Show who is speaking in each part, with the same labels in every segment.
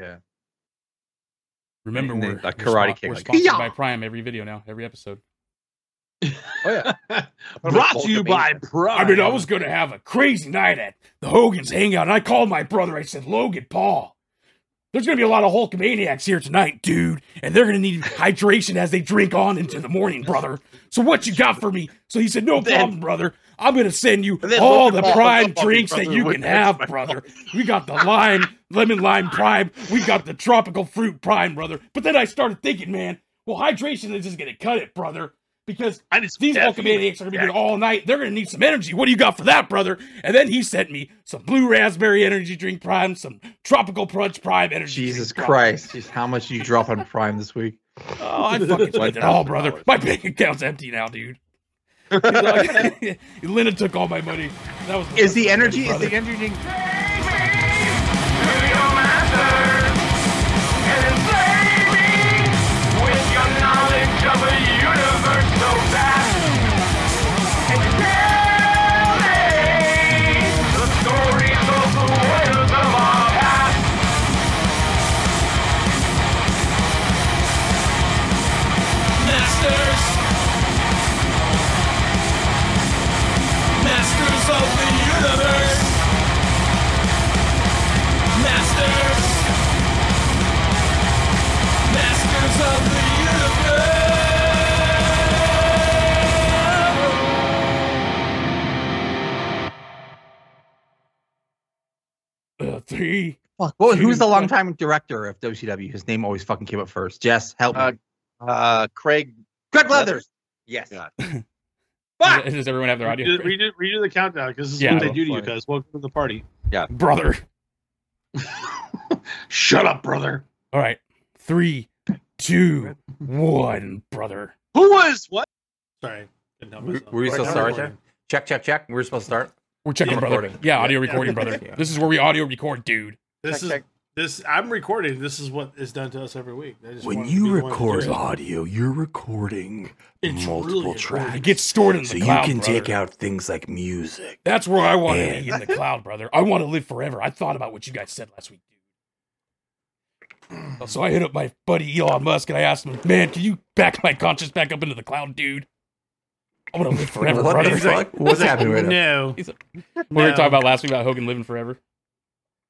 Speaker 1: Yeah.
Speaker 2: Remember,
Speaker 1: And
Speaker 2: we're,
Speaker 1: then, like,
Speaker 2: we're
Speaker 1: karate
Speaker 2: spon-
Speaker 1: kick,
Speaker 2: We're
Speaker 1: like,
Speaker 2: sponsored
Speaker 3: "Yeah!"
Speaker 2: by Prime every video now, every episode.
Speaker 1: Oh yeah. What about
Speaker 3: Brought to you
Speaker 1: Vulcamania?
Speaker 3: by Prime.
Speaker 2: I mean, I was going to have a crazy night at the Hogan's Hangout, and I called my brother. I said, Logan, Paul, there's going to be a lot of Hulkamaniacs here tonight, dude, and they're going to need hydration as they drink on into the morning, brother. So what you got for me? So he said, no
Speaker 3: Then-
Speaker 2: problem, brother. I'm going to send you
Speaker 3: Then
Speaker 2: all
Speaker 3: Logan
Speaker 2: the
Speaker 3: Paul was
Speaker 2: prime
Speaker 3: up on
Speaker 2: drinks
Speaker 3: brother
Speaker 2: that you
Speaker 3: with
Speaker 2: can
Speaker 3: that
Speaker 2: have,
Speaker 3: smile."
Speaker 2: brother. We got the lime, lemon lime prime. We got the tropical fruit prime, brother. But then I started thinking, man, well, hydration is just going to cut it, brother, because
Speaker 3: I just
Speaker 2: these
Speaker 3: Yeah.
Speaker 2: Hulkamaniacs are gonna be
Speaker 3: Yeah.
Speaker 2: good all night. They're gonna need some energy. What do you got for that, brother? And then he sent me some blue raspberry energy drink prime, some tropical punch prime energy.
Speaker 1: Jesus
Speaker 2: drink
Speaker 1: Christ. Jeez, how much you drop on Prime this week?
Speaker 2: Prime. Oh, I fucking spent it all, brother. My bank account's empty now, dude. Lena took all my money. That was
Speaker 1: Is the
Speaker 2: worst
Speaker 1: energy is
Speaker 2: brother.
Speaker 1: the energy drink
Speaker 4: Masters of the universe. Masters. Masters of the universe.
Speaker 2: Uh, three.
Speaker 1: Fuck. Well,
Speaker 2: Dude,
Speaker 1: who's the
Speaker 2: what-
Speaker 1: longtime director of WCW? His name always fucking came up first. Jess, help me.
Speaker 5: Uh, Uh, Craig.
Speaker 1: Greg Leathers. Yes.
Speaker 5: Yeah.
Speaker 1: Fuck.
Speaker 2: Does everyone have their audio?
Speaker 6: Redo, redo, redo the countdown because this is
Speaker 2: Yeah,
Speaker 6: what
Speaker 2: I
Speaker 6: they
Speaker 2: will
Speaker 6: do to you
Speaker 1: play.
Speaker 6: guys. Welcome to the party.
Speaker 2: brother.
Speaker 6: Shut up, brother.
Speaker 2: All right, three, two, one, brother.
Speaker 3: Who was what?
Speaker 6: Sorry. Couldn't help
Speaker 1: Were-
Speaker 6: myself.
Speaker 1: were you so
Speaker 6: Now
Speaker 1: sorry,
Speaker 6: we're-
Speaker 1: Jeff? Check, check, check. We're supposed to start.
Speaker 2: We're checking,
Speaker 1: Yeah,
Speaker 2: brother.
Speaker 1: recording.
Speaker 2: Yeah, audio
Speaker 1: Yeah.
Speaker 2: recording, brother.
Speaker 1: Yeah.
Speaker 2: This is where we audio record, dude.
Speaker 6: This is this. I'm recording. This is what is done to us every week. I just
Speaker 7: When
Speaker 6: wanted-
Speaker 7: you
Speaker 6: we wanted to do
Speaker 7: record
Speaker 6: it.
Speaker 7: audio, you're recording
Speaker 6: It's
Speaker 7: multiple
Speaker 6: really
Speaker 7: tracks.
Speaker 2: It gets stored in the
Speaker 7: So you
Speaker 2: cloud,
Speaker 7: can
Speaker 2: brother.
Speaker 7: take out things like music.
Speaker 2: That's where I want to
Speaker 7: Man.
Speaker 2: be in the cloud, brother. I want to live forever. I thought about what you guys said last week, dude. So I hit up my buddy Elon Musk and I asked him, "Man, can you back my conscience back up into the cloud, dude? I want to live forever,
Speaker 7: what
Speaker 2: brother."
Speaker 7: the fuck? What's happening right now?
Speaker 6: No.
Speaker 2: He's We were talking about last week about Hogan living forever.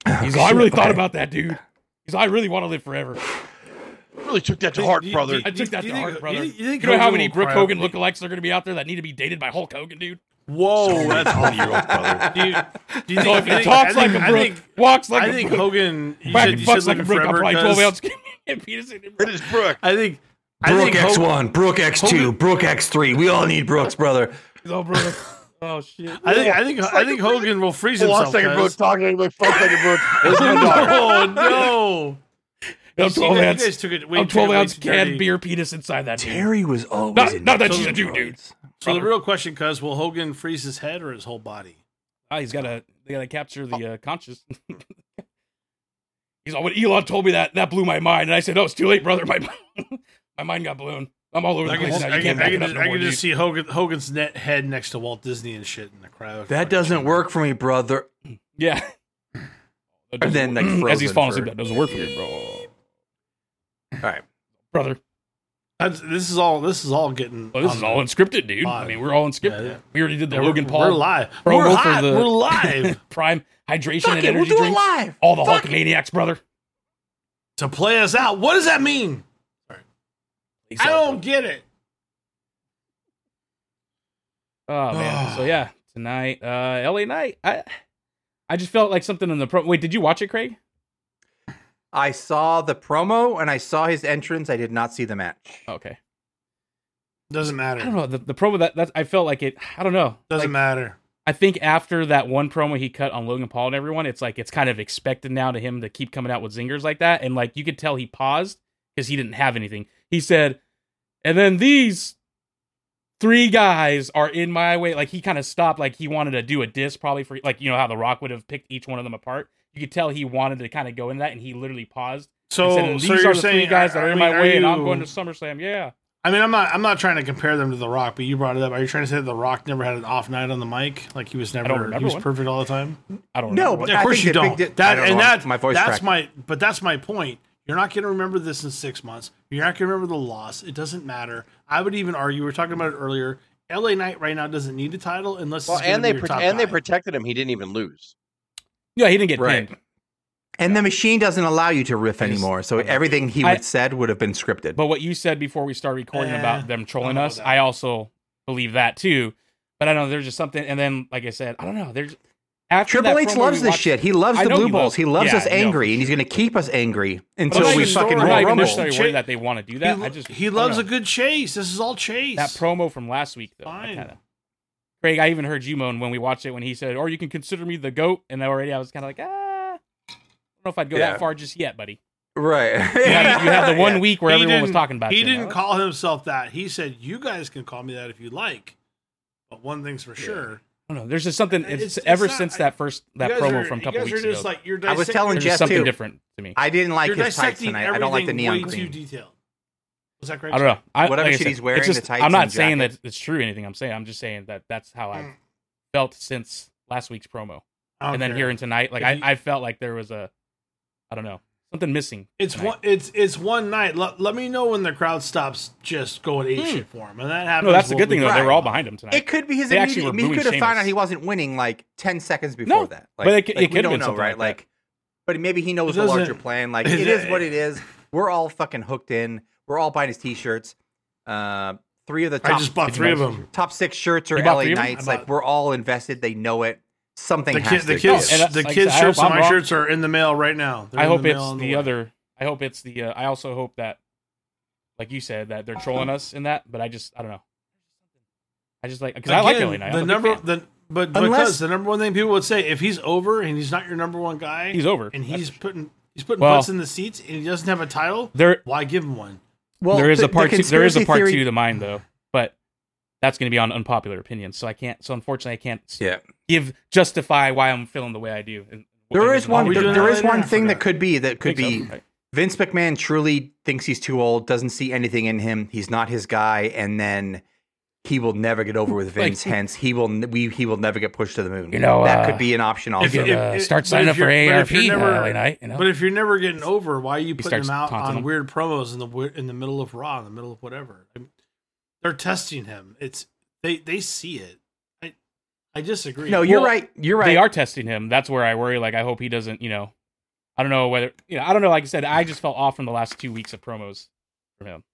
Speaker 7: Oh,
Speaker 2: He's, like, I really thought about that, dude. He's, like, I really want to live forever.
Speaker 3: Really took that to
Speaker 6: Do-
Speaker 3: heart,
Speaker 6: do-
Speaker 3: brother.
Speaker 2: I took that to
Speaker 6: do you think-
Speaker 2: heart, brother.
Speaker 6: you- you
Speaker 2: You,
Speaker 6: think
Speaker 2: know how
Speaker 6: Hogan
Speaker 2: many
Speaker 6: will
Speaker 2: Brooke
Speaker 6: cry
Speaker 2: Hogan
Speaker 6: over me?
Speaker 2: lookalikes are going to be out there that need to be dated by Hulk Hogan, dude?
Speaker 6: Whoa, that's awful.
Speaker 7: brother.
Speaker 6: Do you, do you
Speaker 2: So if
Speaker 6: think,
Speaker 2: he
Speaker 6: I think,
Speaker 2: talks
Speaker 6: I
Speaker 2: like
Speaker 6: think,
Speaker 2: a
Speaker 6: I
Speaker 2: Brooke,
Speaker 6: think,
Speaker 2: walks like
Speaker 6: I
Speaker 2: a
Speaker 6: think
Speaker 2: Brooke,
Speaker 6: Hogan. You
Speaker 2: back
Speaker 6: said,
Speaker 2: and
Speaker 6: you
Speaker 2: fucks
Speaker 6: said
Speaker 2: like
Speaker 6: like
Speaker 2: a
Speaker 6: a
Speaker 2: Brooke, I'll
Speaker 6: forever.
Speaker 2: probably 12
Speaker 6: because
Speaker 2: ounce and penis in it.
Speaker 3: It is Brooke.
Speaker 6: I think. I
Speaker 7: Brooke
Speaker 6: think Hogan,
Speaker 7: X1, Brooke X2,
Speaker 6: Hogan-
Speaker 7: Brooke X3. We all need Brooks, brother.
Speaker 2: Oh, brother. oh, shit.
Speaker 6: I think. I think. I think Hogan will freeze himself. guys.
Speaker 3: talking. Like, fuck like a Brooke. There's no dog.
Speaker 6: Oh no!
Speaker 2: I'm
Speaker 6: See,
Speaker 2: 12
Speaker 6: you
Speaker 2: ounce.
Speaker 6: guys took it way
Speaker 2: I'm
Speaker 6: too-
Speaker 2: 12
Speaker 6: way
Speaker 2: ounce
Speaker 6: too
Speaker 2: canned
Speaker 6: dirty.
Speaker 2: beer penis inside that. dude.
Speaker 7: Terry was always
Speaker 2: Not-
Speaker 7: in
Speaker 2: not that
Speaker 7: Brooks'
Speaker 2: she's a dude, dude.
Speaker 7: roads.
Speaker 6: So the real question, cuz, will Hogan freeze his head or his whole body?
Speaker 2: Ah, he's got to they got to capture the
Speaker 6: Oh.
Speaker 2: uh, conscious. he's all when Elon told me that that blew my mind, and I said, "Oh, it's too late, brother. My my mind got blown. I'm all over the
Speaker 6: I can
Speaker 2: place
Speaker 6: just,
Speaker 2: now.
Speaker 6: I
Speaker 2: You can't
Speaker 6: can, I
Speaker 2: back
Speaker 6: can
Speaker 2: it up
Speaker 6: just,
Speaker 2: no
Speaker 6: I
Speaker 2: more,
Speaker 6: can just
Speaker 2: dude.
Speaker 6: see Hogan, Hogan's net head next to Walt Disney and shit in the crowd.
Speaker 7: That doesn't work for me, brother.
Speaker 2: Yeah. That doesn't
Speaker 7: then, like,
Speaker 2: work. as he's
Speaker 7: frozen for-
Speaker 2: falling asleep, that doesn't work for me, bro.
Speaker 7: All right.
Speaker 2: Brother,
Speaker 6: That's- this is all. This is all getting.
Speaker 2: oh, this
Speaker 6: on
Speaker 2: is
Speaker 7: Um,
Speaker 6: the-
Speaker 2: all unscripted, dude. I
Speaker 7: uh,
Speaker 6: Live.
Speaker 2: mean, we're all
Speaker 6: Yeah,
Speaker 2: unscripted.
Speaker 6: yeah.
Speaker 2: We already did the
Speaker 6: Yeah, we're-
Speaker 2: Logan Paul
Speaker 6: We're live.
Speaker 2: promo
Speaker 6: We're
Speaker 2: for
Speaker 6: hot.
Speaker 2: the-
Speaker 6: We're live.
Speaker 2: Prime hydration
Speaker 7: Fuck
Speaker 2: and
Speaker 7: it,
Speaker 2: energy
Speaker 7: we'll do it
Speaker 2: drinks.
Speaker 7: live.
Speaker 2: All the
Speaker 7: Fuck it.
Speaker 2: Hulkamaniacs, brother.
Speaker 6: to play us out. What does that mean? I don't get it.
Speaker 2: Oh man. so yeah, tonight, uh, LA night. I I just felt like something in the pro. Wait, did you watch it, Craig?
Speaker 1: I saw the promo and I saw his entrance. I did not see the match.
Speaker 2: Oh, Okay.
Speaker 6: Doesn't matter.
Speaker 2: I don't know the the promo that that I felt like it. I don't know.
Speaker 6: Doesn't
Speaker 2: Like,
Speaker 6: matter.
Speaker 2: I think after that one promo he cut on Logan Paul and everyone, it's like it's kind of expected now to him to keep coming out with zingers like that, and like you could tell he paused because he didn't have anything. He said, and then these three guys are in my way. Like he kind of stopped, like he wanted to do a diss probably for like you know how The Rock would have picked each one of them apart. You could tell he wanted to kind of go into that, and he literally paused. and said,
Speaker 6: So,
Speaker 2: "And
Speaker 6: so
Speaker 2: these
Speaker 6: you're
Speaker 2: are the three
Speaker 6: saying
Speaker 2: guys that
Speaker 6: I
Speaker 2: are in
Speaker 6: mean,
Speaker 2: my way, and
Speaker 6: you-
Speaker 2: I'm going to SummerSlam. Yeah,
Speaker 6: I mean, I'm not. I'm not trying to compare them to The Rock, but you brought it up. Are you trying to say that The Rock never had an off night on the mic? Like he was never.
Speaker 2: remember
Speaker 6: He was
Speaker 2: one.
Speaker 6: perfect all the time.
Speaker 2: I don't
Speaker 1: No,
Speaker 2: know.
Speaker 1: but
Speaker 6: Yeah, of
Speaker 1: I
Speaker 6: course
Speaker 1: think
Speaker 6: you
Speaker 1: that big
Speaker 6: don't.
Speaker 1: di- I
Speaker 6: that
Speaker 1: don't
Speaker 6: and
Speaker 1: know.
Speaker 6: that
Speaker 1: My voice
Speaker 6: That's
Speaker 1: cracked.
Speaker 6: my. But that's my point. You're not going to remember this in six months. You're not going to remember the loss. It doesn't matter. I would even argue. We were talking about it earlier. L.A. Knight right now doesn't need a title unless.
Speaker 5: Well,
Speaker 6: it's gonna be
Speaker 5: and they
Speaker 6: your
Speaker 5: pro-
Speaker 6: top
Speaker 5: and they
Speaker 6: guy.
Speaker 5: protected him. He didn't even lose.
Speaker 2: yeah, he didn't get
Speaker 7: Right.
Speaker 2: pinned.
Speaker 1: And the machine doesn't allow you to riff
Speaker 6: Yes.
Speaker 1: anymore, so everything he
Speaker 2: I-
Speaker 1: would said would have been scripted.
Speaker 2: But what you said before we started recording
Speaker 6: Eh,
Speaker 2: about them trolling
Speaker 6: know
Speaker 2: us,
Speaker 6: about that.
Speaker 2: I also believe that too. But I don't know. There's just something. And then, like I said, I don't know. There's after
Speaker 1: Triple
Speaker 2: that
Speaker 1: H
Speaker 2: promo
Speaker 1: loves
Speaker 2: we
Speaker 1: this
Speaker 2: watched-
Speaker 1: shit. He loves
Speaker 2: I
Speaker 1: the
Speaker 2: know
Speaker 1: blue
Speaker 2: he
Speaker 1: balls.
Speaker 2: loves-
Speaker 1: He loves
Speaker 2: yeah,
Speaker 1: us
Speaker 2: I know, for
Speaker 1: angry, and he's
Speaker 2: sure.
Speaker 1: going to keep us angry
Speaker 2: I'm
Speaker 1: until
Speaker 2: not
Speaker 1: we
Speaker 2: even-
Speaker 1: fucking
Speaker 2: I'm
Speaker 1: Royal
Speaker 2: not even
Speaker 1: Rumble.
Speaker 2: necessarily
Speaker 6: Shit.
Speaker 2: worried that they want to do that.
Speaker 6: He,
Speaker 2: I
Speaker 6: lo-
Speaker 2: just
Speaker 6: he
Speaker 2: I don't
Speaker 6: loves
Speaker 2: know.
Speaker 6: a good chase. This is all chase.
Speaker 2: that promo from last week though. I
Speaker 6: Fine.
Speaker 2: kinda- Craig, I even heard you moan when we watched it when he said, "Or you can consider me the goat," and already I was kind of like, ah, I don't know if I'd go
Speaker 7: Yeah.
Speaker 2: that far just yet, buddy.
Speaker 7: Right.
Speaker 2: You had, you had the one
Speaker 7: Yeah.
Speaker 2: week where
Speaker 6: He
Speaker 2: everyone was
Speaker 6: didn't-
Speaker 2: talking about.
Speaker 6: he
Speaker 2: you,
Speaker 6: didn't
Speaker 2: now.
Speaker 6: call himself that. He said, "You guys can call me that if you like." But one thing's for sure,
Speaker 2: I don't know. There's just something. It's,
Speaker 6: It's- it's
Speaker 2: ever
Speaker 6: not-
Speaker 2: since
Speaker 6: I-
Speaker 2: that first that
Speaker 6: You guys
Speaker 2: promo
Speaker 6: are-
Speaker 2: from a
Speaker 6: you
Speaker 2: couple
Speaker 6: guys
Speaker 2: weeks
Speaker 6: are
Speaker 2: ago.
Speaker 6: just like you're
Speaker 1: I was
Speaker 6: dissecting-
Speaker 1: telling
Speaker 2: There's
Speaker 1: Jeff
Speaker 2: just something
Speaker 1: too.
Speaker 2: different to me. I,
Speaker 1: I didn't like
Speaker 6: you're
Speaker 1: his tights
Speaker 6: dissecting
Speaker 1: tonight. I don't like the
Speaker 6: everything
Speaker 1: neon
Speaker 6: way
Speaker 1: green.
Speaker 6: too detailed. Was that correct?
Speaker 2: don't know. I,
Speaker 1: Whatever
Speaker 2: like I
Speaker 1: shit
Speaker 2: said,
Speaker 1: he's wearing,
Speaker 2: it's just,
Speaker 1: the tights
Speaker 2: I'm
Speaker 1: and
Speaker 2: not saying
Speaker 1: jacket. Mm.
Speaker 2: that it's true or anything. I'm saying I'm just saying that that's how I felt since last week's promo,
Speaker 6: I don't
Speaker 2: and then
Speaker 6: care.
Speaker 2: hearing tonight, like
Speaker 6: If
Speaker 2: I,
Speaker 6: you-
Speaker 2: I felt like there was a, I don't know, something missing.
Speaker 6: it's
Speaker 2: tonight.
Speaker 6: one. It's it's one night. Let, let me know when the crowd stops just going
Speaker 1: Hmm.
Speaker 6: ape shit for him, and that happens.
Speaker 2: No, that's the
Speaker 6: we'll
Speaker 2: good thing
Speaker 6: be
Speaker 2: though. They
Speaker 6: fine.
Speaker 2: were all behind him tonight.
Speaker 1: It could be his
Speaker 2: They
Speaker 1: immediate.
Speaker 2: actually
Speaker 1: I
Speaker 2: were
Speaker 1: mean, he
Speaker 2: booing
Speaker 1: could have found out
Speaker 2: Sheamus.
Speaker 1: he wasn't winning like ten seconds before
Speaker 2: No,
Speaker 1: that.
Speaker 2: but
Speaker 1: Like,
Speaker 2: it c- it
Speaker 1: like,
Speaker 2: could
Speaker 1: we
Speaker 2: have
Speaker 1: don't
Speaker 2: been
Speaker 1: know,
Speaker 2: something
Speaker 1: right?
Speaker 2: like
Speaker 1: Like, but maybe he knows
Speaker 6: It
Speaker 1: the larger
Speaker 6: doesn't-
Speaker 1: plan. Like, it is what it is. We're all fucking hooked in. We're all buying his t-shirts. Uh, three of the top
Speaker 6: I just bought three of them.
Speaker 1: top six shirts are
Speaker 2: You bought
Speaker 1: LA
Speaker 2: three of them?
Speaker 1: Knights.
Speaker 6: I
Speaker 1: Like,
Speaker 6: bought-
Speaker 1: we're all invested. They know it. Something
Speaker 6: The,
Speaker 1: has
Speaker 6: kid,
Speaker 1: to
Speaker 6: the
Speaker 1: give.
Speaker 6: kids,
Speaker 2: and, uh,
Speaker 6: the
Speaker 2: like I
Speaker 6: kids'
Speaker 2: said, I
Speaker 6: shirts,
Speaker 2: hope
Speaker 6: and
Speaker 2: I'm
Speaker 6: my
Speaker 2: wrong.
Speaker 6: shirts are in the mail right now. They're
Speaker 2: I
Speaker 6: in
Speaker 2: hope
Speaker 6: mail
Speaker 2: it's
Speaker 6: on
Speaker 2: the,
Speaker 6: way.
Speaker 2: other. I hope it's the. Uh, I also hope that, like you said, that they're trolling us in that. But I just, I don't know. I just like because I like
Speaker 6: Again,
Speaker 2: LA Knight.
Speaker 6: The
Speaker 2: I'm a big
Speaker 6: number,
Speaker 2: fan.
Speaker 6: the but
Speaker 1: Unless-
Speaker 6: because the number one thing people would say if he's over and he's not your number one guy,
Speaker 2: he's over,
Speaker 6: and
Speaker 2: That's
Speaker 6: he's
Speaker 2: for sure.
Speaker 6: putting he's putting
Speaker 2: Well-
Speaker 6: butts in the seats and he doesn't have a title.
Speaker 2: there.
Speaker 6: Why give him one?
Speaker 1: Well,
Speaker 2: there is
Speaker 1: the-
Speaker 2: a part.
Speaker 1: the
Speaker 2: Two, there is a
Speaker 1: conspiracy
Speaker 2: part
Speaker 1: theory-
Speaker 2: two to mine though, but that's going to be on unpopular opinions. So I can't. So unfortunately, I can't s-
Speaker 7: Yeah.
Speaker 2: give justify why I'm feeling the way I do. And,
Speaker 1: There is one.
Speaker 6: we
Speaker 1: There,
Speaker 6: doing
Speaker 1: there
Speaker 6: that
Speaker 1: is
Speaker 6: later?
Speaker 1: one
Speaker 6: I
Speaker 1: thing that
Speaker 6: forgot.
Speaker 1: could be that could be
Speaker 2: Right.
Speaker 1: Vince McMahon truly thinks he's too old, doesn't see anything in him. He's not his guy, and then he will never get over with
Speaker 2: Like-
Speaker 1: Vince. hence, he will n- we he will never get pushed to the moon.
Speaker 2: You know,
Speaker 1: that
Speaker 2: uh,
Speaker 1: could be an option also.
Speaker 6: If-
Speaker 2: uh,
Speaker 6: if-
Speaker 2: start
Speaker 6: but
Speaker 2: signing
Speaker 6: if
Speaker 2: up for
Speaker 6: you're- but if
Speaker 2: AARP,
Speaker 6: you're
Speaker 2: uh,
Speaker 6: never-
Speaker 2: LA Knight. You know?
Speaker 6: But if you're never getting over, why are you putting
Speaker 2: starts
Speaker 6: him out
Speaker 2: taunting
Speaker 6: on
Speaker 2: him.
Speaker 6: weird promos in the we- in the middle of Raw, in the middle of whatever? I mean, they're testing him. It's they they see it. I I disagree.
Speaker 1: no, you're
Speaker 2: Well,
Speaker 1: right. You're right.
Speaker 2: they are testing him. That's where I worry. Like, I hope he doesn't, you know, I don't know whether, you know, I don't know. Like I said, I just fell off from the last two weeks of promos from him.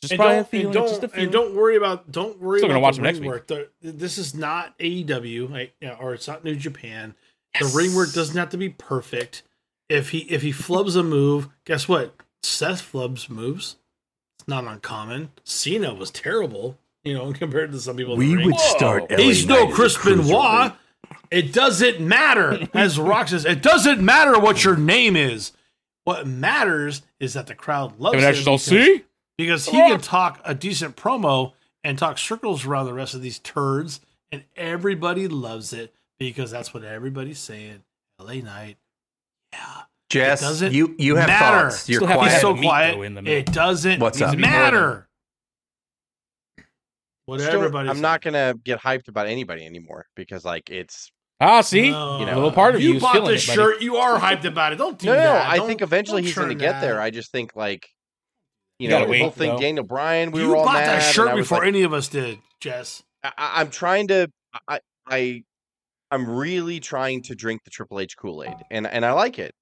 Speaker 2: Just
Speaker 6: and
Speaker 2: probably a
Speaker 6: don't,
Speaker 2: feeling,
Speaker 6: and don't,
Speaker 2: just a
Speaker 6: and
Speaker 2: feeling.
Speaker 6: don't worry about don't worry
Speaker 2: Still
Speaker 6: about
Speaker 2: gonna watch
Speaker 6: the
Speaker 2: him next
Speaker 6: ring
Speaker 2: week.
Speaker 6: work. They're- This is not AEW, like, you know, or it's not New Japan. The ring work doesn't have to be perfect. If he if he flubs a move, guess what? Seth flubs moves. It's not uncommon. Cena was terrible, you know, compared to some people. in the ring.
Speaker 7: start.
Speaker 6: He's no Chris Benoit. It doesn't matter, as Rock says. It doesn't matter what your name is. What matters is that the crowd loves
Speaker 2: Kevin
Speaker 6: him
Speaker 2: Nash is all,
Speaker 6: because-
Speaker 2: see?
Speaker 6: because he can talk a decent promo and talk circles around the rest of these turds, and everybody loves it because that's what everybody's saying. LA Knight, It
Speaker 1: Jess,
Speaker 6: doesn't
Speaker 1: you you have
Speaker 6: matter.
Speaker 1: thoughts. You're
Speaker 2: Still have to
Speaker 1: quiet.
Speaker 6: he's so
Speaker 2: the meat,
Speaker 6: quiet.
Speaker 2: though, in the middle.
Speaker 6: it doesn't
Speaker 1: What's up?
Speaker 6: matter. What
Speaker 5: Still,
Speaker 6: everybody's
Speaker 5: I'm not gonna get hyped about anybody anymore because like it's
Speaker 2: Ah, see? a
Speaker 6: No.
Speaker 2: little part of you,
Speaker 6: you
Speaker 2: is
Speaker 6: bought
Speaker 2: feeling
Speaker 6: this
Speaker 2: it, buddy.
Speaker 6: shirt. You are hyped about it. Don't do
Speaker 5: no,
Speaker 6: that.
Speaker 5: no. I
Speaker 6: Don't-
Speaker 5: think eventually
Speaker 6: don't
Speaker 5: he's gonna
Speaker 6: turn
Speaker 5: get there.
Speaker 6: that.
Speaker 5: I just think like you,
Speaker 2: You
Speaker 5: know
Speaker 2: gotta
Speaker 5: the whole
Speaker 2: wait,
Speaker 5: thing.
Speaker 2: though.
Speaker 5: Daniel Bryan. We
Speaker 6: you
Speaker 5: were all
Speaker 6: bought
Speaker 5: mad,
Speaker 6: that
Speaker 5: and I
Speaker 6: shirt
Speaker 5: was
Speaker 6: before
Speaker 5: like,
Speaker 6: any of us did, Jess.
Speaker 5: I, I- I'm trying to. I, I, I'm really trying to drink the Triple H Kool Aid, and and I like it,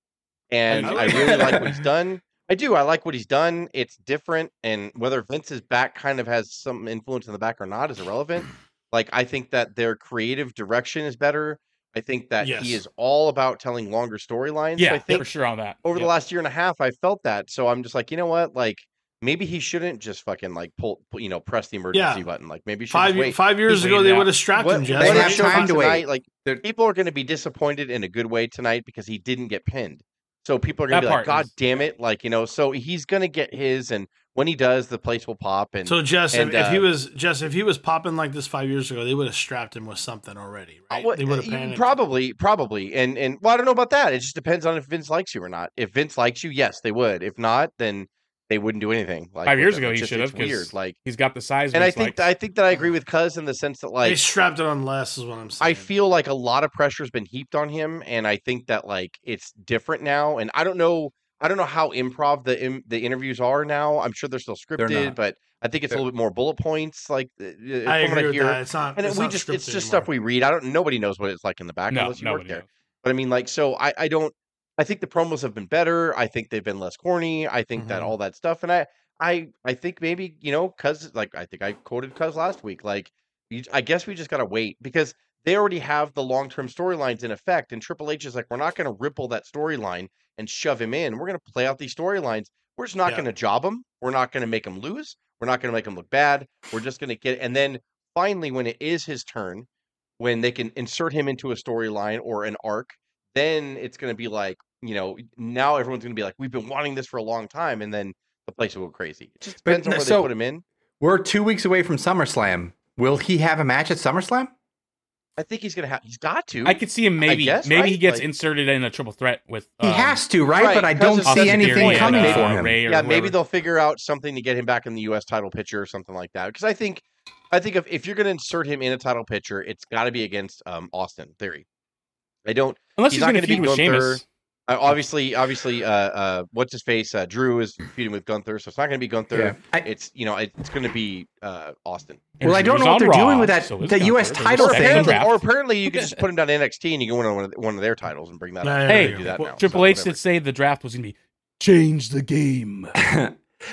Speaker 5: and
Speaker 6: I
Speaker 5: I,
Speaker 6: like
Speaker 5: really
Speaker 6: it.
Speaker 5: like what he's done. I do. I like what he's done. It's different, and whether Vince's back kind of has some influence in the back or not is irrelevant. Like I think that their creative direction is better. I think that
Speaker 6: Yes.
Speaker 5: he is all about telling longer storylines. So
Speaker 2: Yeah,
Speaker 5: I think
Speaker 2: for sure on that.
Speaker 5: over
Speaker 2: Yeah.
Speaker 5: the last year and a half i felt that so i'm just like you know what like maybe he shouldn't just fucking like pull pu- you know press the emergency button like maybe he should
Speaker 6: Five
Speaker 5: just wait
Speaker 6: five years
Speaker 2: He's
Speaker 6: ago,
Speaker 2: waiting
Speaker 6: they
Speaker 2: out.
Speaker 6: would have strapped
Speaker 5: what,
Speaker 6: him,
Speaker 5: what
Speaker 6: Jess.
Speaker 1: They
Speaker 5: if
Speaker 1: have
Speaker 5: it shows
Speaker 1: time to wait.
Speaker 5: tonight, like
Speaker 1: They're-
Speaker 5: people are going to be disappointed in a good way tonight because he didn't get pinned so people are going
Speaker 2: That
Speaker 5: to be
Speaker 2: part
Speaker 5: like god
Speaker 2: is-
Speaker 5: damn it like you know so he's going to get his and when he does the place will pop and
Speaker 6: So Jess,
Speaker 5: and,
Speaker 6: if, if he
Speaker 5: uh,
Speaker 6: was Jess, if he was popping like this five years ago, they would have strapped him with something already,
Speaker 5: Uh,
Speaker 6: right?
Speaker 5: what-
Speaker 6: they would
Speaker 5: uh,
Speaker 6: have
Speaker 5: you-
Speaker 6: panicked.
Speaker 5: Probably, probably, and and well, I don't know about that. It just depends on if Vince likes you or not. If Vince likes you, yes, they would. If not, then they wouldn't do anything. Like
Speaker 2: Five
Speaker 5: with
Speaker 2: years
Speaker 5: it.
Speaker 2: ago
Speaker 5: It's
Speaker 2: he
Speaker 5: just-
Speaker 2: should
Speaker 5: it's
Speaker 2: have, 'cause
Speaker 5: Weird, like,
Speaker 2: He's got the size.
Speaker 5: and I
Speaker 2: it's
Speaker 5: think
Speaker 2: like,
Speaker 5: I think that I agree with Cuz in the sense that
Speaker 6: they
Speaker 5: like
Speaker 6: strapped it on less, is what I'm saying.
Speaker 5: I feel like a lot of pressure's been heaped on him, and I think that like it's different now. And I don't know, I don't know how improv the im- the interviews are now. I'm sure they're still scripted,
Speaker 1: not.
Speaker 5: but I think it's a little bit more bullet points. Like uh, uh, from
Speaker 6: I
Speaker 5: what
Speaker 6: agree with
Speaker 5: hear.
Speaker 6: that. It's not.
Speaker 5: And
Speaker 6: it's
Speaker 5: we
Speaker 6: not
Speaker 5: just
Speaker 6: scripted
Speaker 5: it's just stuff
Speaker 6: anymore.
Speaker 5: we read. I don't nobody knows what it's like in the back
Speaker 2: no,
Speaker 5: unless you work
Speaker 2: nobody
Speaker 5: there.
Speaker 2: knows.
Speaker 5: But I mean, like, so I, I don't. I think the promos have been better. I think they've been less corny. I think that
Speaker 6: Mhm.
Speaker 5: all that stuff, and I, I, I think maybe you know, cuz like I think I quoted cuz last week. Like, you, I guess we just gotta wait because they already have the long term storylines in effect, and Triple H is like, we're not gonna ripple that storyline and shove him in. We're gonna play out these storylines. We're just not
Speaker 6: Yeah.
Speaker 5: gonna job him. We're not gonna make him lose. We're not gonna make him look bad. We're just gonna get, and then finally, when it is his turn, when they can insert him into a storyline or an arc then it's going to be like you know now everyone's going to be like we've been wanting this for a long time and then the place will go crazy it just
Speaker 1: But
Speaker 5: depends
Speaker 1: n-
Speaker 5: on where
Speaker 1: so-
Speaker 5: they put him in
Speaker 1: We're two weeks away from SummerSlam. Will he have a match at SummerSlam?
Speaker 5: i think he's going to have he's got to
Speaker 2: I could see him maybe
Speaker 5: guess,
Speaker 2: maybe he
Speaker 5: right?
Speaker 2: gets
Speaker 5: Like-
Speaker 2: inserted in a triple threat with.
Speaker 1: He
Speaker 2: um,
Speaker 1: has to, right?
Speaker 5: right,
Speaker 1: But I
Speaker 5: because
Speaker 1: don't
Speaker 5: of
Speaker 1: see
Speaker 2: Austin
Speaker 5: Austin
Speaker 1: anything
Speaker 2: Theory and,
Speaker 1: coming
Speaker 2: uh,
Speaker 1: for him.
Speaker 2: Ray or
Speaker 5: yeah maybe
Speaker 2: whoever.
Speaker 5: they'll figure out something to get him back in the us title picture or something like that because i think i think if, if you're going to insert him in a title picture it's got to be against um, austin theory i don't
Speaker 2: Unless
Speaker 5: he's
Speaker 2: he's,
Speaker 5: not
Speaker 2: going to
Speaker 5: gonna be
Speaker 2: feud with Sheamus.
Speaker 5: Gunther. uh, obviously obviously uh, uh, what's his face uh, drew is feuding with gunther so it's not going to be gunther
Speaker 1: Yeah. I-
Speaker 5: it's you know it- it's going to be uh, austin
Speaker 1: Well, I don't
Speaker 2: Sheamus
Speaker 1: know what
Speaker 2: on
Speaker 1: they're doing
Speaker 2: Raw,
Speaker 1: with that-
Speaker 2: is
Speaker 1: the
Speaker 2: Gunther.
Speaker 1: US
Speaker 2: There's a
Speaker 1: title
Speaker 5: or
Speaker 2: second
Speaker 1: thing.
Speaker 5: apparently,
Speaker 2: draft.
Speaker 5: or apparently you could just put him down to NXT and you can win one of, the- one of their titles and bring that
Speaker 6: No,
Speaker 5: up.
Speaker 6: no,
Speaker 5: You
Speaker 2: Hey,
Speaker 5: can do that now,
Speaker 2: Triple
Speaker 5: so
Speaker 2: H
Speaker 5: whatever.
Speaker 2: did say the draft was going to be change the game.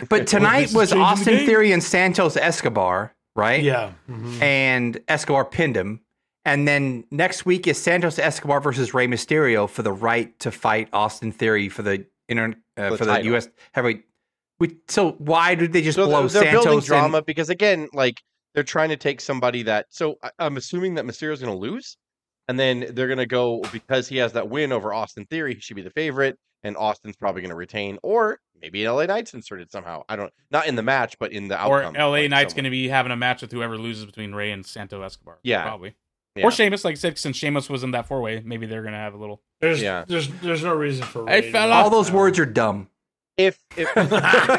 Speaker 1: but tonight
Speaker 2: is
Speaker 1: was
Speaker 2: changing the
Speaker 1: Austin
Speaker 2: game.
Speaker 1: Theory and Santos Escobar, right?
Speaker 6: Yeah. mhm.
Speaker 1: And Escobar pinned him. And then next week is Santos Escobar versus Rey Mysterio for the right to fight Austin Theory for the inter- uh,
Speaker 5: For the
Speaker 1: for the
Speaker 5: title.
Speaker 1: U.S. heavyweight. We, so why did they just
Speaker 5: So
Speaker 1: blow
Speaker 5: they're, they're
Speaker 1: Santos?
Speaker 5: building
Speaker 1: and-
Speaker 5: drama because again, like they're trying to take somebody that. So I, I'm assuming that Mysterio's going to lose, and then they're going to go because he has that win over Austin Theory. He should be the favorite, and Austin's probably going to retain, or maybe LA Knight's inserted somehow. I don't. Not in the match, but in the
Speaker 2: Or
Speaker 5: outcome.
Speaker 2: LA Knight's going to be having a match with whoever loses between Ray and Santo Escobar.
Speaker 5: Yeah.
Speaker 2: Probably.
Speaker 5: Yeah.
Speaker 2: Or Sheamus, like I said, since Sheamus was in that four way, maybe they're going to have a little.
Speaker 6: There's,
Speaker 5: Yeah.
Speaker 6: there's there's no reason for
Speaker 2: Hey,
Speaker 6: Ray to-
Speaker 2: fella.
Speaker 1: All those words are dumb.
Speaker 5: if if, if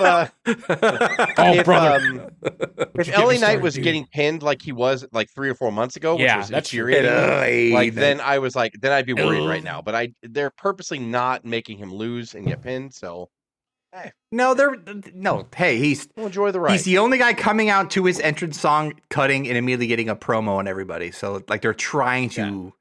Speaker 5: uh,
Speaker 2: Oh,
Speaker 5: if,
Speaker 2: brother.
Speaker 5: um,
Speaker 2: What you
Speaker 5: if
Speaker 2: getting
Speaker 5: LA Knight
Speaker 2: started,
Speaker 5: was
Speaker 2: dude?
Speaker 5: getting pinned like he was like three or four months ago, which
Speaker 2: Yeah,
Speaker 5: was
Speaker 2: that's true.
Speaker 5: infuriating. like uh,
Speaker 1: that-
Speaker 5: then I was like, then I'd be worried right
Speaker 2: Ugh.
Speaker 5: now. But I they're purposely not making him lose and get pinned, so
Speaker 1: no, they're no. Hey, he's
Speaker 5: we'll enjoy the ride.
Speaker 1: He's the only guy coming out to his entrance song, cutting, and immediately getting a promo on everybody. So like they're trying to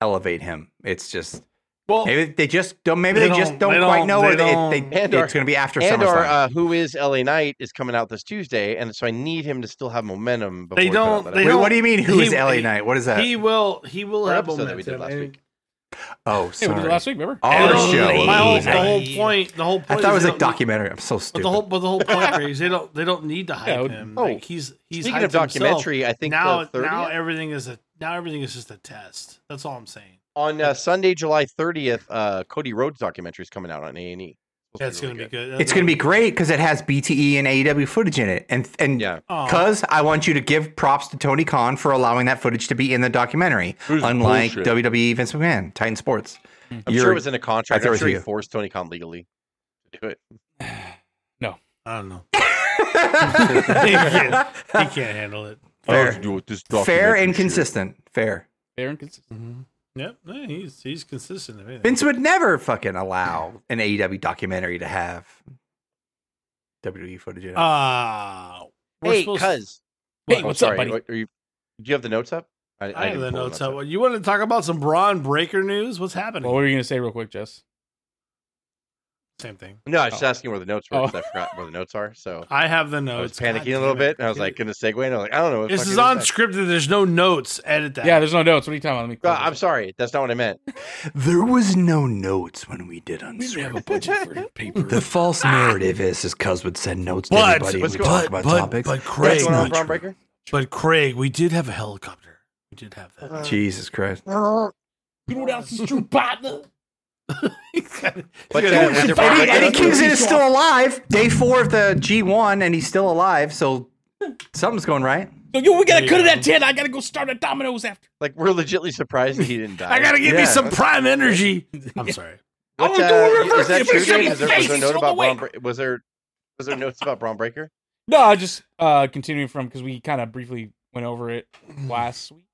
Speaker 1: elevate him. It's just
Speaker 6: Well,
Speaker 1: maybe they just don't. Maybe
Speaker 6: Oh. They
Speaker 1: they, just
Speaker 6: don't-
Speaker 1: don't,
Speaker 6: they
Speaker 1: quite
Speaker 6: don't-
Speaker 1: know.
Speaker 6: they
Speaker 1: Or they, it-
Speaker 6: don't-
Speaker 1: they,
Speaker 5: And
Speaker 1: it's
Speaker 5: our-
Speaker 1: going to be after
Speaker 5: and
Speaker 1: SummerSlam.
Speaker 5: our uh, who is LA Knight is coming out this Tuesday, and so I need him to still have momentum. Before
Speaker 6: They
Speaker 5: we put out
Speaker 6: don't-
Speaker 5: that
Speaker 6: they
Speaker 1: Wait,
Speaker 5: episode.
Speaker 1: what do you mean? Who
Speaker 6: he-
Speaker 1: is LA
Speaker 6: he-
Speaker 1: Knight? What is that?
Speaker 6: he will he will
Speaker 5: Our
Speaker 6: have
Speaker 5: episode that we did
Speaker 6: momentum.
Speaker 5: last
Speaker 6: and-
Speaker 5: week. uh,
Speaker 1: oh,
Speaker 2: Hey, we did
Speaker 1: sorry.
Speaker 2: it last week, remember?
Speaker 1: Our
Speaker 6: and
Speaker 1: Oh,
Speaker 6: all-
Speaker 1: show.
Speaker 6: My whole,
Speaker 1: Lady.
Speaker 6: the whole point. The whole
Speaker 1: I thought
Speaker 6: point.
Speaker 1: it
Speaker 6: is
Speaker 1: was like
Speaker 6: they don't need-
Speaker 1: documentary. I'm so
Speaker 6: But
Speaker 1: stupid.
Speaker 6: the whole but the whole point Ray, is they don't they don't need to hype
Speaker 2: Yeah,
Speaker 6: him.
Speaker 5: oh,
Speaker 6: Like he's he's
Speaker 5: Speaking
Speaker 6: hyped
Speaker 5: of documentary, I think
Speaker 6: himself.
Speaker 5: the
Speaker 6: now now
Speaker 5: 30th,
Speaker 6: everything is a now everything is just a test. That's all I'm saying.
Speaker 5: on uh, Sunday, July thirtieth, uh, Cody Rhodes documentary is coming out on A and E.
Speaker 6: That's gonna be good.
Speaker 1: it's going to be great because it has BTE and AEW footage in it, and and
Speaker 5: Yeah,
Speaker 6: Oh,
Speaker 1: Because I want you to give props to Tony Khan for allowing that footage to be in the documentary, unlike WWE Vince McMahon, Titan Sports.
Speaker 5: I'm sure
Speaker 1: You're-
Speaker 5: it was in a
Speaker 1: I
Speaker 5: contract.
Speaker 1: thought it
Speaker 5: I'm
Speaker 1: was
Speaker 5: sure he
Speaker 1: you.
Speaker 5: forced Tony Khan legally to do it.
Speaker 6: I don't know. he, can't, he can't handle it.
Speaker 1: fair,
Speaker 5: do this
Speaker 1: fair and consistent. Fair.
Speaker 2: They're inconsistent.
Speaker 6: Yep, no, he's he's consistent. Uh, If anything.
Speaker 1: Mm-hmm. Vince would never fucking allow an AEW documentary to have WWE footage
Speaker 6: Uh,
Speaker 1: in it.
Speaker 6: Ah, we're
Speaker 5: Hey,
Speaker 6: supposed-
Speaker 5: cuz.
Speaker 2: Hey,
Speaker 5: I'm
Speaker 2: what's up,
Speaker 5: sorry,
Speaker 2: buddy?
Speaker 5: what- Are you, do you have the notes up?
Speaker 6: I have
Speaker 5: didn't
Speaker 6: the
Speaker 5: pull
Speaker 6: notes up. You want to talk about some Braun Breaker news? What's happening?
Speaker 2: Well, what were you going to say, real quick, Jess?
Speaker 6: Same thing.
Speaker 5: No, I
Speaker 2: Oh.
Speaker 5: was just asking where the notes were
Speaker 2: Oh.
Speaker 5: 'cause I forgot where the notes are. So
Speaker 6: I have the
Speaker 5: I
Speaker 6: notes.
Speaker 5: was
Speaker 6: God
Speaker 5: panicking a little
Speaker 6: damn
Speaker 5: bit,
Speaker 6: it.
Speaker 5: and I was like, "Gonna segue?" And I was like, "I don't know." what the
Speaker 6: this
Speaker 5: fuck
Speaker 6: is
Speaker 5: it
Speaker 6: unscripted. There's no notes. Edit that.
Speaker 2: Yeah, there's no notes. What are you talking about? Let me.
Speaker 5: Uh,
Speaker 2: close
Speaker 5: I'm
Speaker 2: this.
Speaker 5: sorry, that's not what I meant.
Speaker 1: there was no notes when we did on The false narrative is, as Cuz would send notes to
Speaker 6: But-
Speaker 1: everybody when
Speaker 5: what's
Speaker 1: we
Speaker 5: go-
Speaker 1: talk about topics.
Speaker 6: but
Speaker 5: What's
Speaker 6: Craig,
Speaker 5: going on, Braun Breaker?
Speaker 6: but Craig, we did have a helicopter. We did have that.
Speaker 1: Jesus Christ.
Speaker 5: But,
Speaker 6: Dude,
Speaker 5: uh, was there Braun
Speaker 1: Eddie,
Speaker 5: Breaker
Speaker 1: Eddie
Speaker 5: notes?
Speaker 1: Kingston is still alive. Day four of the G1, and he's still alive. So something's going right.
Speaker 2: So, yo, we got
Speaker 6: There
Speaker 2: to
Speaker 6: you
Speaker 2: cut it
Speaker 6: go.
Speaker 2: at 10. I got to go start at Domino's after.
Speaker 5: Like we're legitimately surprised that he didn't die.
Speaker 6: I gotta give
Speaker 1: Yeah,
Speaker 6: me some
Speaker 1: that's-
Speaker 6: prime energy. I'm sorry.
Speaker 5: What,
Speaker 2: wanna do a
Speaker 5: uh,
Speaker 2: reverse
Speaker 5: is that
Speaker 2: if you
Speaker 5: true,
Speaker 2: shove
Speaker 5: Jake?
Speaker 2: your
Speaker 5: Is there, was
Speaker 2: face
Speaker 5: there a
Speaker 2: all
Speaker 5: note
Speaker 2: the
Speaker 5: about
Speaker 2: way.
Speaker 5: Braun Bre- was there was there notes about Braun Breaker?
Speaker 2: No, I just uh continuing from because we kind of briefly went over it last week,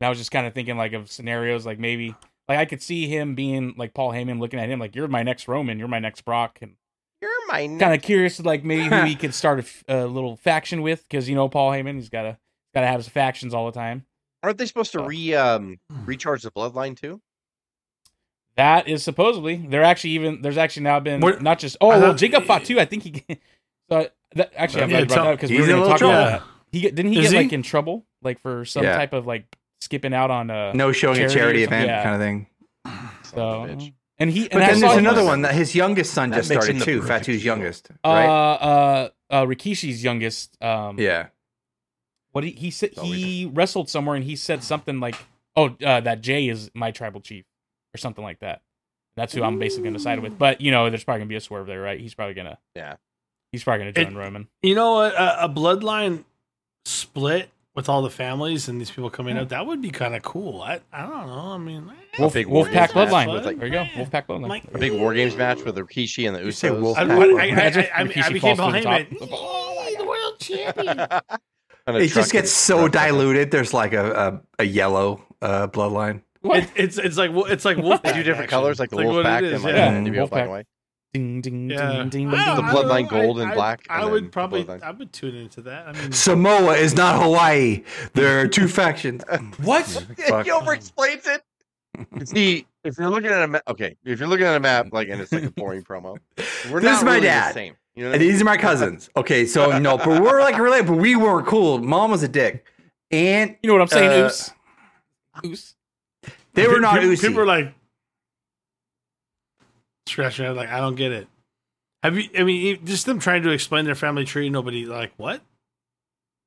Speaker 2: and I was just kind of thinking like of scenarios, like maybe like I could see him being like Paul Heyman looking at him like you're my next Roman, you're my next Brock, and
Speaker 5: You're my next
Speaker 2: kind of curious like maybe who he could start a, f- a little faction with because you know Paul Heyman, he's gotta gotta have his factions all the time.
Speaker 5: Aren't they supposed to
Speaker 2: Uh,
Speaker 5: re um recharge the bloodline too?
Speaker 2: That is supposedly they're actually even there's actually now been
Speaker 6: What-
Speaker 2: not just oh
Speaker 6: I
Speaker 2: well
Speaker 6: thought-
Speaker 2: Jacob fought too. I think he so that, actually I'm
Speaker 6: Yeah,
Speaker 2: glad you brought
Speaker 6: tell-
Speaker 2: that because we
Speaker 1: he's in
Speaker 2: were
Speaker 1: a
Speaker 2: gonna
Speaker 1: little
Speaker 2: talk about
Speaker 6: trouble.
Speaker 2: that. He get- didn't he
Speaker 6: Is
Speaker 2: get like
Speaker 6: he?
Speaker 2: in trouble like for some
Speaker 1: Yeah.
Speaker 2: type of like skipping out on uh
Speaker 1: No showing
Speaker 2: Charity
Speaker 1: a charity
Speaker 2: or something,
Speaker 1: event
Speaker 2: yeah.
Speaker 1: kind of thing.
Speaker 5: Son of a
Speaker 2: so
Speaker 5: bitch.
Speaker 2: and he and
Speaker 1: But
Speaker 2: I
Speaker 1: then
Speaker 2: saw
Speaker 1: there's
Speaker 2: him-
Speaker 1: another one that his youngest son
Speaker 5: That
Speaker 1: just
Speaker 5: makes
Speaker 1: started
Speaker 5: him the
Speaker 1: too.
Speaker 5: perfect
Speaker 1: Fatu's
Speaker 5: heel.
Speaker 1: youngest,
Speaker 2: uh,
Speaker 1: right?
Speaker 2: uh uh Rikishi's youngest um
Speaker 1: yeah.
Speaker 2: what he, he said
Speaker 5: That's all we
Speaker 2: he wrestled somewhere and he said something like oh uh, that jay is my tribal chief or something like that that's who i'm basically gonna side with but you know there's probably gonna be a swerve there right he's probably gonna
Speaker 5: Yeah.
Speaker 2: he's probably gonna join
Speaker 6: It-
Speaker 2: roman
Speaker 6: You know what? A, a bloodline split with all the families and these people coming up, that would be kind of cool. I, I don't know. I mean, eh,
Speaker 2: Wolf,
Speaker 5: big war
Speaker 2: wolfpack
Speaker 5: games match
Speaker 2: bloodline
Speaker 6: with, like-
Speaker 2: there you go wolfpack bloodline
Speaker 6: Oh, Mike-
Speaker 5: A big war games match with Rikishi and the
Speaker 1: You say
Speaker 5: Usos.
Speaker 1: wolf
Speaker 6: I, I,
Speaker 1: pack.
Speaker 5: on
Speaker 6: I, I,
Speaker 2: Imagine
Speaker 6: I,
Speaker 2: Rikishi
Speaker 6: I became
Speaker 2: falls to
Speaker 6: Paul
Speaker 2: the
Speaker 6: Heyman.
Speaker 2: top.
Speaker 6: Yay, the world champion.
Speaker 5: a
Speaker 1: It
Speaker 5: truck
Speaker 1: just gets
Speaker 5: and-
Speaker 1: so diluted. There's like a a, a yellow uh, bloodline.
Speaker 2: What?
Speaker 6: It, it's it's like wo- it's like wolf.
Speaker 5: They do different colors like the wolf pack and like
Speaker 1: yeah.
Speaker 5: the NWO black
Speaker 2: Wolfpack.
Speaker 5: and white.
Speaker 2: ding ding
Speaker 6: Yeah. Ah.
Speaker 2: ding ding, ding,
Speaker 6: I don't-
Speaker 5: The
Speaker 2: ding.
Speaker 6: I don't
Speaker 5: bloodline
Speaker 6: know. I-
Speaker 5: gold and
Speaker 6: I-
Speaker 5: black
Speaker 6: I
Speaker 5: and then the
Speaker 6: would probably
Speaker 5: bloodline.
Speaker 6: I would tune into that. I mean,
Speaker 1: Samoa is not Hawaii. There are two factions.
Speaker 7: What?
Speaker 1: Fuck.
Speaker 5: over explains it. See, if you're looking at a map, okay, if you're looking at a map, like, and it's like a boring promo, we're
Speaker 1: This
Speaker 5: not
Speaker 1: is my
Speaker 5: really the
Speaker 1: dad.
Speaker 5: same. You know what I
Speaker 1: And
Speaker 5: mean?
Speaker 1: these are my cousins. Okay, so no, but we're like related, but we weren't cool. Mom was a dick. And
Speaker 2: you know what i'm saying
Speaker 1: Uh,
Speaker 2: oos oos
Speaker 1: they were not
Speaker 6: people, people are
Speaker 1: Uzi.
Speaker 6: like scratching out like I don't get it. Have you? I mean, e- just them trying to explain their family tree. Nobody like what?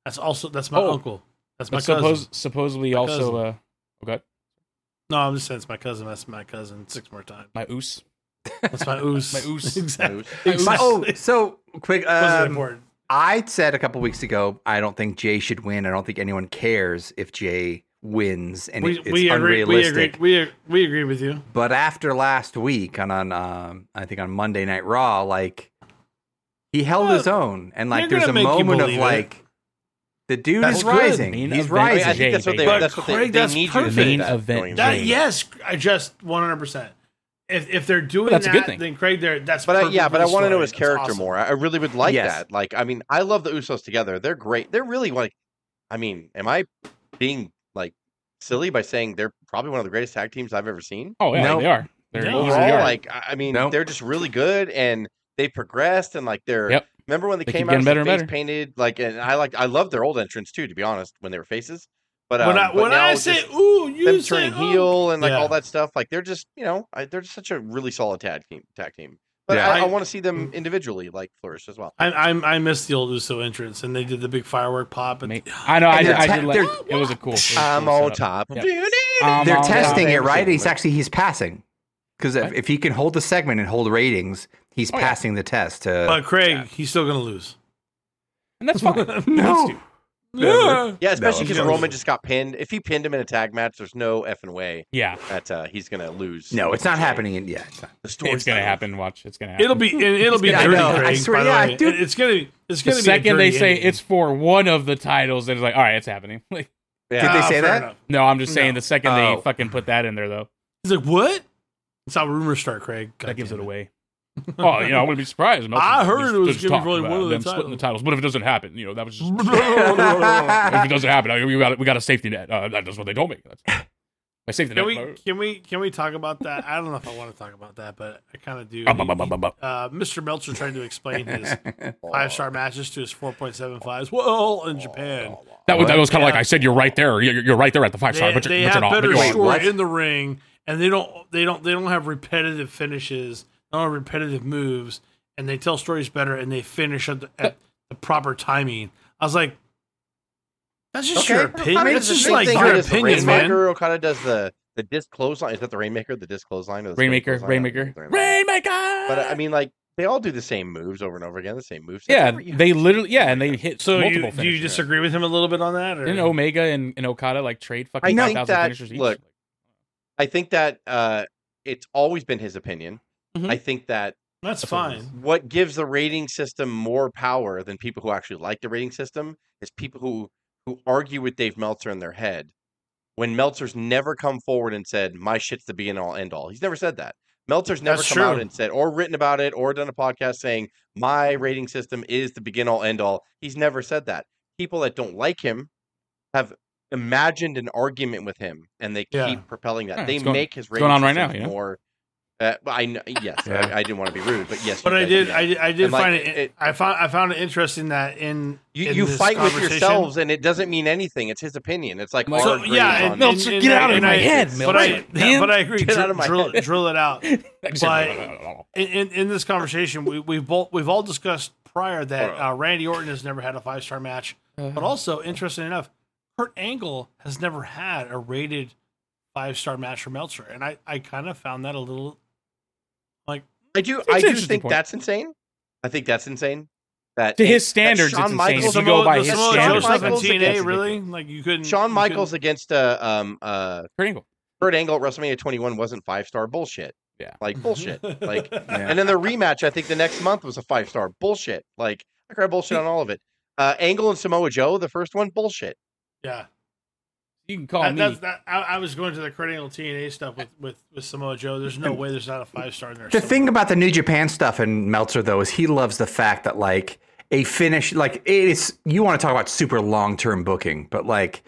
Speaker 6: That's also that's my
Speaker 2: Oh.
Speaker 6: uncle. That's my
Speaker 2: but
Speaker 6: cousin.
Speaker 2: suppose supposedly also
Speaker 6: cousin.
Speaker 2: uh oh god
Speaker 6: no, I'm just saying it's my cousin. That's my cousin. Six more times.
Speaker 2: my oos
Speaker 6: That's my oos.
Speaker 2: My oos.
Speaker 6: Exactly.
Speaker 2: My oos.
Speaker 1: My- oh,
Speaker 6: Exactly.
Speaker 1: so quick.
Speaker 6: Wasn't
Speaker 1: Um,
Speaker 6: important.
Speaker 1: I said a couple weeks ago, I don't think Jay should win. I don't think anyone cares if Jay wins, and it-
Speaker 6: We,
Speaker 1: it's
Speaker 6: we agree. We
Speaker 1: unrealistic.
Speaker 6: agree. We we agree with you.
Speaker 1: But after last week, on on um, I think on Monday Night Raw, like he held his own, and like
Speaker 6: they're
Speaker 1: there's a
Speaker 6: gonna make you
Speaker 1: moment of
Speaker 6: believe it.
Speaker 1: like the dude
Speaker 2: That's
Speaker 1: is
Speaker 2: good.
Speaker 1: rising.
Speaker 2: Mean
Speaker 1: He's
Speaker 2: event.
Speaker 5: I, mean,
Speaker 1: rising.
Speaker 5: I think
Speaker 2: Jay,
Speaker 5: that's what they,
Speaker 6: But
Speaker 5: that's what they,
Speaker 6: Craig,
Speaker 5: they
Speaker 6: that's
Speaker 5: need you to
Speaker 6: perfect.
Speaker 5: say
Speaker 2: Main
Speaker 5: that
Speaker 2: event
Speaker 5: going
Speaker 6: That,
Speaker 5: into it.
Speaker 6: yes, I just 100. percent If if they're doing
Speaker 2: That's a
Speaker 6: that,
Speaker 2: good thing.
Speaker 6: then Craig, there. That's
Speaker 5: But I,
Speaker 6: perfect
Speaker 5: yeah,
Speaker 6: for
Speaker 5: but
Speaker 6: the
Speaker 5: I want to know
Speaker 6: story.
Speaker 5: his
Speaker 6: That's
Speaker 5: character
Speaker 6: awesome.
Speaker 5: more. I I really would like
Speaker 1: Yes.
Speaker 5: that. Like, I mean, I love the Usos together. They're great. They're really like, I mean, am I being like silly by saying they're probably one of the greatest tag teams I've ever seen?
Speaker 2: oh yeah
Speaker 1: No.
Speaker 2: they are they're
Speaker 6: No.
Speaker 2: easily
Speaker 5: overall,
Speaker 2: are.
Speaker 5: like I I mean,
Speaker 1: Nope.
Speaker 5: they're just really good and they progressed and like they're.
Speaker 2: Yep.
Speaker 5: Remember when they,
Speaker 2: They keep
Speaker 5: came
Speaker 2: getting
Speaker 5: out
Speaker 2: better
Speaker 5: better
Speaker 2: and
Speaker 5: face
Speaker 2: better.
Speaker 5: painted? Like, and I like I loved their old entrance too, to be honest, when they were faces. But um,
Speaker 6: when I
Speaker 5: but
Speaker 6: when I
Speaker 5: now
Speaker 6: say
Speaker 5: just
Speaker 6: ooh, you
Speaker 5: them
Speaker 6: say
Speaker 5: turning
Speaker 6: ooh.
Speaker 5: heel and like
Speaker 6: Yeah.
Speaker 5: all that stuff, like they're just you know I, they're just such a really solid tag team. Tag team. But
Speaker 1: Yeah.
Speaker 5: I, I,
Speaker 6: I-
Speaker 5: want to see them individually like flourish as well.
Speaker 6: I, I'm I missed the old Uso entrance, and they did the big firework pop. And
Speaker 2: Ma- I know. I
Speaker 1: And
Speaker 2: did,
Speaker 1: they're
Speaker 2: I
Speaker 1: te-
Speaker 2: did like it was a cool. it was a cool
Speaker 5: I'm on
Speaker 2: setup.
Speaker 5: top.
Speaker 2: Yep.
Speaker 5: Yeah.
Speaker 2: I'm
Speaker 1: They're
Speaker 2: on top.
Speaker 1: testing it,
Speaker 5: top.
Speaker 1: right? He's actually he's passing because if,
Speaker 2: What?
Speaker 1: if he can hold the segment and hold ratings, he's
Speaker 2: Oh, yeah.
Speaker 1: passing the test. To,
Speaker 2: uh,
Speaker 6: but Craig, he's still gonna lose.
Speaker 2: and that's fine.
Speaker 1: no,
Speaker 2: Let's do-
Speaker 6: Yeah.
Speaker 5: especially
Speaker 1: No,
Speaker 5: because
Speaker 1: no.
Speaker 5: Roman just got pinned. If he pinned him in a tag match, there's no effing way
Speaker 2: Yeah,
Speaker 5: that uh, he's gonna lose.
Speaker 1: no, it's not
Speaker 5: Jay.
Speaker 1: happening in- yet. It's not-
Speaker 5: The story's
Speaker 2: it's gonna
Speaker 5: not over.
Speaker 2: happen. Watch, it's gonna happen.
Speaker 6: It'll be it- it'll be
Speaker 1: Yeah, I
Speaker 6: dirty,
Speaker 1: know. I
Speaker 6: Craig.
Speaker 1: swear,
Speaker 6: by the
Speaker 1: yeah, I
Speaker 6: way.
Speaker 1: do-
Speaker 6: It- it's gonna be it's
Speaker 2: the
Speaker 6: gonna be a
Speaker 2: second they
Speaker 6: dirty
Speaker 2: say
Speaker 6: ending.
Speaker 2: it's for one of the titles, and it's like, all right, it's happening.
Speaker 1: Did
Speaker 2: Like,
Speaker 1: they
Speaker 5: Uh,
Speaker 6: Ah,
Speaker 1: say
Speaker 6: fair
Speaker 1: that?
Speaker 6: enough.
Speaker 2: no, I'm just saying.
Speaker 6: No.
Speaker 2: The second
Speaker 1: Oh.
Speaker 2: they fucking put that in there, though,
Speaker 6: He's like, what? It's how rumors start, Craig. God
Speaker 2: that gives
Speaker 6: damn
Speaker 2: it away. oh, you know, I wouldn't be surprised. Meltzer
Speaker 6: I
Speaker 2: was
Speaker 6: heard
Speaker 2: just-
Speaker 6: it was
Speaker 2: just
Speaker 6: gonna be
Speaker 2: talking
Speaker 6: probably
Speaker 2: about
Speaker 6: one of the
Speaker 2: them splitting
Speaker 6: titles.
Speaker 2: the titles. What if it doesn't happen? You know, that was just.
Speaker 6: Oh,
Speaker 2: if it
Speaker 1: That's
Speaker 2: doesn't happen, I- we got we got a safety net. Uh, that- that's what they told me. That's, my safety net.
Speaker 6: Can we can we can we talk about that? I don't know if I want to talk about that, but I kind of do.
Speaker 2: Bum, bum, bum, bum, bum, bum.
Speaker 6: Uh, Mr. Meltzer trying to explain his five star matches to his four point seven fives. Well, in Japan,
Speaker 2: that was, that was kind of
Speaker 6: Yeah.
Speaker 2: like I said. You're right there. You're, you're right there at the five star,
Speaker 6: they,
Speaker 2: but
Speaker 6: they
Speaker 2: you're, but
Speaker 6: have
Speaker 2: you're not.
Speaker 6: better
Speaker 2: But you are.
Speaker 1: Wait, what?
Speaker 6: story in the ring, and they don't they don't they don't have repetitive finishes, they don't have repetitive moves, and they tell stories better, and they finish at the, at the proper timing. I was like, that's just
Speaker 5: Okay.
Speaker 6: your
Speaker 5: Well,
Speaker 6: opinion.
Speaker 5: I mean,
Speaker 6: That's
Speaker 5: the
Speaker 6: just
Speaker 5: same
Speaker 6: like
Speaker 5: thing
Speaker 6: your
Speaker 5: does the
Speaker 6: opinion, man.
Speaker 5: Rainmaker Okada does the the disc clothesline. Is that the Rainmaker? The disc clothesline? Or the spinning
Speaker 2: Rainmaker,
Speaker 5: clothesline? I don't know
Speaker 2: Rainmaker,
Speaker 5: if it's Rainmaker.
Speaker 2: Rainmaker.
Speaker 5: But I mean, like they all do the same moves over and over again. The same moves.
Speaker 2: yeah, they literally, yeah, and they hit
Speaker 6: So
Speaker 2: multiple
Speaker 6: you, do you
Speaker 2: finishes.
Speaker 6: disagree with him a little bit on that? Or?
Speaker 2: Didn't Omega and, and Okada like trade
Speaker 5: I
Speaker 2: fucking
Speaker 5: know-
Speaker 2: five thousand
Speaker 5: that-
Speaker 2: finishers each?
Speaker 5: look, I think that uh, it's always been his opinion.
Speaker 2: Mhm.
Speaker 5: I think that
Speaker 6: That's fine.
Speaker 5: what gives the rating system more power than people who actually like the rating system is people who who argue with Dave Meltzer in their head. When Meltzer's never come forward and said, "My shit's the be and all end all," he's never said that. Meltzer's never
Speaker 6: That's
Speaker 5: come out
Speaker 6: true.
Speaker 5: and said, or written about it, or done a podcast saying, "My rating system is the begin all end all." He's never said that. People that don't like him have imagined an argument with him, and they
Speaker 6: Yeah.
Speaker 5: keep propelling that.
Speaker 2: Yeah,
Speaker 5: they
Speaker 2: it's going-
Speaker 5: make his
Speaker 2: it's
Speaker 5: rating
Speaker 2: going on right now,
Speaker 5: systems
Speaker 2: you know?
Speaker 5: more. Uh, I kn- yes, I, I didn't want to be rude, but yes,
Speaker 6: But
Speaker 5: you
Speaker 6: I
Speaker 5: guys do
Speaker 6: did,
Speaker 5: that.
Speaker 6: I did, I did
Speaker 5: And, like,
Speaker 6: find it,
Speaker 5: it-
Speaker 6: I found, I found it interesting that in
Speaker 5: You,
Speaker 6: in
Speaker 5: you
Speaker 6: this
Speaker 5: fight with
Speaker 6: conversation-
Speaker 5: yourselves, and it doesn't mean anything. It's his opinion. It's like
Speaker 2: Like-
Speaker 6: So
Speaker 5: our grade
Speaker 6: yeah,
Speaker 5: on
Speaker 6: and,
Speaker 5: it.
Speaker 2: Milton,
Speaker 6: and- and-
Speaker 2: get out of
Speaker 6: and
Speaker 2: my
Speaker 6: I-
Speaker 2: head,
Speaker 6: But I,
Speaker 2: Milton. Damn.
Speaker 6: but I agree.
Speaker 5: Get out of my
Speaker 6: drill,
Speaker 5: head.
Speaker 6: drill it out.
Speaker 2: I just-
Speaker 6: But- in, in, in this conversation, we, we've both we've all discussed prior that uh, Randy Orton has never had a five star match,
Speaker 2: Uh-huh.
Speaker 6: but also interesting enough, Kurt Angle has never had a rated five star match from Meltzer, and I, I kind of found that a little
Speaker 5: I do.
Speaker 2: an
Speaker 5: I do
Speaker 2: interesting
Speaker 5: think
Speaker 2: point.
Speaker 5: that's insane. I think that's insane. That
Speaker 2: To
Speaker 5: and-
Speaker 2: his
Speaker 5: that
Speaker 2: standards,
Speaker 5: Shawn
Speaker 2: it's insane.
Speaker 5: Michaels-
Speaker 2: If you go by
Speaker 6: the
Speaker 2: his
Speaker 6: Samoa Joe
Speaker 2: standards,
Speaker 6: stuff in
Speaker 5: Michaels
Speaker 6: TNA
Speaker 5: against-
Speaker 6: really like you couldn't
Speaker 5: Shawn
Speaker 6: you
Speaker 5: Michaels
Speaker 6: couldn't-
Speaker 5: against uh, um uh
Speaker 2: Kurt Angle.
Speaker 5: Kurt Angle at WrestleMania 21 wasn't five star bullshit.
Speaker 2: Yeah.
Speaker 5: like bullshit. like,
Speaker 7: Yeah.
Speaker 5: and then the rematch. I think the next month was a five star bullshit. Like, I cried bullshit on all of it. Uh, Angle and Samoa Joe, the first one, bullshit.
Speaker 6: yeah.
Speaker 2: You can call
Speaker 6: That,
Speaker 2: me.
Speaker 6: that's, that, I, I was going to the Kurt Angle TNA stuff with, with, with Samoa Joe. There's no way there's not a five star in there.
Speaker 1: The
Speaker 6: somewhere.
Speaker 1: thing about the New Japan stuff and Meltzer though is he loves the fact that like a finish like it's you want to talk about super long term booking, but like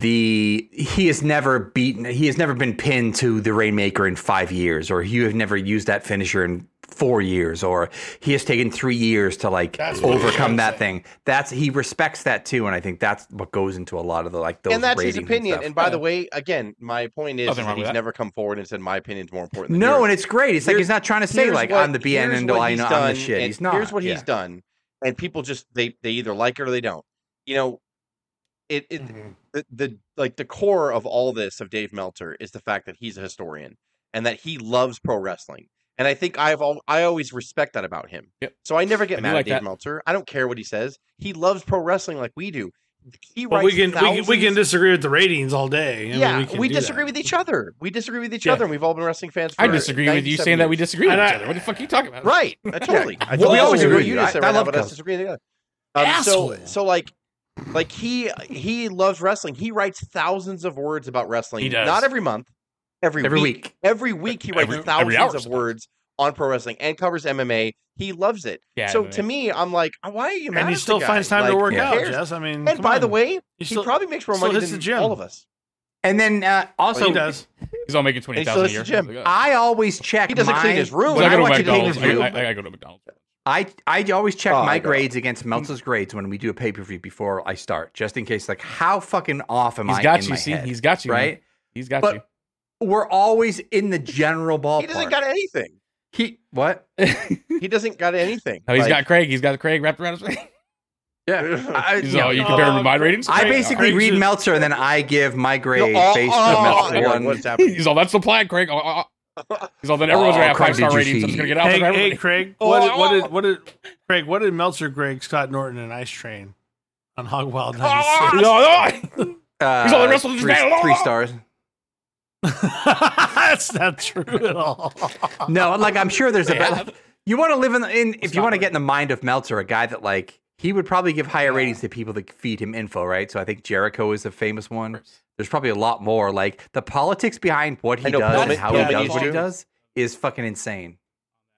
Speaker 1: the he has never beaten he has never been pinned to the Rainmaker in five years, or you have never used that finisher in four years, or he has taken three years to like
Speaker 6: That's what he
Speaker 1: overcome
Speaker 6: should
Speaker 1: that
Speaker 6: say.
Speaker 1: thing. That's he respects that too, and I think that's what goes into a lot of the like those
Speaker 5: and that's his
Speaker 1: ratings
Speaker 5: opinion.
Speaker 1: stuff.
Speaker 5: And, by the way, again, my point is,
Speaker 2: Nothing wrong
Speaker 5: is that
Speaker 2: with
Speaker 5: he's
Speaker 2: that.
Speaker 5: never come forward and said my opinion's more important. Than
Speaker 1: no,
Speaker 5: yours.
Speaker 1: and it's great. It's like
Speaker 5: Here's-
Speaker 1: he's not trying to say
Speaker 5: here's
Speaker 1: like
Speaker 5: what-
Speaker 1: I'm the BN
Speaker 5: here's
Speaker 1: and
Speaker 5: what
Speaker 1: I
Speaker 5: he's
Speaker 1: know I'm the
Speaker 5: done,
Speaker 1: shit.
Speaker 5: and
Speaker 1: He's not.
Speaker 5: Here's what
Speaker 1: yeah.
Speaker 5: he's done, and people just they they either like it or they don't. You know, it it
Speaker 1: Mm-hmm.
Speaker 5: the, the like the core of all this of Dave Meltzer is the fact that he's a historian and that he loves pro wrestling. And I think I've al- I always respect that about him.
Speaker 2: Yep.
Speaker 5: So I never get
Speaker 2: I do
Speaker 5: mad
Speaker 2: like
Speaker 5: at Dave
Speaker 2: that.
Speaker 5: Meltzer. I don't care what he says. He loves pro wrestling like we do. He
Speaker 6: But
Speaker 5: writes
Speaker 6: we can, we can we
Speaker 5: thousands-
Speaker 6: can disagree with the ratings all day. I mean,
Speaker 5: yeah,
Speaker 6: can
Speaker 5: we
Speaker 6: do that.
Speaker 5: disagree with each other. We disagree with each
Speaker 2: Yeah.
Speaker 5: other, and we've all been wrestling fans. For
Speaker 2: I disagree with you
Speaker 5: 97
Speaker 2: saying that we
Speaker 5: years.
Speaker 2: disagree with
Speaker 6: And
Speaker 2: each
Speaker 6: I-
Speaker 2: other. What the fuck are you talking about?
Speaker 5: Right. I totally. I
Speaker 1: Well,
Speaker 5: totally
Speaker 1: we always
Speaker 5: agree
Speaker 1: agree
Speaker 5: with you.
Speaker 1: with you.
Speaker 5: just said
Speaker 1: I-
Speaker 5: right
Speaker 1: I
Speaker 5: now,
Speaker 1: love
Speaker 5: but us
Speaker 1: Cubs.
Speaker 5: disagreeing together. Um, so, so like, like he he loves wrestling. He writes thousands of words about wrestling.
Speaker 2: He does.
Speaker 5: Not every month, every
Speaker 1: Every
Speaker 5: week.
Speaker 1: week.
Speaker 5: Every week he writes
Speaker 2: Every- every
Speaker 5: thousands
Speaker 2: hour
Speaker 5: of
Speaker 2: sometimes.
Speaker 5: words on pro wrestling and covers MMA. He loves it.
Speaker 2: Yeah,
Speaker 5: so
Speaker 2: MMA.
Speaker 5: to me, I'm like, "Uh, why are you mad?
Speaker 6: and he
Speaker 5: at the
Speaker 6: still
Speaker 5: guy?
Speaker 6: finds time to
Speaker 5: Like,
Speaker 6: work
Speaker 5: who
Speaker 6: out.
Speaker 5: cares?
Speaker 6: Jess, I mean,
Speaker 5: And
Speaker 6: come
Speaker 5: by the
Speaker 6: on.
Speaker 5: way,
Speaker 6: He
Speaker 5: he,
Speaker 6: still-
Speaker 5: probably makes more
Speaker 6: still
Speaker 5: money
Speaker 6: hits the
Speaker 5: than
Speaker 6: gym.
Speaker 5: all of us.
Speaker 1: And then uh,
Speaker 2: Oh,
Speaker 1: also
Speaker 6: he does.
Speaker 2: He's all making twenty
Speaker 5: he
Speaker 2: thousand a year.
Speaker 5: still hits the
Speaker 2: Like, uh,
Speaker 1: I always check.
Speaker 5: He doesn't
Speaker 1: my,
Speaker 5: clean his room.
Speaker 2: so
Speaker 1: When
Speaker 2: I
Speaker 1: I,
Speaker 2: go to
Speaker 1: watch a
Speaker 2: McDonald's.
Speaker 1: pay-per-view,
Speaker 2: I, I, I, I go to McDonald's.
Speaker 1: I, I always check
Speaker 5: Oh, I
Speaker 1: my
Speaker 5: got it.
Speaker 1: grades against Meltzer's grades when we do a pay per view before I start, just in case. Like, how fucking off am
Speaker 2: He's
Speaker 1: I?
Speaker 2: got
Speaker 1: in
Speaker 2: you.
Speaker 1: my
Speaker 2: see,
Speaker 1: head,
Speaker 2: he's got you. man.
Speaker 1: right.
Speaker 2: He's got
Speaker 1: But-
Speaker 2: you.
Speaker 1: We're always in the general ballpark.
Speaker 5: He doesn't got anything.
Speaker 1: He- what?
Speaker 5: He doesn't got anything.
Speaker 2: No, he's
Speaker 5: Like,
Speaker 2: got Craig. He's got Craig wrapped around his waist.
Speaker 1: I,
Speaker 2: He's
Speaker 1: you know,
Speaker 2: all, you compare him to my ratings.
Speaker 1: Oh. I
Speaker 2: Craig-
Speaker 1: basically
Speaker 6: Craig's
Speaker 1: read
Speaker 6: just-
Speaker 1: Meltzer and then I give my grade
Speaker 5: oh,
Speaker 1: based
Speaker 5: oh,
Speaker 1: on
Speaker 5: my
Speaker 1: Meltzer
Speaker 5: God,
Speaker 1: one.
Speaker 5: What's happening?
Speaker 2: He's all that's the plan, Craig. Oh, oh, oh." He's all then everyone's
Speaker 1: Oh,
Speaker 2: gonna have
Speaker 1: Craig,
Speaker 2: five star
Speaker 1: did you
Speaker 2: ratings. I'm
Speaker 1: see-
Speaker 2: just gonna get out
Speaker 6: Hey,
Speaker 2: of
Speaker 6: hey,
Speaker 2: everything.
Speaker 6: Craig,
Speaker 2: Oh,
Speaker 6: what,
Speaker 2: oh,
Speaker 6: what did
Speaker 2: oh.
Speaker 6: what did Craig? What did Meltzer, Greg, Scott Norton, and Ice Train on Hog Wild?
Speaker 2: Oh,
Speaker 6: 96?
Speaker 2: oh, oh.
Speaker 1: Uh,
Speaker 2: He's all the rest of the
Speaker 1: three,
Speaker 2: Japan-
Speaker 1: three stars.
Speaker 6: That's not true at all.
Speaker 1: No, like I'm sure there's a.
Speaker 2: Yeah.
Speaker 1: like, you want to live in, the, in if you
Speaker 2: not
Speaker 1: want to
Speaker 2: right.
Speaker 1: get in the mind of Meltzer, a guy that like he would probably give higher ratings to people that feed him info, right? So I think Jericho is a famous one. There's probably a lot more. Like the politics behind what
Speaker 5: I
Speaker 1: he
Speaker 5: know
Speaker 1: does
Speaker 5: Pillman-
Speaker 1: and how
Speaker 5: Pillman
Speaker 1: he does
Speaker 5: used
Speaker 1: what he
Speaker 5: to.
Speaker 1: does is fucking insane.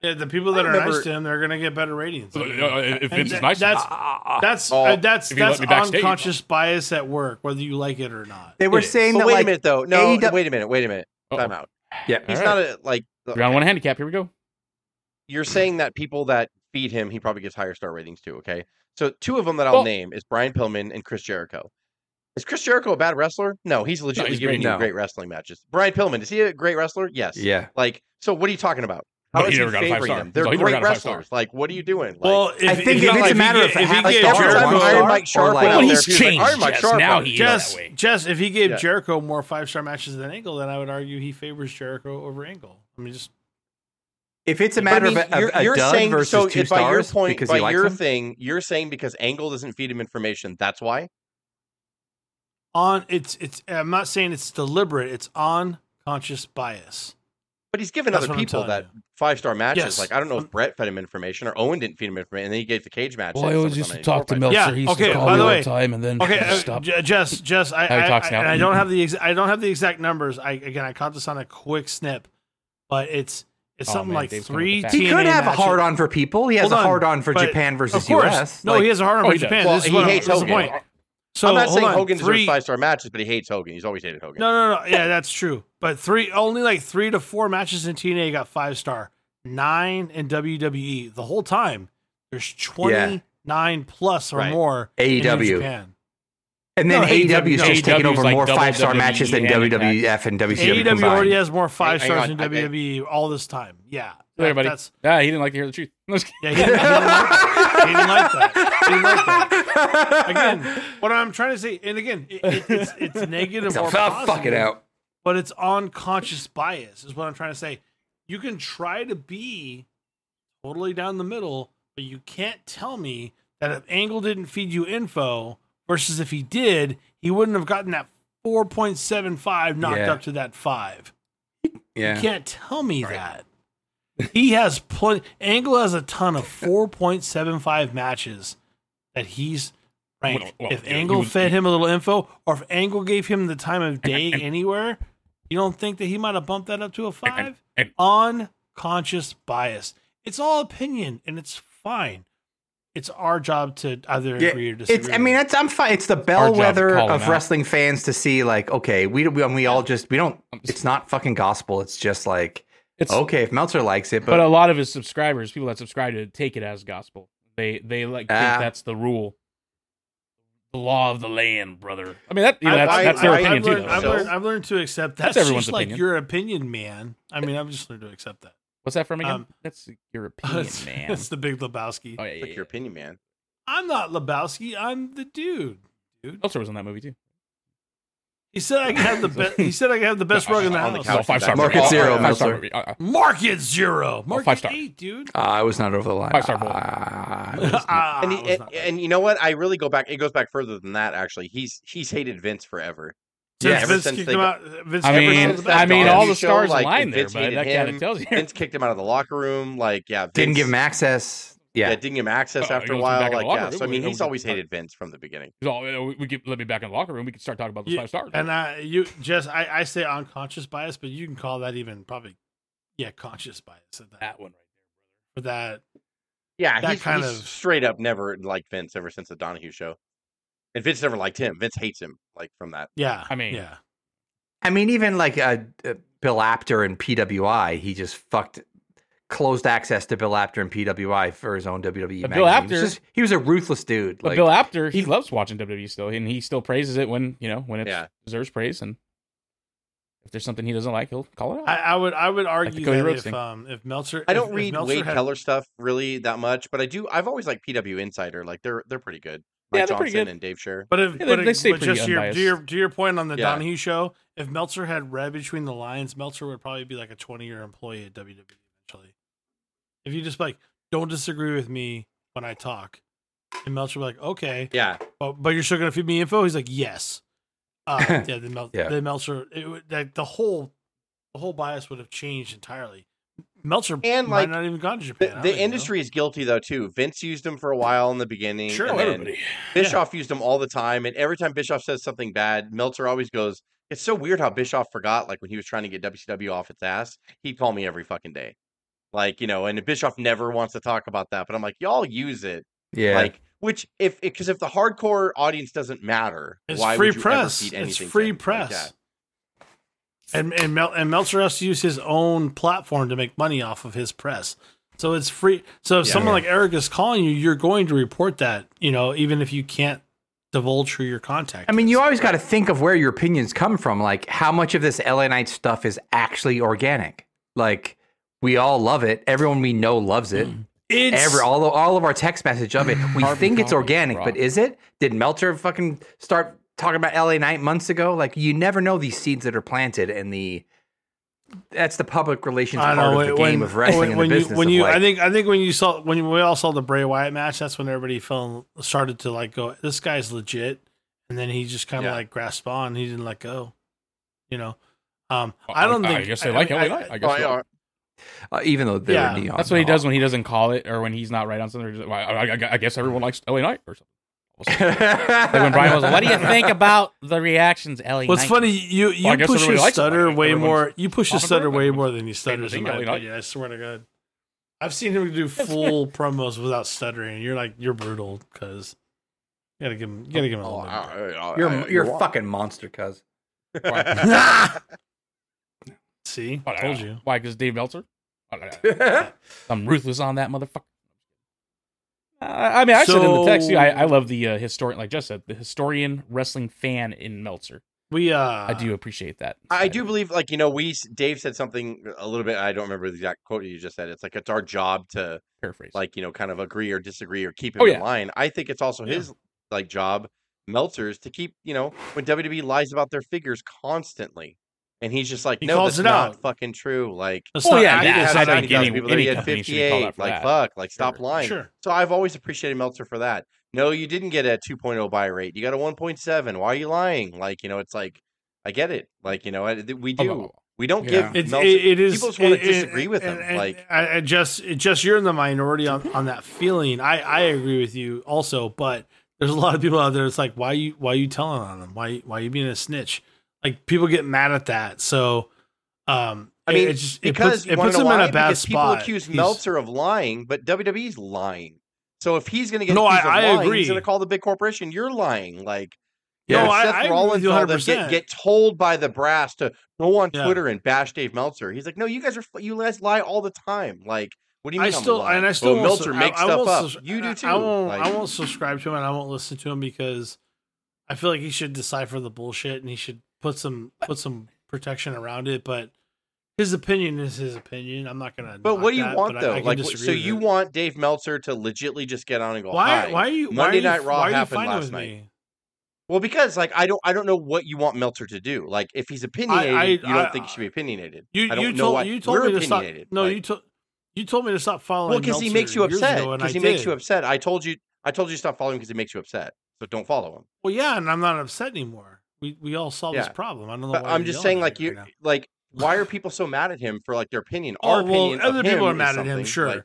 Speaker 6: Yeah, the people that
Speaker 5: I
Speaker 6: are
Speaker 5: remember-
Speaker 6: nice to him, they're gonna get better ratings.
Speaker 2: Uh, uh, If
Speaker 6: And
Speaker 2: Vince is
Speaker 6: that-
Speaker 2: nice,
Speaker 6: that's
Speaker 1: Ah,
Speaker 6: that's
Speaker 5: Oh,
Speaker 6: uh, that's
Speaker 2: if you let
Speaker 6: that's
Speaker 2: me backstage.
Speaker 6: unconscious bias at work, whether you like it or not.
Speaker 1: they were
Speaker 2: it is.
Speaker 1: saying
Speaker 5: But
Speaker 1: that
Speaker 5: wait
Speaker 1: like E
Speaker 5: a minute, though. No,
Speaker 1: AEW
Speaker 5: wait a minute. Wait a minute.
Speaker 2: Uh-oh.
Speaker 5: Time out.
Speaker 1: Yeah.
Speaker 5: he's
Speaker 2: All
Speaker 5: not
Speaker 2: right.
Speaker 5: a like. the-
Speaker 2: three on one handicap. Here we go.
Speaker 5: You're saying that people that feed him, he probably gets higher star ratings too. Okay, so two of them that I'll
Speaker 2: Well-
Speaker 5: name is Brian Pillman and Chris Jericho. Is Chris Jericho a bad wrestler? No, he's legitimately
Speaker 2: he's
Speaker 5: giving
Speaker 1: great.
Speaker 5: you
Speaker 1: No.
Speaker 5: great wrestling matches. Brian Pillman, is he a great wrestler? Yes.
Speaker 1: yeah.
Speaker 5: Like, so what are you talking about?
Speaker 2: But
Speaker 5: How
Speaker 2: he
Speaker 5: is he
Speaker 2: never got a five
Speaker 5: favoring
Speaker 2: star.
Speaker 5: them? They're
Speaker 2: So he never
Speaker 5: great
Speaker 2: got a five star.
Speaker 5: wrestlers. Like, what are you doing? Like,
Speaker 6: well, if,
Speaker 1: I think
Speaker 6: if,
Speaker 1: if
Speaker 6: you-
Speaker 1: it's a
Speaker 6: if
Speaker 1: matter
Speaker 6: you
Speaker 1: of
Speaker 6: get- if you
Speaker 1: half a
Speaker 6: get
Speaker 1: star or
Speaker 5: every
Speaker 1: Jericho
Speaker 5: time
Speaker 1: one
Speaker 5: Iron
Speaker 1: star,
Speaker 5: Mike Sharp
Speaker 1: or,
Speaker 5: went
Speaker 1: like-
Speaker 5: out
Speaker 2: Well,
Speaker 5: there,
Speaker 2: he's
Speaker 5: people were like,
Speaker 2: changed,
Speaker 5: Iron Mike
Speaker 2: Jess.
Speaker 5: Sharp.
Speaker 2: Now
Speaker 5: went-
Speaker 2: he- Yeah,
Speaker 6: Jess,
Speaker 2: that way.
Speaker 6: Jess, if he gave
Speaker 5: Yeah.
Speaker 6: Jericho more five star matches than Angle, then I would argue he favors Jericho over Angle. I mean, just
Speaker 1: If it's a
Speaker 5: But I
Speaker 1: matter
Speaker 5: mean,
Speaker 1: of a,
Speaker 5: you're,
Speaker 1: a
Speaker 5: you're
Speaker 1: dud
Speaker 5: saying
Speaker 1: versus
Speaker 5: so
Speaker 1: two
Speaker 5: if by your
Speaker 1: stars
Speaker 5: point,
Speaker 1: because
Speaker 5: by
Speaker 1: he likes
Speaker 5: your
Speaker 1: him,
Speaker 5: thing, you're saying because Angle doesn't feed him information, that's why.
Speaker 6: on it's it's. I'm not saying it's deliberate. It's on conscious bias.
Speaker 5: But he's given
Speaker 6: That's
Speaker 5: other
Speaker 6: what I'm
Speaker 5: people
Speaker 6: telling
Speaker 5: that
Speaker 6: you.
Speaker 5: five star matches.
Speaker 6: Yes.
Speaker 5: Like I don't know if Brett fed him information or Owen didn't feed him information, and then he gave the cage match.
Speaker 8: Well, I
Speaker 5: at
Speaker 8: always
Speaker 5: SummerSlam
Speaker 8: used to
Speaker 5: 94,
Speaker 8: talk to
Speaker 5: but-
Speaker 8: Meltzer.
Speaker 6: Yeah,
Speaker 8: He used
Speaker 6: okay,
Speaker 8: to call
Speaker 6: by
Speaker 8: me
Speaker 6: the
Speaker 8: all
Speaker 6: way.
Speaker 8: the time, and then he
Speaker 6: Okay, uh,
Speaker 8: stopped.
Speaker 6: J- Jess, Jess, I,
Speaker 8: How he
Speaker 6: I,
Speaker 8: talks
Speaker 6: I-
Speaker 8: now.
Speaker 6: and I don't have the ex- I don't have the exact numbers. I again, I caught this on a quick snip, but it's it's
Speaker 2: Oh,
Speaker 6: something
Speaker 2: man,
Speaker 6: like
Speaker 2: Dave's coming
Speaker 6: three.
Speaker 2: with the
Speaker 1: He
Speaker 6: TNA
Speaker 1: could have a
Speaker 6: matches.
Speaker 1: hard on for people. He has
Speaker 6: Hold
Speaker 1: a
Speaker 6: on,
Speaker 1: hard on for
Speaker 6: but-
Speaker 1: Japan versus
Speaker 6: Of course,
Speaker 1: US.
Speaker 6: no,
Speaker 1: Like,
Speaker 6: he has a hard on
Speaker 2: Oh,
Speaker 6: for
Speaker 2: he does.
Speaker 6: Japan.
Speaker 5: Well,
Speaker 6: this is
Speaker 5: he
Speaker 6: what I'm-
Speaker 5: hates
Speaker 6: this is the
Speaker 5: Hogan.
Speaker 6: point. So
Speaker 5: I'm not
Speaker 6: Oh, hold
Speaker 5: saying
Speaker 6: on,
Speaker 5: Hogan deserves
Speaker 6: three-
Speaker 5: five star matches, but he hates Hogan. He's always hated Hogan.
Speaker 6: No, no, no. Yeah, that's true. But three, only like three to four matches in TNA got five star. Nine in WWE the whole time. There's twenty nine plus or
Speaker 5: Right. E
Speaker 6: more in New
Speaker 1: AEW.
Speaker 6: Japan.
Speaker 1: And then
Speaker 6: No,
Speaker 2: E
Speaker 1: AEW is
Speaker 2: AEW
Speaker 1: just taking
Speaker 2: is
Speaker 1: over
Speaker 2: like
Speaker 1: more
Speaker 2: double
Speaker 1: five star
Speaker 2: WWE
Speaker 1: matches than
Speaker 2: and
Speaker 1: WWF and WCW
Speaker 6: AEW E already
Speaker 1: combined.
Speaker 6: has more five
Speaker 5: E Hang on,
Speaker 6: stars in
Speaker 5: I- I-
Speaker 6: WWE all this time. Yeah,
Speaker 2: There, buddy.
Speaker 6: that's
Speaker 2: Ah, he didn't like to hear the truth.
Speaker 6: yeah. He didn't, he didn't like that. He didn't like that. He didn't like that. again, what I'm trying to say, and again, it, it, it's it's negative
Speaker 7: It's a
Speaker 6: or
Speaker 7: f-
Speaker 6: positive,
Speaker 7: fuck it out.
Speaker 6: but it's unconscious bias is what I'm trying to say. You can try to be totally down the middle, but you can't tell me that if Angle didn't feed you info versus if he did, he wouldn't have gotten that 4.75 knocked
Speaker 1: Yeah.
Speaker 6: up to that five. You
Speaker 1: Yeah.
Speaker 6: can't tell me that. He has plenty. Angle has a ton of 4.75 matches that he's ranked.
Speaker 2: Well, well,
Speaker 6: if
Speaker 2: yeah,
Speaker 6: Angle
Speaker 2: he was-
Speaker 6: fed him a little info, or if Angle gave him the time of day anywhere, you don't think that he might have bumped that up to a five?
Speaker 2: and-
Speaker 6: Unconscious bias. It's all opinion, and it's fine. It's our job to either
Speaker 1: Yeah,
Speaker 6: agree or disagree.
Speaker 1: It's. I mean, it's. I'm fine. It's the
Speaker 2: our job to
Speaker 1: bellwether
Speaker 2: call
Speaker 1: of
Speaker 2: him out.
Speaker 1: wrestling fans to see, like, okay, we we, we all just we don't. It's not fucking gospel. It's just like,
Speaker 2: It's,
Speaker 1: okay, if Meltzer likes it,
Speaker 2: but, a
Speaker 1: but
Speaker 2: lot of his subscribers, people that subscribe to, it, take it as gospel. They they like think
Speaker 1: Ah.
Speaker 2: that's the rule, the law of the land, brother. I mean that you know,
Speaker 6: I-
Speaker 2: that's,
Speaker 6: I-
Speaker 2: that's their
Speaker 6: I-
Speaker 2: opinion
Speaker 6: I've
Speaker 2: too.
Speaker 6: Learned,
Speaker 2: though,
Speaker 6: I've,
Speaker 2: so.
Speaker 6: learned, I've learned to accept that.
Speaker 2: That's
Speaker 6: that's
Speaker 2: everyone's
Speaker 6: everyone's just like
Speaker 2: opinion.
Speaker 6: your opinion, man. I mean, I've just learned to accept that.
Speaker 2: What's that from again?
Speaker 6: Um,
Speaker 2: that's your opinion,
Speaker 6: it's,
Speaker 2: man.
Speaker 6: it's the big Lebowski.
Speaker 2: oh yeah, yeah,
Speaker 5: Like
Speaker 2: yeah.
Speaker 5: your opinion, man.
Speaker 6: I'm not Lebowski. I'm the dude.
Speaker 2: Meltzer was in that movie too.
Speaker 6: He said I can have the best. He said I can have the best rug in the
Speaker 5: on the
Speaker 6: house.
Speaker 5: couch.
Speaker 2: No, five star.
Speaker 5: Market
Speaker 2: movie.
Speaker 1: zero,
Speaker 2: Five star
Speaker 1: Meltzer.
Speaker 2: movie. Uh, uh,
Speaker 6: Market zero. Market
Speaker 2: Oh, five star.
Speaker 6: eight, dude.
Speaker 7: Uh, I was not over the line.
Speaker 2: Five-star bowl.
Speaker 7: Ah, I was not-
Speaker 6: Ah,
Speaker 5: and,
Speaker 6: I
Speaker 5: he,
Speaker 6: was
Speaker 5: and,
Speaker 6: not-
Speaker 5: and you know what? I really go back. It goes back further than that. Actually, he's he's hated Vince forever.
Speaker 6: Since
Speaker 1: yeah, ever
Speaker 6: Vince
Speaker 5: since
Speaker 6: kicked
Speaker 5: they
Speaker 6: him
Speaker 5: got-
Speaker 6: out- Vince
Speaker 2: I
Speaker 6: ever
Speaker 2: mean,
Speaker 6: since that
Speaker 2: I mean,
Speaker 6: dog-
Speaker 2: all the
Speaker 5: show,
Speaker 2: stars
Speaker 5: like,
Speaker 2: line there,
Speaker 5: Vince
Speaker 2: but
Speaker 5: hated
Speaker 2: that kind of
Speaker 5: him.
Speaker 2: tells you.
Speaker 5: Vince kicked him out of the locker room. Like, yeah, Vince,
Speaker 1: didn't give him access.
Speaker 5: Yeah,
Speaker 1: Yeah.
Speaker 5: didn't give him access
Speaker 2: Oh, he
Speaker 5: after a
Speaker 2: wasn't
Speaker 5: while.
Speaker 2: back in the
Speaker 5: Like,
Speaker 2: locker
Speaker 5: yeah.
Speaker 2: room.
Speaker 5: So I
Speaker 2: We-
Speaker 5: mean,
Speaker 2: we
Speaker 5: he's
Speaker 2: can
Speaker 5: always
Speaker 2: talk.
Speaker 5: hated Vince from the beginning.
Speaker 2: He's all, you know, we, we get, let me back in the locker room. We can start talking about those
Speaker 6: You-
Speaker 2: five stars.
Speaker 6: And I, you just, I, I say unconscious bias, but you can call that even probably, yeah, conscious bias at that.
Speaker 2: that one
Speaker 6: For that,
Speaker 5: Yeah,
Speaker 6: That
Speaker 5: he's,
Speaker 6: kind
Speaker 5: he's
Speaker 6: of-
Speaker 5: straight up never liked Vince ever since the Donahue show, and Vince never liked him. Vince hates him like from that.
Speaker 6: yeah.
Speaker 2: I mean-
Speaker 6: yeah.
Speaker 1: I mean, even like uh, uh, Bill Apter and PWI, he just fucked closed access to Bill Apter and PWI for his own WWE.
Speaker 2: But
Speaker 1: magazine. He
Speaker 2: Bill
Speaker 1: was
Speaker 2: Apter-
Speaker 1: just- he was a ruthless dude.
Speaker 2: But
Speaker 1: Like,
Speaker 2: Bill Apter, he,
Speaker 1: he-
Speaker 2: loves watching WWE still, and he still praises it when you know when it
Speaker 5: Yeah.
Speaker 2: deserves praise. And if there's something he doesn't like, he'll call it out.
Speaker 6: I, I would, I would argue
Speaker 2: Cody
Speaker 6: that
Speaker 2: Rhodes
Speaker 6: if,
Speaker 2: thing.
Speaker 6: um, if Meltzer,
Speaker 5: I
Speaker 6: if-
Speaker 5: don't
Speaker 6: if
Speaker 5: read
Speaker 6: Meltzer
Speaker 5: Wade
Speaker 6: had-
Speaker 5: Keller stuff really that much, but I do. I've always liked PW Insider. Like they're they're pretty good. Mike
Speaker 2: Yeah, they're
Speaker 5: Johnson
Speaker 2: pretty good.
Speaker 5: and Dave Sher.
Speaker 6: But if,
Speaker 2: Yeah, they-
Speaker 6: but,
Speaker 2: they
Speaker 6: it,
Speaker 2: stay
Speaker 6: but
Speaker 2: pretty
Speaker 6: just to your, to your to your point on the
Speaker 5: Yeah.
Speaker 6: Donahue show, if Meltzer had read between the lines, Meltzer would probably be like a twenty year employee at WWE eventually. If you just like don't disagree with me when I talk, and Meltzer would be like, okay,
Speaker 5: Yeah,
Speaker 6: but, but you're still gonna feed me info. He's like, yes. Uh, yeah, then, Mel-
Speaker 1: Yeah.
Speaker 6: then Meltzer, it would, like the whole the whole bias would have changed entirely. Meltzer
Speaker 5: And,
Speaker 6: might
Speaker 5: like,
Speaker 6: not even gone to Japan. I
Speaker 5: the,
Speaker 6: don't
Speaker 5: the
Speaker 6: even know.
Speaker 5: industry is guilty though too. Vince used him for a while in the beginning.
Speaker 6: Sure,
Speaker 5: and then Bischoff used him all the time, and every time Bischoff says something bad, Meltzer always goes. It's so weird how Bischoff forgot. Like when he was trying to get WCW off its ass, he'd call me every fucking day. Like you know, and Bischoff never wants to talk about that. But I'm like, y'all use it.
Speaker 1: yeah,
Speaker 5: Like which if because if the hardcore audience doesn't matter,
Speaker 6: It's
Speaker 5: why
Speaker 6: free
Speaker 5: would you ever
Speaker 6: press.
Speaker 5: feed
Speaker 6: It's
Speaker 5: anything to
Speaker 6: free
Speaker 5: them? Like,
Speaker 6: press.
Speaker 5: yeah.
Speaker 6: And and Mel, and Meltzer has to use his own platform to make money off of his press. So it's free. So if
Speaker 5: Yeah.
Speaker 6: someone like Eric is calling you, you're going to report that, you know, even if you can't divulge who your contact.
Speaker 1: I mean,
Speaker 6: is.
Speaker 1: you always got to think of where your opinions come from. Like, how much of this LA Knight stuff is actually organic? Like, we all love it. Everyone we know loves it.
Speaker 2: Mm.
Speaker 6: it's
Speaker 1: Every all of, all of our text message of it, we
Speaker 2: Carbon
Speaker 1: think it's
Speaker 2: copy,
Speaker 1: organic,
Speaker 2: raw.
Speaker 1: but is it? Did Meltzer fucking start talking about LA Knight months ago? Like, you never know these seeds that are planted and the. That's the public relations
Speaker 6: I
Speaker 1: part
Speaker 6: don't know
Speaker 1: of the
Speaker 6: when-
Speaker 1: game of wrestling and
Speaker 6: when,
Speaker 1: the
Speaker 6: when you
Speaker 1: business.
Speaker 6: when
Speaker 1: of
Speaker 6: you
Speaker 1: like-
Speaker 6: I think I think when you saw when we all saw the Bray Wyatt match, that's when everybody fell started to like go, this guy's legit, and then he just kind of
Speaker 5: Yeah.
Speaker 6: like grasped on, he didn't let go, you know. Um, I don't
Speaker 2: I,
Speaker 6: think
Speaker 2: I guess they like
Speaker 6: mean,
Speaker 2: LA Knight. I guess
Speaker 5: I-
Speaker 2: so.
Speaker 5: I-
Speaker 1: Uh, even though they're
Speaker 6: Yeah.
Speaker 1: neon.
Speaker 2: that's what he
Speaker 1: doll.
Speaker 2: does when he doesn't call it or when he's not right on something. or just, well, I, I- I guess everyone likes LA Knight or something. Like when Brian was, like, what do you think about the reactions, LA?
Speaker 6: What's
Speaker 2: Knight?"
Speaker 6: funny, you
Speaker 2: Well, I
Speaker 6: you
Speaker 2: guess
Speaker 6: push
Speaker 2: everybody
Speaker 6: your
Speaker 2: likes it.
Speaker 6: stutter
Speaker 2: Like,
Speaker 6: way
Speaker 2: everyone's
Speaker 6: more. You push your
Speaker 2: popular.
Speaker 6: stutter way
Speaker 2: Everyone's
Speaker 6: more than he stutters. In
Speaker 2: thing,
Speaker 6: my
Speaker 2: don't we not?
Speaker 6: opinion, I swear to God, I've seen him do
Speaker 2: That's
Speaker 6: full promos without stuttering. You're like you're brutal because you gotta give him you gotta give him a
Speaker 5: oh,
Speaker 6: little.
Speaker 5: I- I- I-
Speaker 1: You're
Speaker 5: I-
Speaker 1: you're a
Speaker 5: wa-
Speaker 1: fucking monster, cuz.
Speaker 6: bit. See,
Speaker 2: Why-
Speaker 6: told you.
Speaker 2: Why? Because Dave Meltzer?
Speaker 1: yeah,
Speaker 2: I'm ruthless on that motherfucker. Uh, I mean, I said in the text, too, I, I love the uh, historian, like Jess said, the historian wrestling fan in Meltzer.
Speaker 6: We uh,
Speaker 2: I do appreciate that.
Speaker 5: I I do believe, like you know, we s- Dave said something a little bit. I don't remember the exact quote you just said. It's like it's our job to
Speaker 2: paraphrase.
Speaker 5: like you know kind of agree or disagree or keep him
Speaker 2: Oh,
Speaker 5: in
Speaker 2: yeah.
Speaker 5: line. I think it's also
Speaker 6: Yeah.
Speaker 5: his like job, Meltzer's, to keep you know when WWE lies about their figures constantly, and he's just like,
Speaker 6: He
Speaker 5: no,
Speaker 6: calls
Speaker 5: that's
Speaker 6: it
Speaker 5: not
Speaker 6: out.
Speaker 5: fucking true. Like
Speaker 6: That's
Speaker 2: Well,
Speaker 6: not
Speaker 2: yeah,
Speaker 5: he
Speaker 6: active.
Speaker 2: that's-
Speaker 5: had
Speaker 2: I think
Speaker 5: 70,000
Speaker 2: any-
Speaker 5: people, then
Speaker 2: any
Speaker 5: he had
Speaker 2: company should be called out
Speaker 5: 58.
Speaker 2: for
Speaker 5: Like
Speaker 2: that.
Speaker 5: fuck, like stop
Speaker 2: Sure.
Speaker 5: lying.
Speaker 6: Sure.
Speaker 5: So I've always appreciated Meltzer for that. No, you didn't get a 2.0 buy rate. You got a 1.7. Why are you lying? Like, you know, it's like I get it. Like, you know, I, th- we
Speaker 2: Blah, blah, blah,
Speaker 5: do. We don't
Speaker 7: Yeah.
Speaker 5: give
Speaker 6: It's,
Speaker 5: Meltzer.
Speaker 6: it, it is.
Speaker 5: people just wanna
Speaker 6: it- it-
Speaker 5: disagree with him,
Speaker 6: and-
Speaker 5: like-
Speaker 6: and I, I just, it just you're in the minority on, on that feeling. I, I agree with you also, but there's a lot of people out there. It's like, why you, why you telling on them? Why, why you being a snitch? Like people get mad at that. So, um,
Speaker 5: I
Speaker 6: it-
Speaker 5: mean,
Speaker 6: it just it
Speaker 5: because
Speaker 6: puts,
Speaker 5: you
Speaker 6: it
Speaker 5: wanna
Speaker 6: puts
Speaker 5: know
Speaker 6: him in
Speaker 5: why?
Speaker 6: a bad
Speaker 5: because people
Speaker 6: spot.
Speaker 5: accuse
Speaker 6: He's-
Speaker 5: Meltzer of lying, but WWE's lying. So if he's going to get
Speaker 6: No, I-
Speaker 5: accused of
Speaker 6: I
Speaker 5: lying,
Speaker 6: agree.
Speaker 5: he's going to call the big corporation. You're lying. Like
Speaker 6: No,
Speaker 5: if
Speaker 6: I-
Speaker 5: Seth
Speaker 6: I agree with
Speaker 5: Rollins
Speaker 6: you
Speaker 5: and all them
Speaker 6: 100%.
Speaker 5: get, get told by the brass to go on
Speaker 6: Yeah.
Speaker 5: Twitter and bash Dave Meltzer. He's like, no, you guys are f- you guys lie all the time. Like, what do you
Speaker 6: I
Speaker 5: mean? I'm
Speaker 6: still
Speaker 5: lying?
Speaker 6: and I still
Speaker 5: well,
Speaker 6: won't
Speaker 5: Meltzer
Speaker 6: su-
Speaker 5: makes
Speaker 6: I- I
Speaker 5: stuff
Speaker 6: won't
Speaker 5: up.
Speaker 6: sus-
Speaker 5: you do too.
Speaker 6: I won't. I
Speaker 5: Like,
Speaker 6: won't subscribe to him and I won't listen to him because I feel like he should decipher the bullshit and he should put some put some protection around it. But his opinion is his opinion. I'm not gonna.
Speaker 5: But
Speaker 6: knock
Speaker 5: what do you
Speaker 6: that,
Speaker 5: want
Speaker 6: but I-
Speaker 5: though?
Speaker 6: I can
Speaker 5: like,
Speaker 6: disagree
Speaker 5: so
Speaker 6: with
Speaker 5: you
Speaker 6: it.
Speaker 5: want Dave Meltzer to legitly just get on and go?
Speaker 6: why?
Speaker 5: "Hi."
Speaker 6: Why are you? why are
Speaker 5: Monday
Speaker 6: you-
Speaker 5: Night Raw
Speaker 6: why are you
Speaker 5: happened
Speaker 6: fighting
Speaker 5: last
Speaker 6: with
Speaker 5: night.
Speaker 6: me?
Speaker 5: Well, because like I don't I don't know what you want Meltzer to do. Like if he's opinionated,
Speaker 6: I-
Speaker 5: you don't
Speaker 6: I-
Speaker 5: think he should be opinionated.
Speaker 6: You
Speaker 5: I don't
Speaker 6: you
Speaker 5: know why
Speaker 6: told you told
Speaker 5: we're
Speaker 6: me to stop.
Speaker 5: opinionated.
Speaker 6: No,
Speaker 5: like-
Speaker 6: you told you told me to stop following.
Speaker 5: well because he makes you
Speaker 6: Oh, Meltzer years
Speaker 5: upset.
Speaker 6: ago, and
Speaker 5: Because
Speaker 6: I
Speaker 5: he makes
Speaker 6: did.
Speaker 5: you upset. I told you I told you to stop following because he makes you upset. So don't follow him.
Speaker 6: Well, yeah, and I'm not upset anymore. We we all solved
Speaker 5: Yeah.
Speaker 6: this problem. I don't know.
Speaker 5: But
Speaker 6: why
Speaker 5: I'm
Speaker 6: you're
Speaker 5: just
Speaker 6: yelling
Speaker 5: saying
Speaker 6: at
Speaker 5: like
Speaker 6: me
Speaker 5: you
Speaker 6: right now. Oh,
Speaker 5: like why are people so mad at him for like their opinion? Our opinion. of
Speaker 6: other people
Speaker 5: him
Speaker 6: are
Speaker 5: is
Speaker 6: mad at him.
Speaker 5: something,
Speaker 6: Sure,
Speaker 5: like-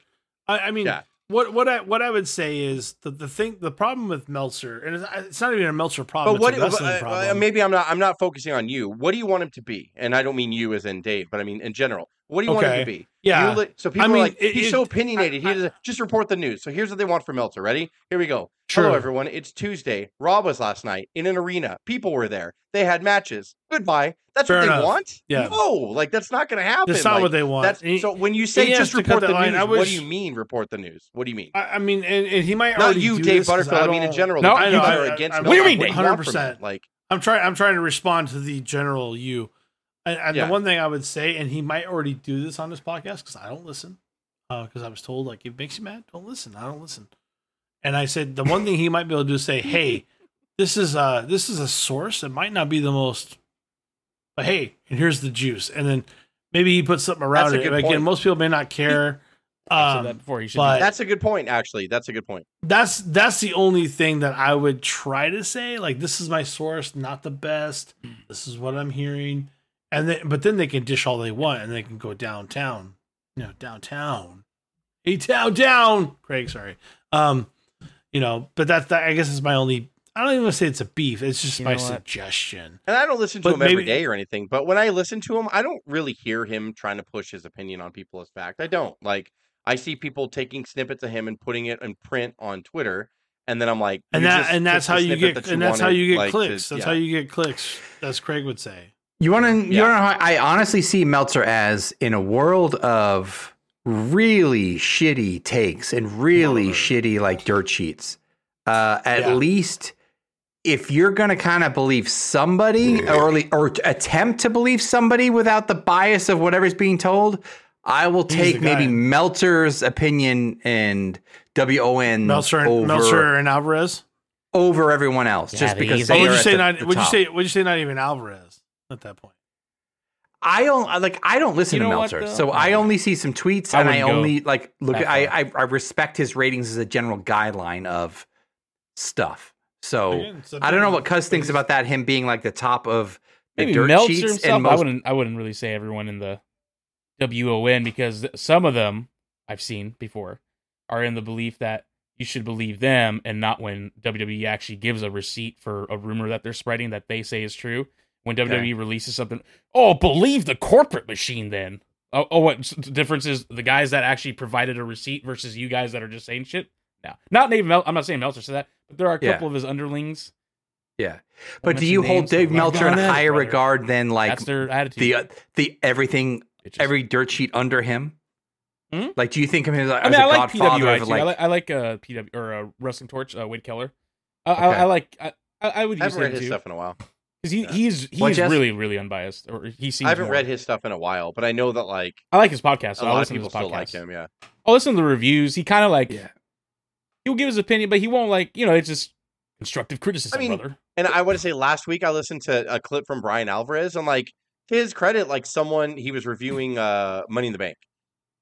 Speaker 6: I, I mean,
Speaker 5: Yeah.
Speaker 6: what what I what I would say is the the thing the problem with Meltzer, and it's, it's not even a Meltzer problem.
Speaker 5: but what?
Speaker 6: it's Oh, a wrestling
Speaker 5: uh, uh,
Speaker 6: problem.
Speaker 5: maybe I'm not. I'm not focusing on you. What do you want him to be? And I don't mean you as in Dave, but I mean in general. What do you want him to
Speaker 6: Okay.
Speaker 5: be? You
Speaker 6: yeah,
Speaker 5: li- so people
Speaker 6: mean,
Speaker 5: are like,
Speaker 6: it-
Speaker 5: he's
Speaker 6: it-
Speaker 5: so opinionated.
Speaker 6: I-
Speaker 5: he doesn't just report the news. So here's what they want from Meltzer. Ready? Here we go.
Speaker 6: true.
Speaker 5: Hello, everyone. It's Tuesday. Raw was last night in an arena. People were there. They had matches. Goodbye. That's
Speaker 6: Fair
Speaker 5: what they
Speaker 6: enough.
Speaker 5: want.
Speaker 6: Yeah.
Speaker 5: No, like that's not going to happen.
Speaker 6: That's not
Speaker 5: Like,
Speaker 6: what they want.
Speaker 5: That's
Speaker 6: And he-
Speaker 5: so when you say
Speaker 6: he has
Speaker 5: just
Speaker 6: to cut
Speaker 5: report the
Speaker 6: that line.
Speaker 5: news,
Speaker 6: I
Speaker 5: what
Speaker 6: wish-
Speaker 5: do you mean report the news? What do you mean?
Speaker 6: I, I mean, and, and he might
Speaker 5: Not
Speaker 6: already
Speaker 5: you,
Speaker 6: do
Speaker 5: Dave
Speaker 6: this 'cause
Speaker 5: Butterfield. I
Speaker 6: don't-
Speaker 5: mean in general.
Speaker 2: No,
Speaker 5: the
Speaker 2: I
Speaker 5: people
Speaker 2: know,
Speaker 5: that
Speaker 6: I-
Speaker 5: are against
Speaker 6: I-
Speaker 5: Meltzer,
Speaker 2: What do you mean,
Speaker 5: what
Speaker 2: Dave?
Speaker 5: want from
Speaker 6: 100%.
Speaker 5: him? Like
Speaker 6: I'm trying. I'm trying to respond to the general you. And, and
Speaker 5: Yeah.
Speaker 6: the one thing I would say, and he might already do this on his podcast because I don't listen, because I was told like it makes you mad. Don't listen. I don't listen. And I said the one thing he might be able to do is say, "Hey, this is a this is a source. It might not be the most, but hey, and here's the juice." And then maybe he puts something around
Speaker 5: a
Speaker 6: it.
Speaker 5: good
Speaker 6: Again,
Speaker 5: point.
Speaker 6: most people may not care.
Speaker 2: I said
Speaker 6: Um,
Speaker 2: that before. You should
Speaker 6: but-
Speaker 2: be-
Speaker 5: that's a good point. Actually, that's a good point.
Speaker 6: that's that's the only thing that I would try to say. Like, this is my source, not the best. This is what I'm hearing, and then but then they can dish all they want, and they can go downtown. You know, downtown, hey downtown, Craig. Sorry, um, you know, but that's that. I guess is my only. I don't even want to say it's a beef. It's just
Speaker 2: You
Speaker 6: my
Speaker 2: know what?
Speaker 6: suggestion.
Speaker 5: And I don't listen to
Speaker 6: But
Speaker 5: him every
Speaker 6: maybe-
Speaker 5: day or anything, but when I listen to him, I don't really hear him trying to push his opinion on people as fact. I don't. Like I see people taking snippets of him and putting it in print on Twitter, and then I'm like,
Speaker 6: And
Speaker 5: "You
Speaker 6: that
Speaker 5: just
Speaker 6: and
Speaker 5: took
Speaker 6: that's
Speaker 5: the
Speaker 6: how you
Speaker 5: snippet
Speaker 6: get
Speaker 5: that
Speaker 6: and that's how
Speaker 5: wanted,"
Speaker 6: you get
Speaker 5: like, to-
Speaker 6: clicks. that's
Speaker 5: yeah.
Speaker 6: how you get clicks. That's Craig would say.
Speaker 1: You want to? You
Speaker 5: Yeah.
Speaker 1: know how I honestly see Meltzer as in a world of really shitty takes and really shitty like dirt sheets. Uh, at
Speaker 6: Mm-hmm. Yeah.
Speaker 1: least if you're gonna kind of believe somebody
Speaker 6: Mm-hmm.
Speaker 1: or le- or t- attempt to believe somebody without the bias of whatever's being told, I will
Speaker 6: He's
Speaker 1: take
Speaker 6: the guy.
Speaker 1: maybe Meltzer's opinion and
Speaker 5: Mm,
Speaker 1: WON
Speaker 6: Meltzer,
Speaker 1: over
Speaker 6: and, Meltzer and Alvarez.
Speaker 1: over everyone else
Speaker 2: Yeah,
Speaker 1: just
Speaker 2: but
Speaker 1: because
Speaker 2: he's
Speaker 1: they
Speaker 6: Or
Speaker 2: a-
Speaker 1: are
Speaker 6: Oh, would you
Speaker 1: at
Speaker 6: say
Speaker 1: the-
Speaker 6: not?
Speaker 1: the
Speaker 6: would you
Speaker 1: top.
Speaker 6: say? Would you say not even Alvarez at that point?
Speaker 1: I don't I- like. I don't listen
Speaker 2: You
Speaker 1: to
Speaker 2: know what,
Speaker 1: Meltzer,
Speaker 2: though?
Speaker 1: so I only see some tweets,
Speaker 2: I
Speaker 1: and I
Speaker 2: wouldn't go
Speaker 1: only like look.
Speaker 2: that
Speaker 1: I,
Speaker 2: far.
Speaker 1: I I respect his ratings as a general guideline of stuff. So
Speaker 6: Again, it's up
Speaker 1: I
Speaker 6: to
Speaker 1: don't
Speaker 5: Oh.
Speaker 1: know
Speaker 6: you.
Speaker 1: what Cuz thinks about that. Him being like the top of The
Speaker 2: Maybe
Speaker 1: dirt
Speaker 2: Meltzer
Speaker 1: sheets and
Speaker 2: himself. I
Speaker 1: most-
Speaker 2: wouldn't. I wouldn't really say everyone in the WON because th- some of them I've seen before are in the belief that you should believe them and not when WWE actually gives a receipt for a rumor that they're spreading that they say is true. When WWE releases something, oh, believe the corporate machine then. Oh, oh what s- the difference is the guys that actually provided a receipt versus you guys that are just saying shit? No. Not Dave Mel- I'm not saying Meltzer said that, but there are a
Speaker 1: Yeah.
Speaker 2: couple of his underlings.
Speaker 1: Yeah.
Speaker 2: Won't
Speaker 1: But do
Speaker 2: mention
Speaker 1: you hold
Speaker 2: names, so
Speaker 1: Dave
Speaker 2: I'm not
Speaker 1: Meltzer in
Speaker 2: gonna,
Speaker 1: higher
Speaker 2: brother.
Speaker 1: regard than like
Speaker 2: That's their attitude.
Speaker 1: the uh, the everything
Speaker 2: bitches.
Speaker 1: every dirt sheet under him?
Speaker 2: Hmm?
Speaker 1: Like, do you think of him as,
Speaker 2: I
Speaker 1: as
Speaker 2: mean,
Speaker 1: a
Speaker 2: I like
Speaker 1: godfather
Speaker 2: PWI
Speaker 1: of
Speaker 2: too.
Speaker 1: like?
Speaker 2: I like I like uh, PW or uh, Wrestling Torch uh, Wade Keller. I, I,
Speaker 1: Okay.
Speaker 2: I like I, I I would
Speaker 5: I
Speaker 2: use him
Speaker 5: haven't read his
Speaker 2: too
Speaker 5: stuff in a while.
Speaker 2: because he he's he's
Speaker 1: Well, Jess-
Speaker 2: really really unbiased or he seems.
Speaker 5: I haven't
Speaker 2: more-
Speaker 5: read his stuff in a while, but I know that like
Speaker 2: I like his podcast.
Speaker 5: a
Speaker 2: So I
Speaker 5: lot of
Speaker 2: listen to
Speaker 5: people
Speaker 2: his
Speaker 5: still like
Speaker 2: podcast.
Speaker 5: him. Yeah,
Speaker 2: I listen to the reviews. He kind of like
Speaker 1: Yeah.
Speaker 2: he'll give his opinion, but he won't like you know it's just constructive criticism,
Speaker 5: I mean,
Speaker 2: brother.
Speaker 5: and I want to say last week I listened to a clip from Brian Alvarez, and like to his credit, like someone he was reviewing uh Money in the Bank,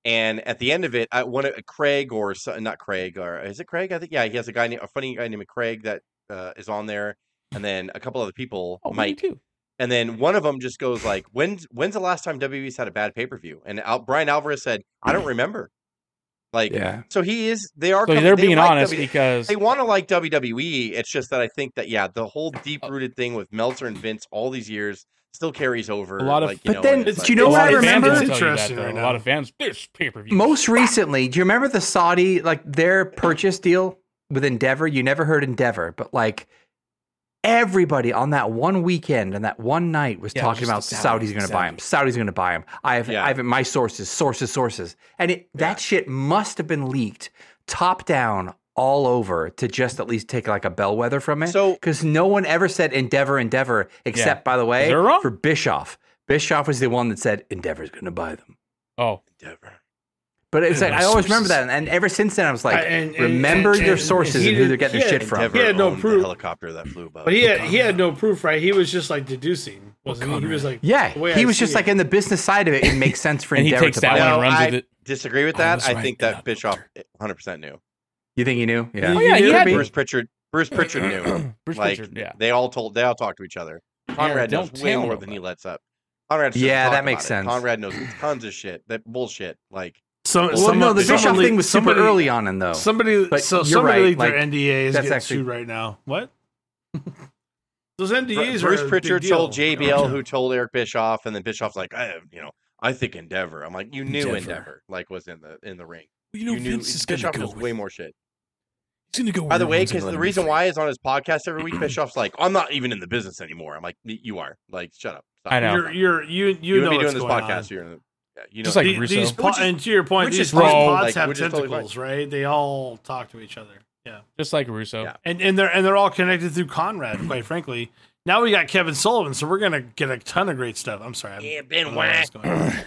Speaker 5: and at the end of it, I one of uh, Craig or so- not Craig or is it Craig? I think yeah, he has a guy named a funny guy named Craig that uh, is on there, and then a couple other people,
Speaker 2: Oh, me
Speaker 5: Mike,
Speaker 2: too.
Speaker 5: And then one of them just goes like, "When's when's the last time WWE's had a bad pay per view?" And Al- Brian Alvarez said, "I don't remember." Like,
Speaker 7: Yeah.
Speaker 5: so he is. They are.
Speaker 2: So
Speaker 5: com-
Speaker 2: they're
Speaker 5: they
Speaker 2: being
Speaker 5: like
Speaker 2: honest
Speaker 5: WWE
Speaker 2: because
Speaker 5: they want to like WWE. It's just that I think that yeah, the whole deep rooted thing with Meltzer and Vince all these years still carries over.
Speaker 2: lot of-
Speaker 5: like, you
Speaker 1: But
Speaker 5: know,
Speaker 1: then,
Speaker 5: and it's
Speaker 1: do
Speaker 5: like-
Speaker 1: you know
Speaker 2: a
Speaker 1: what I
Speaker 2: lot of fans
Speaker 1: remember?
Speaker 2: will
Speaker 6: It's
Speaker 2: tell you that,
Speaker 6: interesting
Speaker 2: though.
Speaker 6: right
Speaker 2: a
Speaker 6: now.
Speaker 2: lot of fans this pay per view
Speaker 1: Most recently, do you remember the Saudi like their purchase deal with Endeavor? You never heard Endeavor, but like everybody on that one weekend and that one night was
Speaker 2: Yeah, it was
Speaker 1: talking about
Speaker 2: just the Saudis,
Speaker 1: Saudi's going to buy him. Saudi's going to buy him. I have,
Speaker 5: Yeah.
Speaker 1: I have my sources, sources, sources, and it,
Speaker 5: Yeah.
Speaker 1: that shit must have been leaked top down all over to just at least take like a bellwether from it.
Speaker 5: So-
Speaker 1: because no one ever said Endeavor, Endeavor, except by the way
Speaker 2: They're wrong.
Speaker 1: for Bischoff. Bischoff was the one that said Endeavor's going to buy them.
Speaker 2: Oh,
Speaker 5: Endeavor.
Speaker 1: But it's
Speaker 6: And
Speaker 1: like I
Speaker 6: my
Speaker 1: always remember
Speaker 6: sources.
Speaker 1: that, and ever since then I was like,
Speaker 6: I- and- and-
Speaker 1: remember
Speaker 6: and-
Speaker 1: your
Speaker 6: and
Speaker 1: sources
Speaker 6: he
Speaker 1: and who
Speaker 6: did-
Speaker 1: they're getting
Speaker 6: he
Speaker 1: their
Speaker 6: had
Speaker 1: shit from.
Speaker 5: Endeavor
Speaker 6: He had no
Speaker 5: owned the
Speaker 6: proof.
Speaker 5: helicopter that flew above.
Speaker 6: But he had he had no proof, right? He was just like deducing. Wasn't he? he was like, the way
Speaker 1: Yeah, he
Speaker 6: I
Speaker 1: was
Speaker 6: see
Speaker 1: just
Speaker 6: it.
Speaker 1: like in the business side of it. It makes sense for
Speaker 2: and he
Speaker 1: Endeavor
Speaker 2: takes
Speaker 1: to buy.
Speaker 2: that
Speaker 1: it.
Speaker 2: one and
Speaker 5: No,
Speaker 2: runs
Speaker 5: I-
Speaker 2: with it.
Speaker 5: Disagree with
Speaker 7: I
Speaker 5: that?
Speaker 7: was
Speaker 5: I,
Speaker 7: right
Speaker 5: think
Speaker 7: in
Speaker 5: that
Speaker 7: that
Speaker 5: Bischoff 100 percent knew.
Speaker 1: You think he knew? Yeah.
Speaker 2: Oh, yeah, he
Speaker 1: Could
Speaker 2: had
Speaker 1: be.
Speaker 5: Bruce Pritchard. Bruce Pritchard knew.
Speaker 2: Bruce
Speaker 5: like
Speaker 2: Pritchard, yeah.
Speaker 5: they all told they all talked to each other. Conrad knows
Speaker 2: don't
Speaker 5: way
Speaker 2: tell
Speaker 5: more than he
Speaker 2: nobody.
Speaker 5: lets up. Conrad, doesn't
Speaker 1: Yeah,
Speaker 5: talk
Speaker 1: that makes
Speaker 5: about it.
Speaker 1: sense.
Speaker 5: Conrad knows tons of shit. That bullshit. Like
Speaker 6: some,
Speaker 5: Well,
Speaker 1: Well,
Speaker 6: someone-
Speaker 1: no, the
Speaker 6: someone
Speaker 1: Bischoff
Speaker 6: leaked-
Speaker 1: thing was super
Speaker 6: somebody-
Speaker 1: early on in though.
Speaker 6: Somebody,
Speaker 1: But
Speaker 6: so
Speaker 1: you're
Speaker 6: somebody
Speaker 1: right,
Speaker 6: leaked their
Speaker 1: like,
Speaker 6: NDA is
Speaker 1: that's
Speaker 6: getting
Speaker 1: actually-
Speaker 6: sued right now. What? Those
Speaker 5: Bru-
Speaker 6: NDAs are
Speaker 5: Bruce
Speaker 6: a big
Speaker 5: Pritchard
Speaker 6: deal.
Speaker 5: told JBL who told Eric Bischoff, and then Bischoff's like, I you know, I think Endeavor. I'm like, you knew Endeavor,
Speaker 7: Endeavor.
Speaker 5: like was in the in the ring.
Speaker 7: You know,
Speaker 5: you knew
Speaker 7: Vince is gonna
Speaker 5: Bischoff
Speaker 7: go.
Speaker 5: knows
Speaker 7: With,
Speaker 5: way more shit.
Speaker 7: He's gonna
Speaker 2: Oh,
Speaker 7: go.
Speaker 5: By the way, because the reason why is on his podcast every week, Bischoff's like, I'm not even in the business anymore. I'm like, "Y- you are. Like, shut up. Stop.
Speaker 2: I know.
Speaker 6: You're, you're, you, you,
Speaker 5: You,
Speaker 6: know
Speaker 5: would be
Speaker 6: what's
Speaker 5: doing this
Speaker 6: going
Speaker 5: podcast.
Speaker 6: on.
Speaker 5: You're in the, yeah, you know,
Speaker 2: Just
Speaker 5: that.
Speaker 2: like
Speaker 6: The-
Speaker 2: Russo.
Speaker 6: these po-
Speaker 5: Which is-
Speaker 6: and to your point,
Speaker 5: which
Speaker 6: these
Speaker 5: is
Speaker 6: these
Speaker 2: wrong,
Speaker 6: pods
Speaker 5: like,
Speaker 6: have
Speaker 5: which is totally
Speaker 6: tentacles, right? They all talk to each other. Yeah,
Speaker 2: just like Russo.
Speaker 5: Yeah.
Speaker 6: and and they're and they're all connected through Conrad. Quite frankly, now we got Kevin Sullivan, so we're gonna get a ton of great stuff. I'm sorry. I'm,
Speaker 5: yeah,
Speaker 6: I don't
Speaker 5: Ben
Speaker 6: know where
Speaker 5: Whack.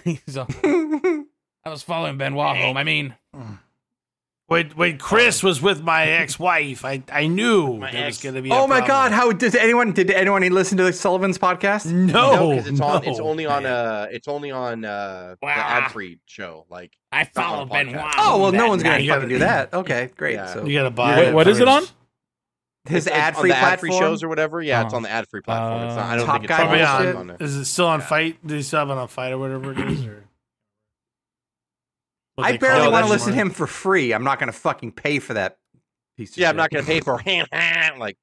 Speaker 6: this is going on.
Speaker 2: He's all- I was following Benoit home. I mean,
Speaker 6: When when Chris was with my ex-wife, I I knew there was gonna be. a
Speaker 1: oh my
Speaker 6: problem.
Speaker 1: God! How did anyone did anyone listen to Sullivan's podcast?
Speaker 6: No,
Speaker 5: No, because it's on. It's
Speaker 6: no.
Speaker 5: only on. Uh, it's only on uh, the Adfried show. Like,
Speaker 2: I
Speaker 5: Not on a
Speaker 2: followed Benoit.
Speaker 5: podcast.
Speaker 1: Oh well, no
Speaker 2: that
Speaker 1: one's gonna
Speaker 2: night.
Speaker 6: gotta-
Speaker 1: fucking do that. Okay, great.
Speaker 5: Yeah.
Speaker 1: So
Speaker 6: You gotta buy.
Speaker 2: Wait,
Speaker 6: it
Speaker 2: what is it on?
Speaker 6: first.
Speaker 1: his
Speaker 5: it's
Speaker 1: ad free
Speaker 5: on the ad-free
Speaker 1: platform.
Speaker 5: shows or whatever. Yeah, it's
Speaker 2: Uh-huh.
Speaker 5: on the ad free platform. It's not, I don't
Speaker 1: Top
Speaker 5: think it's
Speaker 1: Guy
Speaker 5: on,
Speaker 6: Probably
Speaker 1: Bullshit.
Speaker 5: it's
Speaker 6: on.
Speaker 5: on
Speaker 6: Is it still on
Speaker 5: Yeah.
Speaker 6: Fight? Do they still have it on Fight or whatever it is? Or what
Speaker 1: I
Speaker 6: they call
Speaker 1: barely
Speaker 5: No,
Speaker 6: it
Speaker 1: want to
Speaker 5: that's-
Speaker 1: listen to him for free. I'm not gonna fucking pay for that piece. Of
Speaker 5: Yeah, I'm
Speaker 1: shit.
Speaker 5: not gonna pay for him. like,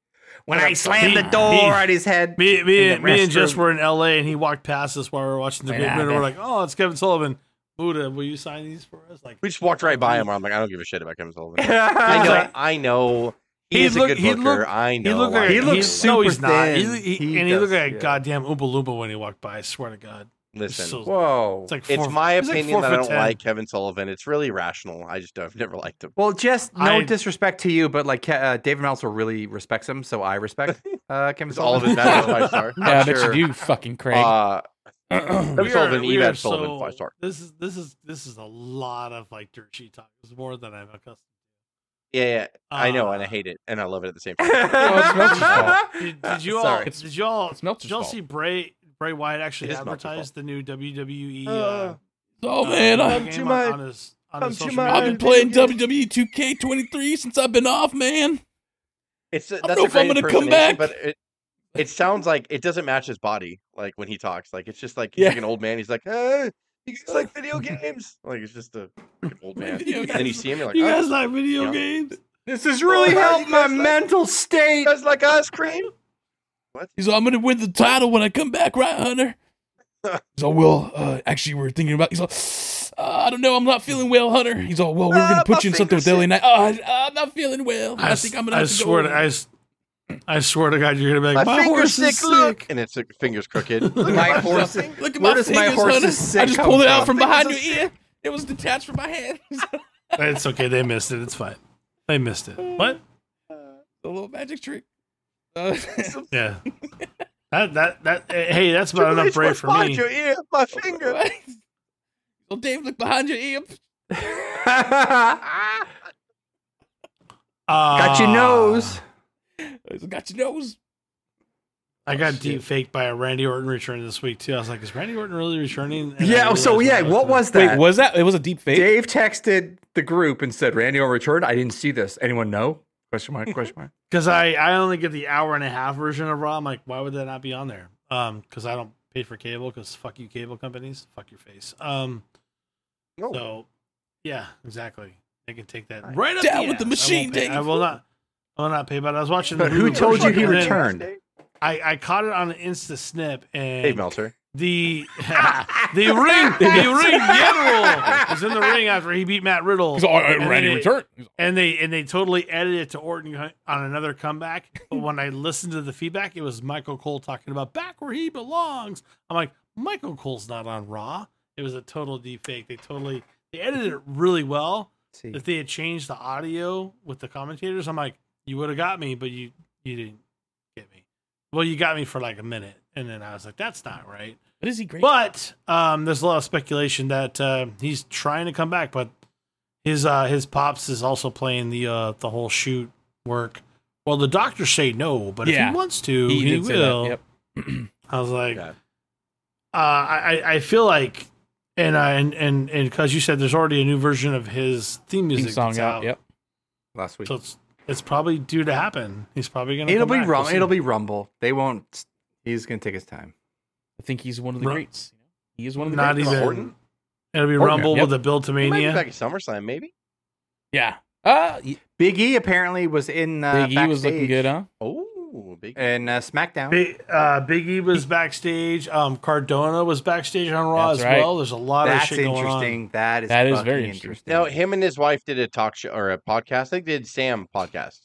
Speaker 1: When
Speaker 5: What
Speaker 1: I
Speaker 5: up,
Speaker 1: slammed the
Speaker 6: Pete?
Speaker 1: door at his head.
Speaker 6: Me, me,
Speaker 1: in the
Speaker 6: me, and Jess
Speaker 1: restroom.
Speaker 6: were in L.A. and he walked past us while we were watching the
Speaker 2: Wait,
Speaker 6: Great
Speaker 2: I
Speaker 6: Mirror.
Speaker 2: bet.
Speaker 6: We're like, "Oh, it's Kevin Sullivan." Buddha, will you sign these for us? Like
Speaker 5: we just walked right by him. I'm like, I don't give a shit about Kevin Sullivan. I
Speaker 1: I
Speaker 5: know.
Speaker 6: like-
Speaker 5: I know. He,
Speaker 6: He
Speaker 5: is
Speaker 6: look-
Speaker 5: a good
Speaker 6: he
Speaker 5: booker.
Speaker 6: looked-
Speaker 5: I know.
Speaker 6: he looked like
Speaker 5: I
Speaker 1: he
Speaker 5: know.
Speaker 1: looks
Speaker 6: no,
Speaker 1: super
Speaker 6: he's not. He-
Speaker 1: thin.
Speaker 6: he-
Speaker 1: He
Speaker 6: and he
Speaker 1: does,
Speaker 6: looked like
Speaker 1: yeah.
Speaker 6: a goddamn Oompa Loompa when he walked by. I swear to God,
Speaker 5: Listen,
Speaker 6: So-
Speaker 1: Whoa.
Speaker 6: it's like four,
Speaker 5: it's my
Speaker 6: he's like
Speaker 5: opinion
Speaker 6: four
Speaker 5: that I
Speaker 6: foot
Speaker 5: don't
Speaker 6: 10.
Speaker 5: like Kevin Sullivan. It's really irrational. I just don't, I've never liked him.
Speaker 1: well, just no
Speaker 6: I-
Speaker 1: disrespect to you, but like Ke- uh, David Meltzer really respects him, so I respect uh, Kevin
Speaker 5: It's all of his
Speaker 1: Sullivan.
Speaker 5: matches five star.
Speaker 2: Yeah, I bet
Speaker 1: Sure.
Speaker 2: you do, fucking Craig.
Speaker 5: Uh, Kevin
Speaker 6: We are-
Speaker 5: Sullivan,
Speaker 6: we are
Speaker 5: Evad Sullivan,
Speaker 6: so-
Speaker 5: five star.
Speaker 6: This is this is this is a lot of like dirt sheet talk. It's more than I'm accustomed.
Speaker 5: Yeah, yeah. I know, and I
Speaker 6: Uh,
Speaker 5: hate it, and I love it at the same time.
Speaker 2: it's Meltzer's fault.
Speaker 6: Did, did you all?
Speaker 1: Sorry.
Speaker 2: It's-
Speaker 6: Did you all?
Speaker 2: it's
Speaker 6: Did
Speaker 2: Meltzer's
Speaker 6: you all
Speaker 2: fault.
Speaker 6: see Bray Bray Wyatt actually
Speaker 5: It is Meltzer's
Speaker 6: advertised the new WWE? Uh,
Speaker 5: Uh,
Speaker 2: oh man,
Speaker 6: uh,
Speaker 2: I've,
Speaker 6: game
Speaker 5: too
Speaker 6: on-
Speaker 5: much.
Speaker 6: On his, on
Speaker 5: I'm
Speaker 6: his
Speaker 5: too
Speaker 6: social
Speaker 5: much.
Speaker 6: media.
Speaker 2: I've been playing E WWE 2K23 since I've been off, man.
Speaker 5: It's a,
Speaker 2: don't
Speaker 5: that's
Speaker 2: know
Speaker 5: a
Speaker 2: if I'm
Speaker 5: great
Speaker 2: gonna come back.
Speaker 5: impersonation, but it, it sounds like it doesn't match his body. Like when he talks, like it's just like he's
Speaker 2: Yeah.
Speaker 5: like an old man. He's like, hey, you guys like video games? Like it's just a fucking old man.
Speaker 2: Video
Speaker 5: and then you
Speaker 2: games.
Speaker 5: see him, you're like,
Speaker 6: You
Speaker 5: "Oh,
Speaker 6: guys like video
Speaker 5: Yeah.
Speaker 6: games?
Speaker 1: This has really
Speaker 5: Oh, how
Speaker 1: helped
Speaker 5: you
Speaker 1: my
Speaker 5: guys like-
Speaker 1: mental state.
Speaker 5: you guys like ice cream?
Speaker 2: He's like, I'm gonna win the title when I come back, right, Hunter? He's all, well, uh, actually, we're thinking about. He's all, uh, I don't know, I'm not feeling well, Hunter. He's all, well, we we're gonna
Speaker 5: Ah, my
Speaker 2: put you in something with
Speaker 5: fingers
Speaker 2: Ellie Knight. Oh, I, I'm not feeling well. I, think I'm gonna.
Speaker 6: I
Speaker 2: have to go
Speaker 6: swear to
Speaker 2: home."
Speaker 6: I, s- I swear to God, you're gonna be like, my, horse is sick.
Speaker 5: Look, and it's fingers crooked. Look at
Speaker 1: My
Speaker 5: my
Speaker 1: horse.
Speaker 5: fingers.
Speaker 2: Look at
Speaker 1: Where
Speaker 2: my
Speaker 1: does
Speaker 2: fingers,
Speaker 1: my horse's
Speaker 2: Hunter.
Speaker 1: sick
Speaker 2: I just
Speaker 1: come
Speaker 2: pulled it out
Speaker 1: from?
Speaker 2: from behind your
Speaker 5: Fingers
Speaker 2: ear. It was detached from my hand. a
Speaker 6: It's okay. They missed it. It's fine. They missed it. What?
Speaker 2: little magic trick. Uh,
Speaker 6: Yeah. That that that. eh, Hey, that's about
Speaker 5: Triple
Speaker 6: enough
Speaker 5: H
Speaker 6: break
Speaker 5: was
Speaker 6: for
Speaker 5: behind
Speaker 6: me.
Speaker 5: Your ear, my finger.
Speaker 2: well, Dave, look behind your ear.
Speaker 1: Got your
Speaker 6: Ah,
Speaker 1: nose.
Speaker 2: He's got your nose.
Speaker 6: I got deep faked by a Randy Orton return this week too. I was like, is Randy Orton really returning? And I
Speaker 1: Yeah. oh, So
Speaker 6: realized
Speaker 1: yeah,
Speaker 6: it
Speaker 1: what was that?
Speaker 2: Wait, was that? It was a deep fake.
Speaker 1: Dave texted the group and said, "Randy on return." I didn't see this. Anyone know? Question mark. Question mark.
Speaker 6: Because I I only get the hour and a half version of Raw. I'm like, why would that not be on there? Um, because I don't pay for cable. Because fuck you, cable companies. Fuck your face. Um,
Speaker 5: No.
Speaker 6: so yeah, exactly. They can take that right up
Speaker 2: Down with the
Speaker 6: ass. I won't
Speaker 2: machine,
Speaker 6: pay- I
Speaker 2: Dave.
Speaker 6: will not. I will not pay. But I was watching.
Speaker 1: But
Speaker 6: the
Speaker 1: who
Speaker 6: Hulu
Speaker 1: told you
Speaker 6: version,
Speaker 1: he
Speaker 6: and then
Speaker 1: returned?
Speaker 6: I I caught it on an Insta snip and
Speaker 5: Hey, Melter.
Speaker 6: the the ring the ring general was in the ring after he beat Matt Riddle.
Speaker 2: He's all, "All right,
Speaker 6: And
Speaker 2: Randy
Speaker 6: then it-
Speaker 2: return. He's all,
Speaker 6: and they and they totally edited it to Orton on another comeback. But when I listened to the feedback, it was Michael Cole talking about back where he belongs. I'm like, Michael Cole's not on Raw. It was a total deep fake. They totally they edited it really well.
Speaker 1: See.
Speaker 6: If they had changed the audio with the commentators, I'm like, you would have got me, but you you didn't get me. Well, you got me for like a minute, and then I was like, that's not right.
Speaker 2: But is he great?
Speaker 6: But um, there's a lot of speculation that uh, he's trying to come back, but his uh, his pops is also playing the uh, the whole shoot work. Well, the doctors say no, but if
Speaker 2: Yeah.
Speaker 6: he wants to, he,
Speaker 2: did say that,
Speaker 6: will.
Speaker 2: yep.
Speaker 6: I was like,
Speaker 5: Yeah.
Speaker 6: uh, I I- I feel like, and I and and and because you said there's already a new version of his
Speaker 2: Theme
Speaker 6: theme music
Speaker 2: song
Speaker 6: that's
Speaker 2: out. Yep.
Speaker 1: Last week.
Speaker 6: so it's it's probably due to happen. He's probably gonna.
Speaker 1: It'll
Speaker 6: come
Speaker 1: be
Speaker 6: back.
Speaker 1: rum.
Speaker 6: We'll see.
Speaker 1: it'll be rumble. They won't. He's gonna take his time.
Speaker 2: I think he's one of the
Speaker 6: Ru-
Speaker 2: greats. He is one of the
Speaker 6: not
Speaker 2: greats.
Speaker 6: even.
Speaker 5: Orton?
Speaker 6: It'll be
Speaker 2: Orton,
Speaker 6: Rumble
Speaker 2: yep.
Speaker 6: with a build to
Speaker 5: He might be
Speaker 6: Mania.
Speaker 5: back at SummerSlam, maybe.
Speaker 2: Yeah. Uh,
Speaker 1: Big E apparently was in. Uh,
Speaker 2: Big E was looking
Speaker 1: backstage
Speaker 2: good, huh?
Speaker 5: Oh, big.
Speaker 1: In uh, SmackDown.
Speaker 6: Big, uh, Big E was backstage. Um, Cardona was backstage on Raw
Speaker 2: That's
Speaker 6: as
Speaker 2: right.
Speaker 6: well. There's a lot
Speaker 1: That's
Speaker 6: of shit going
Speaker 1: interesting. That is.
Speaker 2: That is
Speaker 1: fucking
Speaker 2: very interesting.
Speaker 1: interesting.
Speaker 5: No, him and his wife did a talk show or a podcast. They did Sam podcast,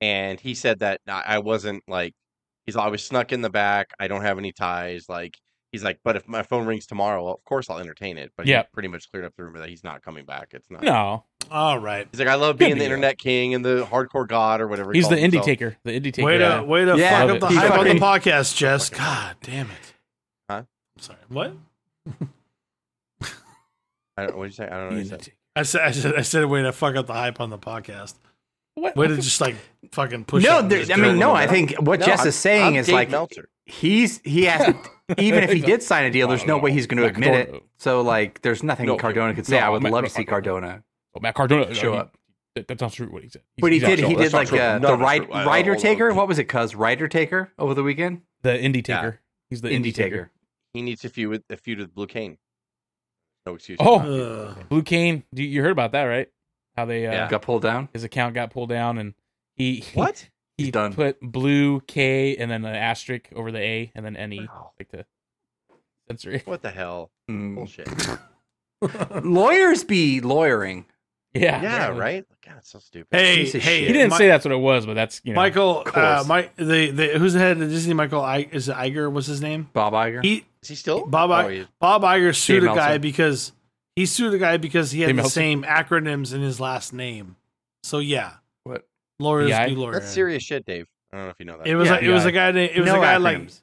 Speaker 5: and he said that "I- I wasn't like he's always snuck in the back. I don't have any ties. Like he's like, but if my phone rings tomorrow, well, of course I'll entertain it. But he
Speaker 2: Yeah.
Speaker 5: pretty much cleared up the rumor that he's not coming back.
Speaker 1: Uh,
Speaker 5: It's not.
Speaker 2: No,
Speaker 6: on. All right,
Speaker 5: He's like, I love
Speaker 2: Could
Speaker 5: being
Speaker 2: be,
Speaker 5: the
Speaker 2: yeah.
Speaker 5: internet king and the hardcore god or whatever. he
Speaker 2: he's the
Speaker 5: calls
Speaker 2: indie
Speaker 5: himself.
Speaker 2: taker. The indie taker.
Speaker 6: way
Speaker 2: yeah.
Speaker 6: to way to
Speaker 1: Yeah,
Speaker 6: fuck
Speaker 2: love
Speaker 6: up the
Speaker 2: it. He
Speaker 6: hype on
Speaker 1: fucking-
Speaker 6: the podcast, Jess.
Speaker 5: Fucking-
Speaker 6: God damn it.
Speaker 5: Huh?
Speaker 6: I'm sorry. What?
Speaker 5: I don't, what did you say? I don't
Speaker 2: The
Speaker 5: know. What you
Speaker 2: indie
Speaker 5: said.
Speaker 2: taker.
Speaker 6: I said I said I said way to fuck up the hype on the podcast.
Speaker 2: What?
Speaker 6: Way to just like fucking push.
Speaker 1: No,
Speaker 6: it
Speaker 1: there,
Speaker 6: just
Speaker 1: I
Speaker 6: do it
Speaker 1: mean, no.
Speaker 6: a
Speaker 1: I
Speaker 6: little bit.
Speaker 1: think what
Speaker 5: No,
Speaker 1: Jess
Speaker 5: I'm-
Speaker 1: is saying
Speaker 5: I'm
Speaker 1: is
Speaker 5: Dave
Speaker 1: like
Speaker 5: Meltzer.
Speaker 1: he's he has even if he did sign a deal, there's no way he's going to
Speaker 2: Matt
Speaker 1: admit it.
Speaker 2: Cardona.
Speaker 1: So like, there's nothing
Speaker 2: No,
Speaker 1: Cardona could say.
Speaker 2: no,
Speaker 1: I would
Speaker 2: Matt-
Speaker 1: love to
Speaker 2: Matt
Speaker 1: see Cardona,
Speaker 2: Oh, Matt Cardona
Speaker 1: Show
Speaker 2: he-
Speaker 1: up.
Speaker 2: that- that's not true. What he said. He's-
Speaker 1: but he
Speaker 2: he's
Speaker 1: did.
Speaker 2: not
Speaker 1: He
Speaker 2: sure.
Speaker 1: did
Speaker 5: That's not
Speaker 1: like
Speaker 5: true.
Speaker 1: uh,
Speaker 5: No,
Speaker 1: the
Speaker 5: that's
Speaker 1: ride,
Speaker 5: true. I-
Speaker 1: rider
Speaker 5: hold on.
Speaker 1: taker. What was it, Cuz rider taker over the weekend?
Speaker 2: the indie
Speaker 5: Yeah.
Speaker 2: taker. He's the
Speaker 1: Indie taker.
Speaker 5: He needs a feud with a feud with Blue Cane. No excuse.
Speaker 2: Oh.
Speaker 5: for that.
Speaker 6: Ugh.
Speaker 2: Blue Kane. do You you heard about that, right? How they uh,
Speaker 5: Yeah.
Speaker 1: Got pulled down.
Speaker 2: his account got pulled down and he he-
Speaker 5: what?
Speaker 2: he
Speaker 1: He's done.
Speaker 2: put blue K and then an asterisk over the A and then N E like to censor it.
Speaker 5: What the hell?
Speaker 1: Mm.
Speaker 5: Bullshit.
Speaker 1: Lawyers be lawyering.
Speaker 2: Yeah.
Speaker 5: Yeah,
Speaker 2: right.
Speaker 5: right. God, so stupid.
Speaker 6: Hey,
Speaker 1: Piece of
Speaker 6: hey,
Speaker 1: shit.
Speaker 2: He didn't
Speaker 6: Mi-
Speaker 2: say that's what it was, but that's you know.
Speaker 6: Michael. Uh,
Speaker 1: course.
Speaker 6: Mike, the, the who's the head of Disney? Michael I, is it Iger? What's his name?
Speaker 1: Bob Iger.
Speaker 6: He
Speaker 5: Is he still?
Speaker 6: Bob
Speaker 5: Oh,
Speaker 6: I-
Speaker 5: he-
Speaker 6: Bob Iger sued
Speaker 1: Dave
Speaker 6: a
Speaker 1: Meltzer.
Speaker 6: guy because he sued a guy because he had
Speaker 2: Dave
Speaker 6: the
Speaker 2: Meltzer.
Speaker 6: same acronyms in his last name. So yeah,
Speaker 1: what?
Speaker 6: lawyers
Speaker 2: Yeah,
Speaker 6: be
Speaker 2: I-
Speaker 6: lawyers.
Speaker 5: That's serious shit, Dave. I don't know if you know that.
Speaker 6: It was
Speaker 1: Yeah,
Speaker 6: like, it was
Speaker 2: yeah.
Speaker 6: a guy named, it was
Speaker 1: no
Speaker 6: a guy
Speaker 1: acronyms.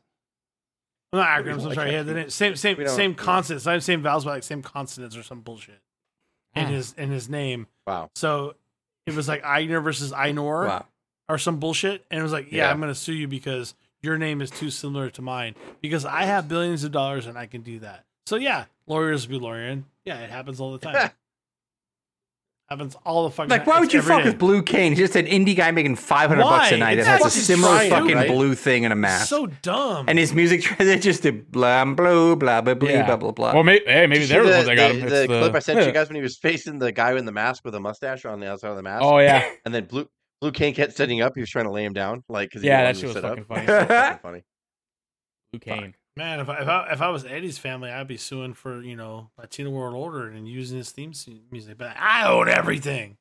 Speaker 6: like not acronyms. I'm
Speaker 5: Like,
Speaker 6: sorry, yeah, the name, same
Speaker 5: we
Speaker 6: same
Speaker 5: don't-
Speaker 6: same
Speaker 5: yeah.
Speaker 6: consonants, not same vowels, but like same consonants or some bullshit in his in his name.
Speaker 5: wow.
Speaker 6: So it was like Eigner versus Einor
Speaker 1: wow.
Speaker 6: or some bullshit, and it was like, yeah,
Speaker 5: Yeah.
Speaker 6: I'm gonna sue you because your name is too similar to mine because I have billions of dollars and I can do that. So yeah, lawyers be lawyering. Yeah, it happens all the time. Happens all the fucking
Speaker 1: Like,
Speaker 6: time.
Speaker 1: why would
Speaker 6: It's
Speaker 1: you
Speaker 6: every
Speaker 1: fuck
Speaker 6: day.
Speaker 1: with Blue Kane? He's just an indie guy making 500 bucks
Speaker 6: Why?
Speaker 1: a night that
Speaker 6: It's
Speaker 1: has a
Speaker 6: fucking
Speaker 1: similar
Speaker 5: trying,
Speaker 1: fucking
Speaker 5: right?
Speaker 1: blue thing and a
Speaker 6: It's
Speaker 1: mask.
Speaker 6: So dumb.
Speaker 1: and his music is just a blah, blah, blah, blah, blah,
Speaker 2: Yeah.
Speaker 1: blah, blah, blah.
Speaker 2: Or maybe, hey, maybe
Speaker 5: Did
Speaker 2: they're
Speaker 5: you
Speaker 2: the
Speaker 5: see
Speaker 2: ones that got him.
Speaker 5: The,
Speaker 2: It's
Speaker 5: clip I sent
Speaker 2: yeah.
Speaker 5: you guys when he was facing the guy in the mask with a mustache on the outside of the mask.
Speaker 2: Oh yeah,
Speaker 5: And then Blue Blue Kane kept sitting up. He was trying to lay him down, like because
Speaker 2: yeah, that
Speaker 5: he
Speaker 2: shit was
Speaker 5: didn't want him
Speaker 2: fucking
Speaker 5: to
Speaker 2: funny.
Speaker 5: sit up. Fucking funny.
Speaker 2: Luke Kane.
Speaker 6: Man, if I, if I if I was Eddie's family, I'd be suing for you know Latino World Order and using his theme se- music. But I own everything,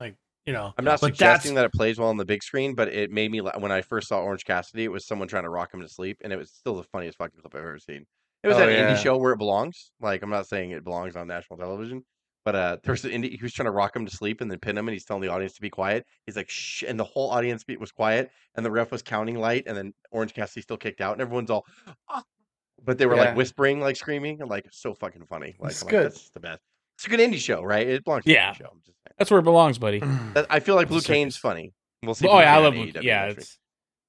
Speaker 6: like you know.
Speaker 5: I'm not
Speaker 6: But
Speaker 5: suggesting that it plays well on the big screen, but it made me la- when I first saw Orange Cassidy. It was someone trying to rock him to sleep, and it was still the funniest fucking clip I've ever seen. It was
Speaker 1: Oh,
Speaker 5: at an
Speaker 1: yeah.
Speaker 5: indie show where it belongs. Like I'm not saying it belongs on national television, but uh, there was an indie. He was trying to rock him to sleep and then pin him, and he's telling the audience to be quiet. He's like, shh, and the whole audience be- was quiet, and the ref was counting light, and then Orange Cassidy still kicked out, and everyone's all, "Ah." but they were
Speaker 1: Yeah.
Speaker 5: like whispering, like screaming, and like so fucking funny. Like,
Speaker 1: It's
Speaker 5: I'm like,
Speaker 1: good.
Speaker 5: that's the best. It's a good indie show, right? It belongs. To
Speaker 2: Yeah.
Speaker 5: an indie show. I'm just saying.
Speaker 2: That's where it belongs, buddy.
Speaker 6: Mm.
Speaker 5: That, I feel like Blue
Speaker 2: Circus.
Speaker 5: Cane's funny. We'll see.
Speaker 2: oh
Speaker 5: Blue
Speaker 2: yeah, I
Speaker 5: Cane
Speaker 2: love
Speaker 5: in
Speaker 2: Luke.
Speaker 5: AEW
Speaker 2: Yeah,
Speaker 5: E next week.
Speaker 2: it's,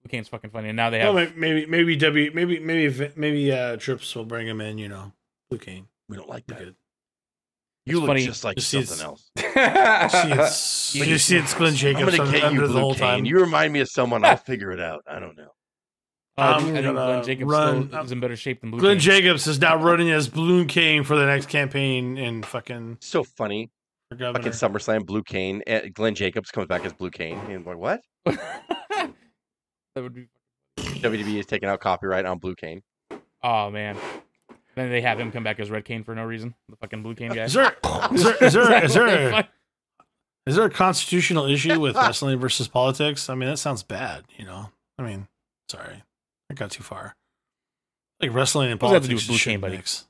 Speaker 2: Luke Kane's fucking funny, and now they
Speaker 6: No,
Speaker 2: have.
Speaker 6: may- maybe maybe W maybe maybe Vin- maybe uh Trips will bring him in. You know, Blue Kane.
Speaker 5: we don't like
Speaker 6: Be
Speaker 5: that.
Speaker 6: Good.
Speaker 5: You look
Speaker 2: funny.
Speaker 5: just like
Speaker 6: Just
Speaker 5: something
Speaker 6: sees-
Speaker 5: else.
Speaker 6: See, it's, you see, it's Glenn
Speaker 5: I'm
Speaker 6: Jacobs
Speaker 5: gonna
Speaker 6: under,
Speaker 5: get you,
Speaker 6: under the
Speaker 5: Blue
Speaker 6: whole
Speaker 5: Cane.
Speaker 6: time.
Speaker 5: You remind me of someone. I'll figure it out. I don't know.
Speaker 2: uh,
Speaker 6: I'm
Speaker 2: I think
Speaker 6: um, gonna
Speaker 2: Glenn Jacobs
Speaker 6: run
Speaker 2: still
Speaker 6: up-
Speaker 2: is in better shape than Luke
Speaker 6: Glenn
Speaker 2: Kane.
Speaker 6: Jacobs is now running as Blue Kane for the next campaign in fucking
Speaker 5: So funny.
Speaker 6: for governor.
Speaker 5: Fucking SummerSlam, Blue Cane. eh, Glenn Jacobs comes back as Blue Cane. And like, what?
Speaker 2: that would be.
Speaker 5: WWE E is taking out copyright on Blue Cane.
Speaker 2: Oh man. Then they have him come back as Red Kane for no reason. The fucking Blue Kane guy.
Speaker 6: Is there is there is there is there,
Speaker 2: Fuck.
Speaker 6: is there a constitutional issue with wrestling versus politics? I mean, that sounds bad. You know, I mean, sorry, I got too far. Like wrestling and
Speaker 2: What does that have to
Speaker 6: politics
Speaker 2: do with Blue Kane,
Speaker 6: shouldn't
Speaker 2: buddy?
Speaker 6: mix.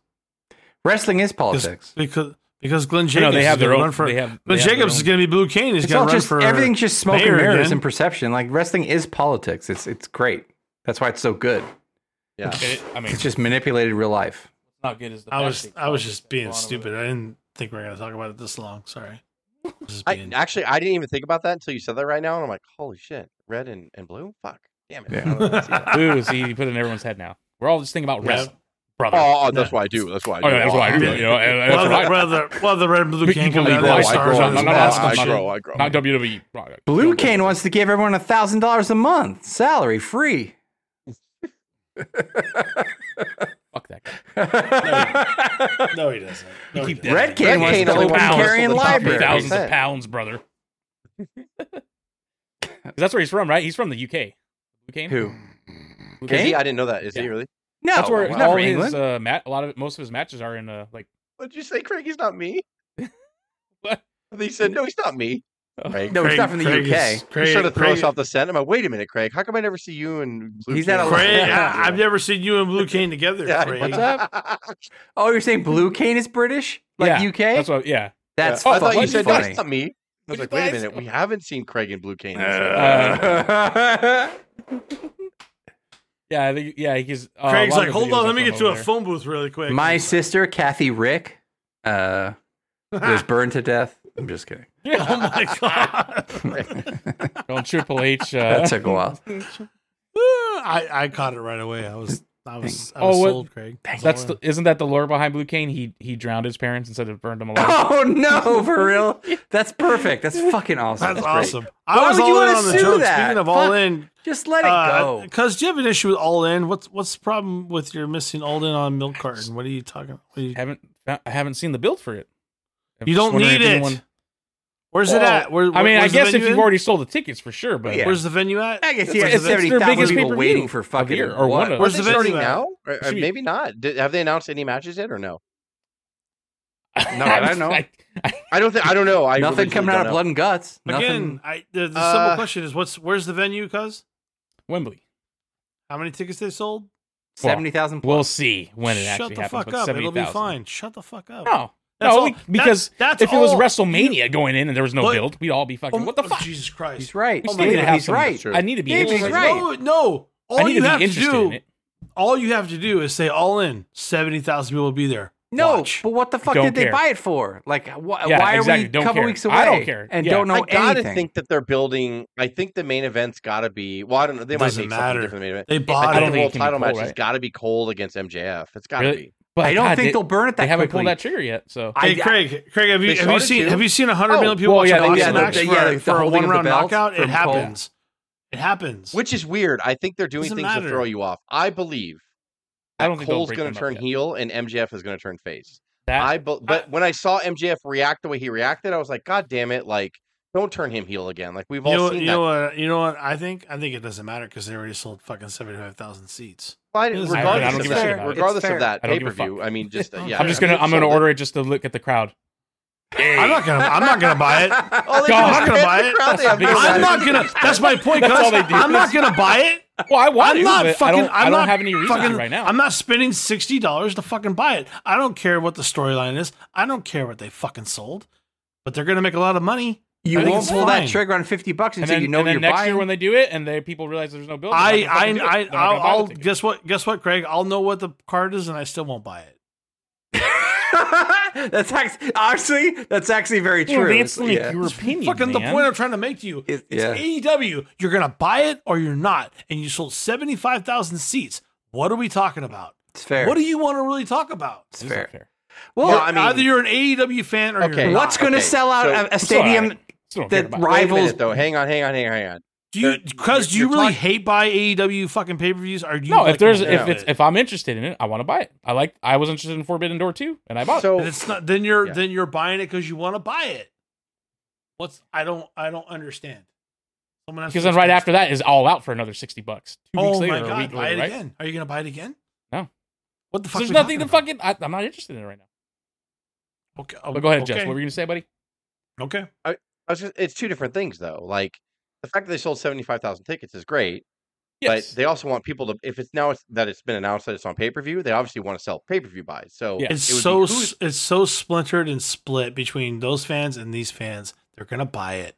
Speaker 1: Wrestling is
Speaker 6: Because-
Speaker 1: politics.
Speaker 6: because because Glenn Jacobs
Speaker 2: No, they have
Speaker 6: is gonna
Speaker 2: their own.
Speaker 6: run for
Speaker 2: they have.
Speaker 6: Glenn
Speaker 2: they have their
Speaker 6: Jacobs is
Speaker 2: own-
Speaker 6: going to be Blue Kane. He's
Speaker 1: It's
Speaker 6: going
Speaker 1: all
Speaker 6: to run
Speaker 1: just
Speaker 6: for
Speaker 1: everything's just smoke and
Speaker 6: mayor
Speaker 1: mirrors
Speaker 6: again.
Speaker 1: and perception. Like wrestling is politics. It's it's great. That's why it's so good.
Speaker 5: Yeah.
Speaker 2: It- I mean,
Speaker 1: It's just manipulated real life.
Speaker 2: not good as the.
Speaker 6: I
Speaker 2: best
Speaker 6: was
Speaker 2: thing.
Speaker 6: I was just
Speaker 2: Go
Speaker 6: being
Speaker 2: on over
Speaker 6: stupid.
Speaker 2: there.
Speaker 6: I didn't think we were going to talk about it this long. Sorry. I was just
Speaker 5: I,
Speaker 6: being-
Speaker 5: actually, I didn't even think about that until you said that right now. And I'm like, holy shit. Red and, and blue? Fuck. Damn it.
Speaker 1: Yeah.
Speaker 5: I don't know if I see that.
Speaker 2: Ooh, see, you put it in everyone's head now. We're all just thinking about
Speaker 6: Yeah.
Speaker 2: wrestling, brother.
Speaker 1: uh,
Speaker 5: oh, oh, that's why I do. That's why I do.
Speaker 2: Oh, yeah, that's what I do. You know, and- and that's
Speaker 6: well,
Speaker 2: what I-
Speaker 6: the, well, the, well, the red and blue
Speaker 2: We
Speaker 6: Kane
Speaker 2: can
Speaker 6: come
Speaker 2: leave
Speaker 6: down
Speaker 2: that
Speaker 6: there
Speaker 2: white
Speaker 6: with stars
Speaker 2: girl
Speaker 6: on his
Speaker 2: alone.
Speaker 6: mask.
Speaker 2: I
Speaker 6: and shit.
Speaker 2: grow,
Speaker 5: I grow.
Speaker 2: Not E. WWE. product.
Speaker 1: Blue Cane wants to give everyone a thousand dollars a month, salary free.
Speaker 2: Fuck that guy.
Speaker 6: No, he doesn't. No, he
Speaker 2: Keep
Speaker 6: doesn't.
Speaker 1: Red Cane
Speaker 5: Red
Speaker 1: wants
Speaker 5: Cane
Speaker 1: the
Speaker 5: only
Speaker 1: open
Speaker 5: wants to
Speaker 1: carry and
Speaker 5: wrestle the top
Speaker 1: library.
Speaker 2: Thousands of
Speaker 5: Percent.
Speaker 2: pounds, brother. 'Cause that's where he's from, right? He's from the UK. Blue Kane.
Speaker 1: Who?
Speaker 2: Blue
Speaker 5: Is he?
Speaker 2: Kane?
Speaker 5: I didn't know that. Is
Speaker 2: Yeah.
Speaker 5: he really?
Speaker 1: No,
Speaker 2: That's where
Speaker 1: he's not
Speaker 2: all
Speaker 1: from
Speaker 2: his
Speaker 1: England.
Speaker 2: uh, mat. A lot of most of his matches are in uh, like.
Speaker 5: What did you say, Craig? He's not me.
Speaker 2: What?
Speaker 5: They said, no, he's not me.
Speaker 6: Oh.
Speaker 5: Craig.
Speaker 1: no, he's not from the
Speaker 6: Craig
Speaker 1: UK.
Speaker 6: is-
Speaker 5: He's trying to throw us
Speaker 6: Craig-
Speaker 5: off the scent. I'm like, wait a minute, Craig. How come I never see you and Blue
Speaker 1: He's
Speaker 5: Kane?
Speaker 1: at a-
Speaker 6: Craig,
Speaker 1: Yeah.
Speaker 6: I, I've never seen you and Blue Kane together.
Speaker 5: Yeah,
Speaker 6: Craig.
Speaker 1: What's up? oh, you're saying Blue Cane is British, like
Speaker 2: yeah,
Speaker 1: UK?
Speaker 2: That's what. Yeah. Oh,
Speaker 1: That's
Speaker 5: I thought
Speaker 1: fucking
Speaker 5: you said no,
Speaker 1: funny.
Speaker 5: it's not me. I was
Speaker 2: Would
Speaker 5: like,
Speaker 2: you
Speaker 5: wait a
Speaker 2: guys-
Speaker 5: minute, we haven't seen Craig and Blue Kane.
Speaker 6: Uh,
Speaker 1: Uh,
Speaker 2: Yeah, I think yeah, he's uh, a
Speaker 6: Craig's
Speaker 2: lot
Speaker 6: like,
Speaker 2: of
Speaker 6: hold
Speaker 2: videos
Speaker 6: on,
Speaker 2: are
Speaker 6: let me
Speaker 2: from
Speaker 6: get to a
Speaker 2: over there.
Speaker 6: phone booth really quick.
Speaker 1: My sister, Kathy Rick, uh, was burned to death. I'm just kidding.
Speaker 6: oh my god!
Speaker 2: on Triple H. Uh,
Speaker 1: That took a while.
Speaker 6: I, I caught it right away. I was I was, I was
Speaker 2: Oh, what-
Speaker 6: sold, Craig.
Speaker 2: That's the, isn't that the lore behind Blue Cane? He he drowned his parents instead of burned them alive.
Speaker 1: Oh no, for real? That's perfect. That's fucking awesome.
Speaker 6: That's awesome. I
Speaker 1: Why
Speaker 6: was
Speaker 1: would you
Speaker 6: all in
Speaker 1: wanna
Speaker 6: on the
Speaker 1: sue
Speaker 6: joke.
Speaker 1: that?
Speaker 6: Speaking of all
Speaker 1: Fuck.
Speaker 6: in,
Speaker 1: Just let it
Speaker 2: Uh,
Speaker 1: go.
Speaker 6: because Uh, you have an issue with all in. What's what's the problem with your missing all in on milk carton? What are you talking? What are you,
Speaker 2: haven't I haven't seen the build for it. I'm
Speaker 6: you
Speaker 2: just
Speaker 6: don't
Speaker 2: wondering
Speaker 6: need it.
Speaker 2: if anyone-
Speaker 6: Where's it
Speaker 2: Well,
Speaker 6: at? Where,
Speaker 2: I
Speaker 6: where-
Speaker 2: mean, I
Speaker 6: where's the
Speaker 2: guess if
Speaker 6: venue
Speaker 2: you've
Speaker 6: in?
Speaker 2: already sold the tickets for sure, but
Speaker 1: Yeah.
Speaker 6: Where's the venue at?
Speaker 1: I guess
Speaker 6: It's
Speaker 1: yeah,
Speaker 6: like-
Speaker 1: it's
Speaker 2: it's their
Speaker 1: seventy thousand
Speaker 2: biggest
Speaker 1: people
Speaker 2: pay-per-view
Speaker 1: waiting for
Speaker 2: the
Speaker 1: fucking
Speaker 2: year, or one
Speaker 1: what?
Speaker 2: of-
Speaker 5: Where's
Speaker 6: Where's
Speaker 5: the
Speaker 6: the venue
Speaker 5: starting
Speaker 6: at?
Speaker 5: now? Or, or
Speaker 2: Should be-
Speaker 5: maybe not. Did, have they announced any matches yet or no?
Speaker 1: No, I don't know.
Speaker 2: I, I,
Speaker 5: I don't think. I don't know. I
Speaker 1: Nothing
Speaker 5: really
Speaker 1: coming
Speaker 5: don't
Speaker 1: out of
Speaker 5: know.
Speaker 1: blood and guts.
Speaker 6: Again,
Speaker 1: Nothing.
Speaker 6: I, the, the
Speaker 5: Uh,
Speaker 6: simple question is what's where's the venue? Cause
Speaker 2: Wembley.
Speaker 6: how many tickets they sold?
Speaker 1: Seventy thousand.
Speaker 2: We'll see when it
Speaker 6: Shut
Speaker 2: actually
Speaker 6: the
Speaker 2: happens.
Speaker 6: fuck
Speaker 2: but
Speaker 6: up. It'll be
Speaker 2: 70,000.
Speaker 6: fine. Shut the fuck up.
Speaker 2: No,
Speaker 6: That's
Speaker 2: no,
Speaker 6: all-
Speaker 2: we- because
Speaker 6: that's- that's
Speaker 2: if it was
Speaker 6: all-
Speaker 2: WrestleMania going in and there was no
Speaker 6: What?
Speaker 2: build, we'd all be fucking.
Speaker 6: Oh,
Speaker 2: what the
Speaker 6: oh,
Speaker 2: fuck?
Speaker 6: Jesus Christ.
Speaker 1: He's right.
Speaker 2: We
Speaker 1: Oh,
Speaker 2: still need to
Speaker 1: man,
Speaker 2: have
Speaker 1: He's
Speaker 2: some.
Speaker 1: right.
Speaker 2: I need to be
Speaker 1: Yeah, he's
Speaker 2: interested.
Speaker 1: right.
Speaker 6: No, no. All
Speaker 2: I need
Speaker 6: you
Speaker 2: to
Speaker 6: have
Speaker 2: be
Speaker 6: to
Speaker 2: interested in
Speaker 6: do,
Speaker 2: it.
Speaker 6: all you have to do is say all in. Seventy thousand people will be there.
Speaker 1: No,
Speaker 6: Watch.
Speaker 1: but what the fuck
Speaker 2: Don't
Speaker 1: did they
Speaker 2: care.
Speaker 1: buy it for? Like, wh-
Speaker 2: Yeah,
Speaker 1: why are
Speaker 2: exactly.
Speaker 1: we
Speaker 2: Don't
Speaker 1: a couple
Speaker 2: care.
Speaker 1: weeks away?
Speaker 2: I don't care.
Speaker 1: and
Speaker 2: Yeah.
Speaker 1: don't know
Speaker 5: I gotta
Speaker 1: anything.
Speaker 5: think that they're building. I think the main event's gotta be. Well, I don't know. They might
Speaker 6: Doesn't
Speaker 5: make
Speaker 6: matter.
Speaker 5: something different. than the main event.
Speaker 6: they
Speaker 5: I
Speaker 6: bought
Speaker 5: think
Speaker 2: don't
Speaker 5: the
Speaker 6: it.
Speaker 2: think it
Speaker 5: world
Speaker 2: can be
Speaker 5: title
Speaker 2: Cole,
Speaker 5: match has
Speaker 2: right?
Speaker 5: got to be Cold against MJF. It's got to
Speaker 2: Really?
Speaker 5: be.
Speaker 2: But
Speaker 1: I don't
Speaker 2: God,
Speaker 1: think
Speaker 2: they,
Speaker 1: they'll burn it that
Speaker 2: they haven't
Speaker 1: quickly.
Speaker 2: pulled that trigger yet. So
Speaker 1: I-
Speaker 6: Hey, Craig, Craig, have you
Speaker 5: They
Speaker 6: have you
Speaker 5: started
Speaker 6: seen
Speaker 5: to.
Speaker 6: have you seen hundred million
Speaker 2: Oh,
Speaker 6: people
Speaker 2: well,
Speaker 6: watch
Speaker 2: yeah,
Speaker 6: an
Speaker 2: they-
Speaker 6: Austin
Speaker 2: yeah,
Speaker 6: Max
Speaker 1: they-
Speaker 6: for,
Speaker 1: yeah, the
Speaker 6: for a
Speaker 1: holding of
Speaker 6: one
Speaker 1: the
Speaker 6: round
Speaker 1: belt
Speaker 6: knockout? It
Speaker 1: from Cole.
Speaker 6: happens. It happens.
Speaker 5: Which is weird. I think they're doing
Speaker 6: Doesn't
Speaker 5: things
Speaker 6: matter.
Speaker 5: to throw you off. I believe
Speaker 2: I
Speaker 5: that
Speaker 2: don't think they'll
Speaker 5: Cole's
Speaker 2: break
Speaker 5: going
Speaker 2: them
Speaker 5: to
Speaker 2: up
Speaker 5: turn
Speaker 2: yet.
Speaker 5: heel and MJF is going to turn face.
Speaker 2: that
Speaker 5: I bu- but when I saw MJF react the way he reacted, I was like, God damn it! Like, don't turn him heel again. Like we've
Speaker 6: You
Speaker 5: all
Speaker 6: know,
Speaker 5: seen
Speaker 6: you
Speaker 5: that.
Speaker 6: know what? You know what? I think I think it doesn't matter because they already sold fucking seventy five thousand seats.
Speaker 5: Why-
Speaker 6: It doesn't matter. I
Speaker 5: regardless
Speaker 6: don't
Speaker 5: of
Speaker 6: give a shit
Speaker 5: that,
Speaker 2: about it.
Speaker 5: regardless
Speaker 1: It's fair.
Speaker 5: of that
Speaker 2: I
Speaker 5: pay
Speaker 2: don't give
Speaker 5: per
Speaker 2: a
Speaker 5: view, I mean, just uh, yeah.
Speaker 2: I'm just gonna I'm gonna
Speaker 5: sold it.
Speaker 2: order it just to look at the crowd.
Speaker 6: I'm not gonna. I'm not gonna buy it.
Speaker 5: Oh,
Speaker 2: God,
Speaker 5: they just
Speaker 2: I'm not
Speaker 6: gonna
Speaker 5: hit
Speaker 6: buy
Speaker 5: the
Speaker 6: it.
Speaker 5: crowd, they have no
Speaker 2: Because
Speaker 6: I'm
Speaker 5: idea.
Speaker 6: not gonna. That's my point.
Speaker 2: That's
Speaker 6: cuz.
Speaker 2: all they do.
Speaker 6: I'm not gonna buy it.
Speaker 2: Well, I want
Speaker 6: I'm
Speaker 2: to,
Speaker 6: not
Speaker 2: but I
Speaker 6: fucking.
Speaker 2: don't,
Speaker 6: am
Speaker 2: I don't
Speaker 6: not
Speaker 2: have any reason
Speaker 6: fucking,
Speaker 2: right now.
Speaker 6: I'm not spending sixty dollars to fucking buy it. I don't care what the storyline is. I don't care what they fucking sold. But they're gonna make a lot of money.
Speaker 1: You
Speaker 6: I think
Speaker 1: won't
Speaker 6: it's
Speaker 1: pull
Speaker 6: fine.
Speaker 1: that trigger on 50 bucks
Speaker 2: and
Speaker 1: until
Speaker 2: then,
Speaker 1: you know
Speaker 2: and then
Speaker 1: you're
Speaker 2: next
Speaker 1: buying.
Speaker 2: year when they do it, and they people realize there's no bill,
Speaker 6: I I I I'll, I'll guess what guess what Craig. I'll know what the card is and I still won't buy it.
Speaker 1: that's actually, honestly, that's actually very true.
Speaker 2: It's like
Speaker 1: Yeah.
Speaker 2: your opinion,
Speaker 6: fucking the
Speaker 2: man.
Speaker 6: point I'm trying to make to you.
Speaker 1: It-
Speaker 6: it's
Speaker 1: yeah.
Speaker 6: AEW. You're gonna buy it or you're not, and you sold seventy five thousand seats. What are we talking about?
Speaker 1: It's fair.
Speaker 6: What do you want to really talk about?
Speaker 1: it's
Speaker 2: This isn't
Speaker 1: fair.
Speaker 2: fair.
Speaker 1: Well,
Speaker 5: Yeah, I mean-
Speaker 6: Either you're an AEW fan or
Speaker 5: Okay.
Speaker 6: you're not.
Speaker 1: what's going to
Speaker 5: okay,
Speaker 1: sell out
Speaker 5: so-
Speaker 1: a- a,
Speaker 2: It's all right.
Speaker 1: stadium
Speaker 2: Still don't care
Speaker 1: that
Speaker 2: about it.
Speaker 5: Wait a
Speaker 1: rivals?
Speaker 5: minute, though. Hang on, hang on, hang on, hang on.
Speaker 6: Do you
Speaker 5: You're-
Speaker 6: because do you
Speaker 5: you're
Speaker 6: really
Speaker 5: talking-
Speaker 6: hate buy AEW fucking pay per views? Are you
Speaker 2: No,
Speaker 6: like
Speaker 2: if there's
Speaker 6: them
Speaker 2: if
Speaker 6: about
Speaker 2: it's
Speaker 6: it?
Speaker 2: if I'm interested in it, I want to buy it. I like I was interested in Forbidden Door too, and I bought it.
Speaker 5: So
Speaker 6: Then it's not then you're
Speaker 5: Yeah.
Speaker 6: then you're buying it because you want to buy it. What's I don't I don't understand. Someone has to
Speaker 2: Because then right
Speaker 6: explain
Speaker 2: after that is all out for another sixty bucks. Two
Speaker 6: Oh
Speaker 2: weeks later,
Speaker 6: my
Speaker 2: or a
Speaker 6: god!
Speaker 2: week
Speaker 6: Buy
Speaker 2: later,
Speaker 6: it
Speaker 2: right?
Speaker 6: again? Are you gonna buy it again?
Speaker 2: No.
Speaker 6: What the
Speaker 2: So
Speaker 6: fuck?
Speaker 2: there's
Speaker 6: we
Speaker 2: nothing to
Speaker 6: talking
Speaker 2: fucking. I, I'm not interested in it right now.
Speaker 6: about? Okay.
Speaker 2: But go ahead,
Speaker 6: okay.
Speaker 2: Jess. What were you gonna say, buddy?
Speaker 6: Okay.
Speaker 5: I was just, it's two different things though. Like the fact that they sold seventy five thousand tickets is great,
Speaker 2: Yes.
Speaker 5: but they also want people to. If it's now it's, that it's been announced that it's on pay per view, they obviously want to sell pay per view buys. So
Speaker 2: Yeah.
Speaker 6: It's
Speaker 5: it would
Speaker 6: so
Speaker 5: behoove-
Speaker 6: s- it's so splintered and split between those fans and these fans. They're gonna buy it.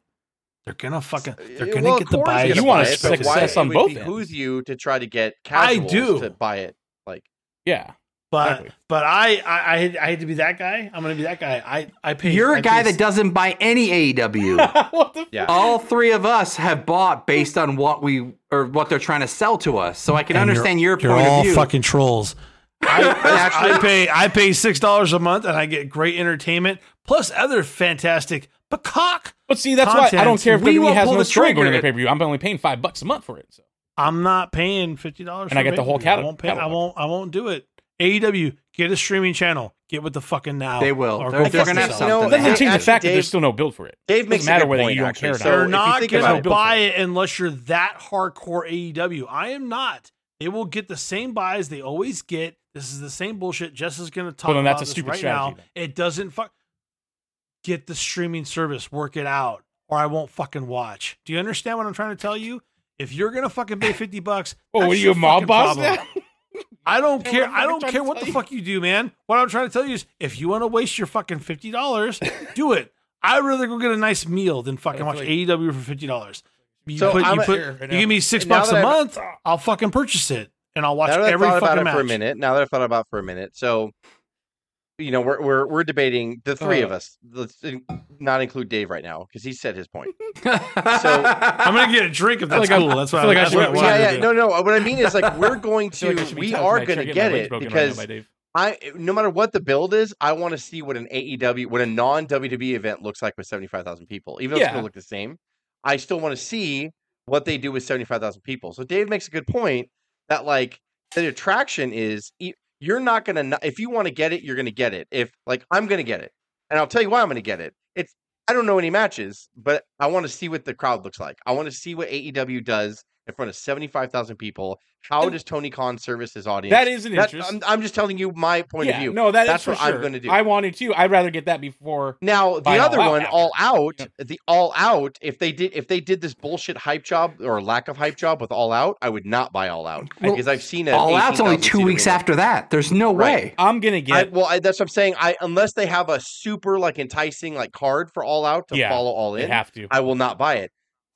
Speaker 6: They're gonna fucking. They're gonna
Speaker 5: Uh, well, of
Speaker 6: get the
Speaker 5: course
Speaker 6: buy.
Speaker 5: you're
Speaker 6: it.
Speaker 5: gonna
Speaker 2: You want
Speaker 5: buy
Speaker 2: a
Speaker 5: it, but why
Speaker 2: success on
Speaker 5: it would
Speaker 2: both
Speaker 5: behoove
Speaker 2: ends.
Speaker 5: you to try to get
Speaker 6: I
Speaker 5: casuals
Speaker 6: do.
Speaker 5: to buy it. Like
Speaker 2: yeah.
Speaker 6: But
Speaker 2: Exactly.
Speaker 6: but I I I hate, I hate to be that guy. I'm gonna be that guy. I I pay.
Speaker 1: You're
Speaker 6: I
Speaker 1: a guy
Speaker 6: pay-
Speaker 1: that doesn't buy any E AEW.
Speaker 2: what the?
Speaker 5: yeah,
Speaker 1: all three of us have bought based on what we or what they're trying to sell to us. So I can
Speaker 6: And you're-
Speaker 1: understand your
Speaker 6: You're
Speaker 1: point
Speaker 6: all
Speaker 1: of view.
Speaker 6: fucking trolls. I, I pay I pay six dollars a month and I get great entertainment plus other fantastic cock.
Speaker 2: But see, that's why I
Speaker 6: Content.
Speaker 2: don't care if
Speaker 1: We
Speaker 2: WWE
Speaker 1: won't
Speaker 2: has
Speaker 1: pull
Speaker 2: no
Speaker 1: the
Speaker 2: story going to
Speaker 1: trigger.
Speaker 2: the pay per view. I'm only paying five bucks a month for it. So.
Speaker 6: I'm not paying fifty dollars.
Speaker 2: And I get the whole
Speaker 6: I
Speaker 2: catalog-
Speaker 6: won't pay. I
Speaker 2: catalog.
Speaker 6: won't. I won't do it. AEW, get a streaming channel. Get with the fucking now.
Speaker 1: They will.
Speaker 6: Or
Speaker 1: They're-
Speaker 6: go
Speaker 1: they're
Speaker 6: fuck
Speaker 1: gonna have
Speaker 6: yourself.
Speaker 5: something.
Speaker 2: It doesn't
Speaker 5: Actually,
Speaker 2: change the fact that
Speaker 5: Dave-
Speaker 2: there's still no build for it.
Speaker 5: Dave
Speaker 2: Doesn't
Speaker 5: makes a
Speaker 2: matter
Speaker 5: good
Speaker 2: whether
Speaker 5: point,
Speaker 2: you don't
Speaker 5: actually.
Speaker 2: care or not.
Speaker 6: They're
Speaker 5: So if you
Speaker 6: not
Speaker 5: think
Speaker 6: gonna
Speaker 5: about
Speaker 2: it-
Speaker 6: buy it unless you're that hardcore AEW. I am not. They will get the same buys they always get. This is the same bullshit. Jess is gonna talk
Speaker 2: Well, then
Speaker 6: about
Speaker 2: that's a
Speaker 6: this
Speaker 2: stupid
Speaker 6: right now.
Speaker 2: strategy
Speaker 6: It doesn't fuck. Get the streaming service. Work it out, or I won't fucking watch. Do you understand what I'm trying to tell you? If you're gonna fucking pay fifty bucks,
Speaker 2: Well,
Speaker 6: that's
Speaker 2: Oh, what are you
Speaker 6: your
Speaker 2: a mob
Speaker 6: fucking
Speaker 2: boss
Speaker 6: problem.
Speaker 2: now?
Speaker 6: I don't
Speaker 2: Yeah,
Speaker 6: care.
Speaker 2: what am I
Speaker 6: I don't
Speaker 2: trying
Speaker 6: care
Speaker 2: to
Speaker 6: what
Speaker 2: tell
Speaker 6: the
Speaker 2: you?
Speaker 6: fuck you do, man. What I'm trying to tell you is, if you want to waste your fucking fifty dollars, do it. I'd rather go get a nice meal than fucking
Speaker 2: I
Speaker 6: watch
Speaker 2: feel like-
Speaker 6: AEW for fifty dollars. You
Speaker 5: So
Speaker 6: put,
Speaker 5: I'm
Speaker 6: you,
Speaker 5: a-
Speaker 6: put
Speaker 2: Here, right
Speaker 6: you
Speaker 2: now.
Speaker 6: give me six
Speaker 5: And now
Speaker 6: bucks
Speaker 5: that
Speaker 6: a
Speaker 5: I've-
Speaker 6: month, I'll fucking purchase it and I'll watch
Speaker 5: now that
Speaker 6: every
Speaker 5: I thought
Speaker 6: fucking
Speaker 5: about
Speaker 6: match.
Speaker 5: it for a minute, now that I thought about it for a minute, so you know we're we're we're debating the three of
Speaker 2: Uh.
Speaker 5: us. Let's in- not include Dave right now because he said his point.
Speaker 6: I'm gonna get a drink if that's
Speaker 2: like I-
Speaker 6: cool. That's
Speaker 2: I
Speaker 6: what
Speaker 2: feel like I
Speaker 6: that's
Speaker 2: should-
Speaker 6: what I
Speaker 5: We're-
Speaker 2: what
Speaker 6: wanted
Speaker 5: yeah,
Speaker 6: to
Speaker 5: yeah,
Speaker 6: do.
Speaker 5: no, no. What I mean is like we're going
Speaker 2: I feel like I
Speaker 5: to
Speaker 2: should be
Speaker 5: we
Speaker 2: tied to
Speaker 5: are
Speaker 2: my chair,
Speaker 5: going to
Speaker 2: my
Speaker 5: get
Speaker 2: leg's
Speaker 5: it
Speaker 2: broken right now
Speaker 5: because
Speaker 2: by Dave.
Speaker 5: I no matter what the build is, I want to see what an AEW, what a non WWE event looks like with seventy five thousand people. Even though it's going
Speaker 2: Yeah.
Speaker 5: to look the same, I still want to see what they do with seventy five thousand people. So Dave makes a good point that like the attraction is e- you're not going to if you want to get it, you're going to get it. If like I'm going to get it, and I'll tell you why I'm going to get it. It's I don't know any matches, but I want to see what the crowd looks like. I want to see what AEW does in front of seventy five thousand people. How
Speaker 2: And-
Speaker 5: does Tony Khan service his audience?
Speaker 2: That is an
Speaker 5: That-
Speaker 2: interest.
Speaker 5: I'm, I'm just telling you my point
Speaker 2: Yeah,
Speaker 5: of view.
Speaker 2: No, that is
Speaker 5: That's
Speaker 2: for
Speaker 5: what I'm
Speaker 2: sure.
Speaker 5: gonna do.
Speaker 2: I wanted to. I'd rather get that before.
Speaker 5: Now the
Speaker 2: Buy All
Speaker 5: other
Speaker 2: Out
Speaker 5: one,
Speaker 2: after.
Speaker 5: all out,
Speaker 2: Yeah.
Speaker 5: the all out. If they did, if they did this bullshit hype job or lack of hype job with all out, I would not buy all out
Speaker 1: Well,
Speaker 5: because I've seen it.
Speaker 1: All out's only two weeks after that. There's no
Speaker 5: Right.
Speaker 1: way.
Speaker 2: I'm gonna get.
Speaker 5: I, well, I, that's what I'm saying. I unless they have a super like enticing like card for all out to
Speaker 2: Yeah,
Speaker 5: follow all
Speaker 2: they
Speaker 5: in,
Speaker 2: have to.
Speaker 5: I will not buy it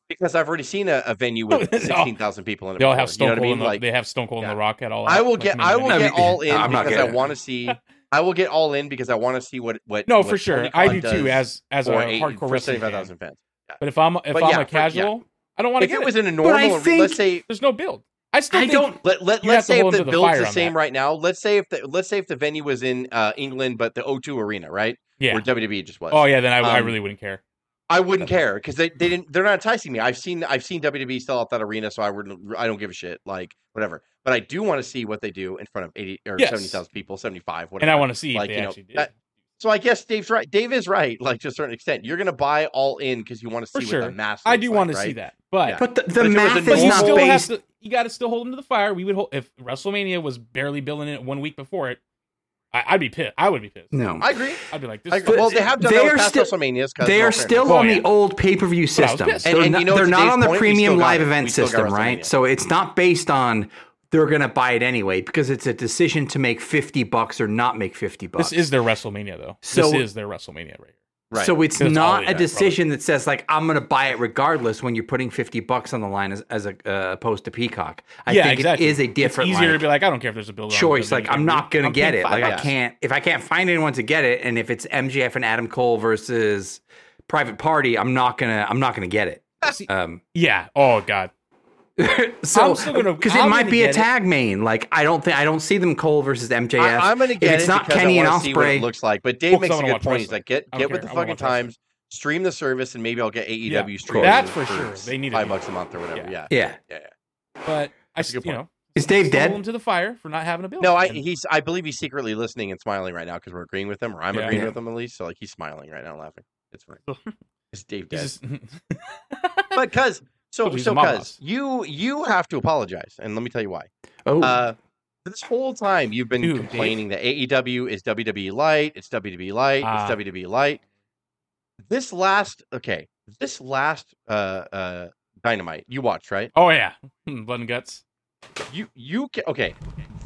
Speaker 5: because I've already seen a, a venue with
Speaker 2: They all-
Speaker 5: sixteen thousand people in it.
Speaker 2: they all have
Speaker 5: before,
Speaker 2: Stone
Speaker 5: you
Speaker 2: Cold.
Speaker 5: know what I mean?
Speaker 2: and the,
Speaker 5: Like
Speaker 2: they have Stone Cold and
Speaker 5: yeah.
Speaker 2: the Rock at all.
Speaker 5: I
Speaker 2: Out,
Speaker 5: will
Speaker 2: like,
Speaker 5: get,
Speaker 2: main
Speaker 5: I will
Speaker 2: event.
Speaker 5: get all in
Speaker 1: I'm not
Speaker 5: because I
Speaker 1: getting it.
Speaker 5: want to see. I will get all in because I want to see what what.
Speaker 2: No,
Speaker 5: what
Speaker 2: for sure.
Speaker 5: Tony
Speaker 2: I
Speaker 5: Khan
Speaker 2: do too.
Speaker 5: does
Speaker 2: As as a
Speaker 5: for eight-
Speaker 2: hardcore
Speaker 5: for
Speaker 2: wrestling fan.
Speaker 5: 75,000 fans.
Speaker 2: But if I'm if
Speaker 5: But
Speaker 2: I'm
Speaker 5: yeah,
Speaker 2: a
Speaker 5: for- yeah.
Speaker 2: casual, I don't want to
Speaker 5: If
Speaker 2: get
Speaker 5: it
Speaker 2: it.
Speaker 5: was in a
Speaker 1: I
Speaker 5: normal,
Speaker 1: think-
Speaker 5: let's say
Speaker 2: There's no build. I still
Speaker 1: I
Speaker 2: think-
Speaker 1: don't.
Speaker 5: Let, let,
Speaker 2: You have
Speaker 5: let's
Speaker 2: to
Speaker 5: say
Speaker 2: hold
Speaker 5: if the
Speaker 2: them to the
Speaker 5: build's
Speaker 2: fire
Speaker 5: the
Speaker 2: on
Speaker 5: same
Speaker 2: that.
Speaker 5: right now. Let's say if the let's say if the venue was in uh, England, but the O2 Arena, right?
Speaker 2: yeah.
Speaker 5: Where WWE just was.
Speaker 2: Oh yeah, then I, I
Speaker 5: Um,
Speaker 2: really wouldn't care.
Speaker 5: I wouldn't care because they, they didn't they're not enticing me. I've seen I've seen WWE sell out that arena, so I wouldn't I don't give a shit. Like whatever. But I do want to see what they do in front of eighty or
Speaker 2: Yes.
Speaker 5: seventy thousand people, seventy five,
Speaker 2: And
Speaker 5: whatever.
Speaker 2: I want to see if
Speaker 5: Like, you
Speaker 2: they
Speaker 5: know,
Speaker 2: actually did.
Speaker 5: that- so I guess Dave's right. Dave is right, like to a certain extent. You're gonna buy all in because you want to
Speaker 2: For
Speaker 5: see what
Speaker 2: sure.
Speaker 5: the mass.
Speaker 2: I
Speaker 5: looks
Speaker 2: do
Speaker 5: like,
Speaker 2: want to see
Speaker 5: right?
Speaker 2: that, but
Speaker 5: Yeah.
Speaker 1: But the, the
Speaker 5: But if there was
Speaker 1: math
Speaker 5: a
Speaker 1: is
Speaker 5: normal-
Speaker 2: you
Speaker 1: not
Speaker 2: still have
Speaker 1: based.
Speaker 2: to. You got to still hold them to the fire. We would hold if WrestleMania was barely billing it one week before it. I, I'd be pissed. I would be pissed.
Speaker 1: No,
Speaker 5: I agree.
Speaker 2: I'd be like, this.
Speaker 5: I
Speaker 2: is
Speaker 5: agree. Well, they have done
Speaker 1: They
Speaker 5: that
Speaker 1: are
Speaker 5: with past
Speaker 1: still-
Speaker 5: WrestleManias. 'cause
Speaker 1: They
Speaker 5: in all
Speaker 1: are
Speaker 5: fairness-
Speaker 1: still
Speaker 2: Oh,
Speaker 1: on
Speaker 2: yeah.
Speaker 1: the old pay per view
Speaker 2: I was
Speaker 1: system.
Speaker 2: pissed.
Speaker 1: They're,
Speaker 5: And- and
Speaker 1: not,
Speaker 5: you know,
Speaker 1: they're
Speaker 5: to
Speaker 1: not
Speaker 5: Dave's
Speaker 1: on the
Speaker 5: point, we
Speaker 1: premium
Speaker 5: still got
Speaker 1: live
Speaker 5: it.
Speaker 1: event
Speaker 5: We still got
Speaker 1: system, right?
Speaker 5: WrestleMania.
Speaker 1: So it's not based on they're going to buy it anyway because it's a decision to make 50 bucks or not make 50 bucks.
Speaker 2: This is their WrestleMania though.
Speaker 1: So-
Speaker 2: this is their WrestleMania right here.
Speaker 5: Right.
Speaker 1: So it's
Speaker 2: That's all they
Speaker 1: not a
Speaker 2: got,
Speaker 1: decision that says like I'm going to buy it regardless when you're putting 50 bucks on the line as, as a, uh, opposed to Peacock. I
Speaker 2: yeah,
Speaker 1: think
Speaker 2: exactly.
Speaker 1: it is a different
Speaker 2: It's easier
Speaker 1: like,
Speaker 2: to be like, I don't care if there's a bill
Speaker 1: choice. Like I'm not going to get it. Like I
Speaker 5: bucks.
Speaker 1: can't if I can't find anyone to get it and if it's MJF and Adam Cole versus Private Party, I'm not going to I'm not going to get it. Um
Speaker 2: Yeah. Oh god.
Speaker 1: so
Speaker 2: I'm still gonna-
Speaker 1: because it
Speaker 2: I'm
Speaker 1: might
Speaker 2: gonna
Speaker 1: be a
Speaker 2: get it.
Speaker 1: tag main. Like I don't think I don't see them Cole versus MJF.
Speaker 5: I, am gonna get
Speaker 1: it's
Speaker 5: it
Speaker 1: not
Speaker 5: because
Speaker 1: Kenny
Speaker 5: I
Speaker 1: and
Speaker 5: want to see what
Speaker 1: Ospreay-
Speaker 5: it looks like. But
Speaker 2: Well,
Speaker 5: Dave
Speaker 2: 'cause
Speaker 5: makes
Speaker 2: I
Speaker 5: a
Speaker 2: wanna
Speaker 5: good
Speaker 2: watch
Speaker 5: point. He's
Speaker 2: wrestling.
Speaker 5: like, get
Speaker 2: I
Speaker 5: get
Speaker 2: don't
Speaker 5: with
Speaker 2: care.
Speaker 5: the
Speaker 2: I wanna
Speaker 5: fucking
Speaker 2: watch wrestling.
Speaker 5: times. Stream the service, and maybe I'll get AEW streaming.
Speaker 2: That's for sure. They need to
Speaker 5: five
Speaker 2: do
Speaker 5: bucks
Speaker 2: that.
Speaker 5: a month or whatever. Yeah.
Speaker 2: Yeah.
Speaker 1: yeah.
Speaker 2: But I,
Speaker 5: a
Speaker 2: s-
Speaker 5: good
Speaker 2: you
Speaker 5: point.
Speaker 2: know,
Speaker 1: Is Dave
Speaker 2: hold them
Speaker 1: dead?
Speaker 2: to the fire for not having a bill.
Speaker 5: No, I
Speaker 2: And-
Speaker 5: he's I believe he's secretly listening and smiling right now because we're agreeing with him, or I'm
Speaker 2: Yeah.
Speaker 5: agreeing
Speaker 1: Yeah.
Speaker 5: with him at least. So like he's smiling right now, laughing. It's fine. It's Dave
Speaker 2: he's
Speaker 5: dead.
Speaker 2: just-
Speaker 5: But cause so
Speaker 2: Told you he's
Speaker 5: so
Speaker 2: a mob
Speaker 5: cause
Speaker 2: boss.
Speaker 5: you you have to apologize, and let me tell you why.
Speaker 1: Oh,
Speaker 5: Uh, this whole time you've been
Speaker 2: Dude, Dave.
Speaker 5: complaining that AEW is WWE light, it's WWE light,
Speaker 2: Ah.
Speaker 5: it's WWE light. This last okay, this last uh uh Dynamite you watched right?
Speaker 2: oh yeah, Hmm, blood and guts.
Speaker 5: You you ca- okay?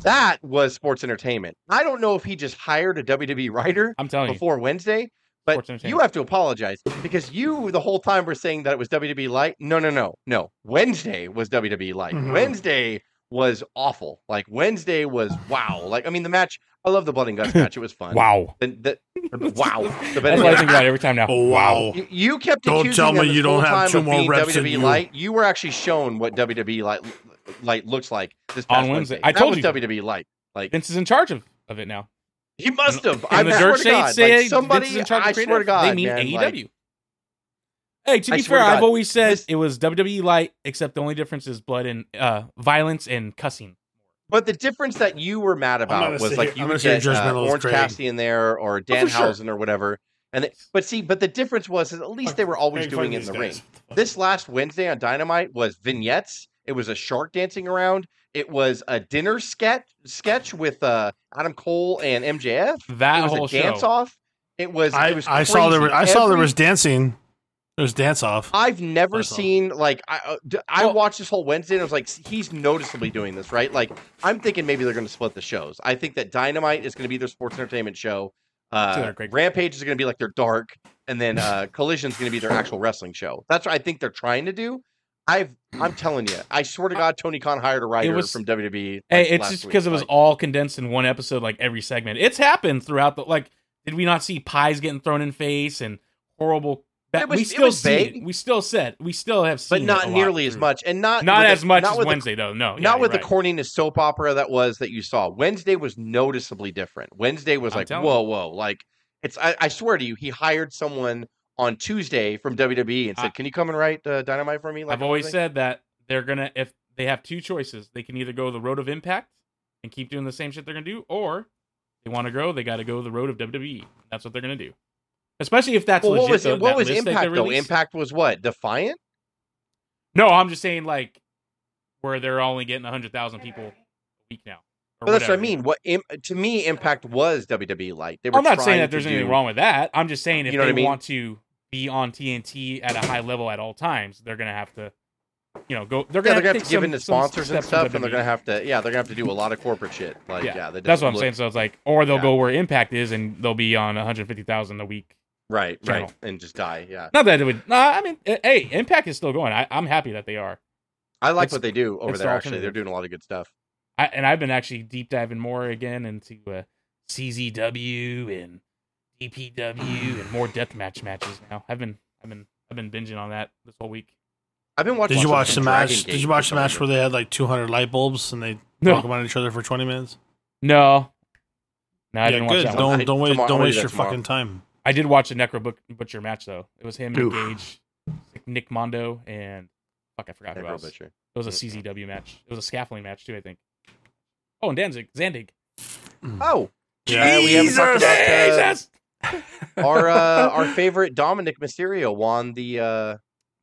Speaker 5: That was sports entertainment. I don't know if he just hired a WWE writer
Speaker 2: I'm telling
Speaker 5: before Wednesday,
Speaker 2: Sports
Speaker 5: but you
Speaker 2: entertainment.
Speaker 5: have to apologize because you the whole time were saying that it was WWE light. No, no, no, no. Wednesday was WWE light.
Speaker 6: Mhm.
Speaker 5: Wednesday was awful. Like Wednesday was wow. Like I mean, the match. I love the blood and guts match. It was
Speaker 2: you.
Speaker 5: fun.
Speaker 2: Wow.
Speaker 5: The, the, the- wow. The
Speaker 2: That's what I think about every time now.
Speaker 6: wow.
Speaker 5: You- You kept
Speaker 6: Don't
Speaker 5: accusing
Speaker 6: tell
Speaker 5: them
Speaker 6: me
Speaker 5: this
Speaker 6: you don't
Speaker 5: whole
Speaker 6: have
Speaker 5: time
Speaker 6: two
Speaker 5: of
Speaker 6: more
Speaker 5: being
Speaker 6: reps than
Speaker 5: WWE
Speaker 6: you.
Speaker 5: light. You were actually shown what WWE light light looks like this
Speaker 2: On
Speaker 5: past
Speaker 2: Wednesday.
Speaker 5: Wednesday.
Speaker 2: I
Speaker 5: that
Speaker 2: told
Speaker 5: was
Speaker 2: you.
Speaker 5: WWE light. Like
Speaker 2: Vince is in charge of, of it now.
Speaker 5: he must have. I
Speaker 2: And the
Speaker 5: swear
Speaker 2: dirt
Speaker 5: to
Speaker 2: shades
Speaker 5: God.
Speaker 2: say
Speaker 5: Like
Speaker 2: Vince is
Speaker 5: somebody.
Speaker 2: in charge
Speaker 5: I
Speaker 2: of creative.
Speaker 5: swear to God,
Speaker 2: they mean E
Speaker 5: man,
Speaker 2: AEW.
Speaker 5: like,
Speaker 2: hey, to
Speaker 5: I
Speaker 2: be
Speaker 5: swear
Speaker 2: fair,
Speaker 5: to
Speaker 2: I've
Speaker 5: God,
Speaker 2: always said
Speaker 5: this-
Speaker 2: it was WWE light, except the only difference is blood and uh, violence and cussing.
Speaker 5: But the difference that you were mad
Speaker 6: gonna
Speaker 5: about was
Speaker 6: sit
Speaker 5: like
Speaker 6: here-
Speaker 5: you
Speaker 6: I'm
Speaker 5: would
Speaker 6: gonna sit
Speaker 5: get
Speaker 6: here
Speaker 5: uh,
Speaker 6: judgmental as
Speaker 5: Orange
Speaker 6: Craig.
Speaker 5: Cassidy in there or
Speaker 6: for sure.
Speaker 5: Danhausen or whatever. And the- but see, but the difference was is at least they were always doing it in the ring. This last Wednesday on Dynamite was vignettes. It was a shark dancing around. It was a dinner sketch sketch with uh, Adam Cole and MJF.
Speaker 2: That
Speaker 5: it was
Speaker 2: whole
Speaker 5: a dance
Speaker 2: show.
Speaker 5: off. It was.
Speaker 6: I,
Speaker 5: it was
Speaker 6: I saw there.
Speaker 5: crazy.
Speaker 6: Was, I saw there
Speaker 5: Every-
Speaker 6: was dancing. There's dance off.
Speaker 5: I've never
Speaker 6: That's all.
Speaker 5: seen like I uh, d- I
Speaker 2: Well-
Speaker 5: watched this whole Wednesday and I was like, he's noticeably doing this right. Like I'm thinking maybe they're going to split the shows. I think that Dynamite is going to be their sports entertainment show.
Speaker 2: They're
Speaker 5: Uh,
Speaker 2: great.
Speaker 5: Rampage is going to be like their dark, and then uh, Collision is going to be their actual wrestling show. That's what I think they're trying to do. I've I'm telling you, I swear to God, Tony Khan hired a writer
Speaker 2: was-
Speaker 5: from WWE.
Speaker 2: Hey,
Speaker 5: like,
Speaker 2: it's
Speaker 5: last
Speaker 2: just
Speaker 5: week.
Speaker 2: because it was
Speaker 5: Like,
Speaker 2: all condensed in one episode, like every segment. It's happened throughout the like. Did we not see pies getting thrown in face and horrible? That
Speaker 5: It was-
Speaker 2: we
Speaker 5: it
Speaker 2: still
Speaker 5: was
Speaker 2: see it.
Speaker 5: vague.
Speaker 2: We still said we still have
Speaker 5: but
Speaker 2: seen, it
Speaker 5: not
Speaker 2: a lot
Speaker 5: nearly as
Speaker 2: through.
Speaker 5: much, and not
Speaker 2: Not
Speaker 5: with
Speaker 2: as
Speaker 5: the-
Speaker 2: much
Speaker 5: not
Speaker 2: as
Speaker 5: with the
Speaker 2: Wednesday, though. No, Oh, yeah,
Speaker 5: not
Speaker 2: you're
Speaker 5: with
Speaker 2: right.
Speaker 5: the corniness soap opera that was that you saw. Wednesday was noticeably different. Wednesday was
Speaker 2: I'm
Speaker 5: like,
Speaker 2: telling
Speaker 5: whoa, whoa. Like it's I, I swear to you, he hired someone on Tuesday from WWE and
Speaker 2: I-
Speaker 5: said, Can you come and write uh, Dynamite for me? Like
Speaker 2: I've
Speaker 5: on
Speaker 2: always
Speaker 5: Wednesday?"
Speaker 2: said that they're gonna if they have two choices, they can either go the road of impact and keep doing the same shit they're gonna do, or they want to grow, they got to go the road of WWE. That's what they're gonna do. Especially if that's
Speaker 5: Well,
Speaker 2: legit.
Speaker 5: what was
Speaker 2: though,
Speaker 5: what
Speaker 2: that
Speaker 5: was
Speaker 2: list that they
Speaker 5: impact though?
Speaker 2: released.
Speaker 5: Impact was what? Defiant?
Speaker 2: No, I'm just saying like where they're only getting hundred thousand people a week now. or
Speaker 5: But that's what I
Speaker 2: whatever.
Speaker 5: mean. What im- to me, Impact was WWE light. They were
Speaker 2: I'm not saying
Speaker 5: trying
Speaker 2: that
Speaker 5: to
Speaker 2: there's anything
Speaker 5: do-
Speaker 2: wrong with that. I'm just saying if
Speaker 5: You know what
Speaker 2: they
Speaker 5: I mean?
Speaker 2: want to be on TNT at a high level at all times, they're gonna have to, you know, go. They're gonna,
Speaker 5: Yeah, they're gonna have to,
Speaker 2: take
Speaker 5: give
Speaker 2: some-
Speaker 5: in to
Speaker 2: some
Speaker 5: sponsors and
Speaker 2: steps from
Speaker 5: stuff, and they're
Speaker 2: WWE.
Speaker 5: gonna have to yeah, they're gonna have to do a lot of corporate shit. Like yeah, that
Speaker 2: that's what I'm
Speaker 5: doesn't
Speaker 2: saying.
Speaker 5: look-
Speaker 2: So it's like, or they'll
Speaker 5: Yeah.
Speaker 2: go where Impact is, and they'll be on 150,000 a week.
Speaker 5: Right, right,
Speaker 2: Channel.
Speaker 5: and just die. Yeah,
Speaker 2: Not that it would. Nah, I mean, eh, hey, Impact is still going. I, I'm happy that they are.
Speaker 5: I like
Speaker 2: It's-
Speaker 5: what they do over
Speaker 2: it's
Speaker 5: there.
Speaker 2: the
Speaker 5: Actually, they're
Speaker 2: alternative.
Speaker 5: doing a lot of good stuff.
Speaker 2: I, and I've been actually deep diving more again into uh, CZW and DPW and more deathmatch matches now. I've been, I've been, I've been binging on that this whole week.
Speaker 5: I've been watching.
Speaker 6: Did you
Speaker 5: some
Speaker 6: watch the match?
Speaker 5: Dragon Gate
Speaker 6: Did you
Speaker 5: or
Speaker 6: watch the
Speaker 5: something
Speaker 6: match where they had like 200 light bulbs and they
Speaker 2: No.
Speaker 6: talk about each other for 20 minutes?
Speaker 2: No, no, I
Speaker 6: yeah,
Speaker 2: didn't watch
Speaker 6: good.
Speaker 2: that. One.
Speaker 6: don't
Speaker 5: one.
Speaker 6: don't waste
Speaker 5: Tomorrow- I'll
Speaker 6: don't
Speaker 5: do
Speaker 6: waste
Speaker 5: that
Speaker 6: your
Speaker 5: tomorrow.
Speaker 6: fucking time.
Speaker 2: I did watch the Necro But- Butcher match though. It was him and
Speaker 1: Oof.
Speaker 2: Gage, like Nick Mondo, and fuck, I forgot
Speaker 5: like
Speaker 2: who
Speaker 5: that?
Speaker 2: else.
Speaker 5: Negro Butcher.
Speaker 2: It was a CZW match. It was a scaffolding match too, I think. Oh, and Danzig, Zandig.
Speaker 5: Oh,
Speaker 6: Yeah.
Speaker 5: Uh, we haven't talked about, uh,
Speaker 2: Jesus!
Speaker 5: our uh, our favorite Dominic Mysterio won the uh,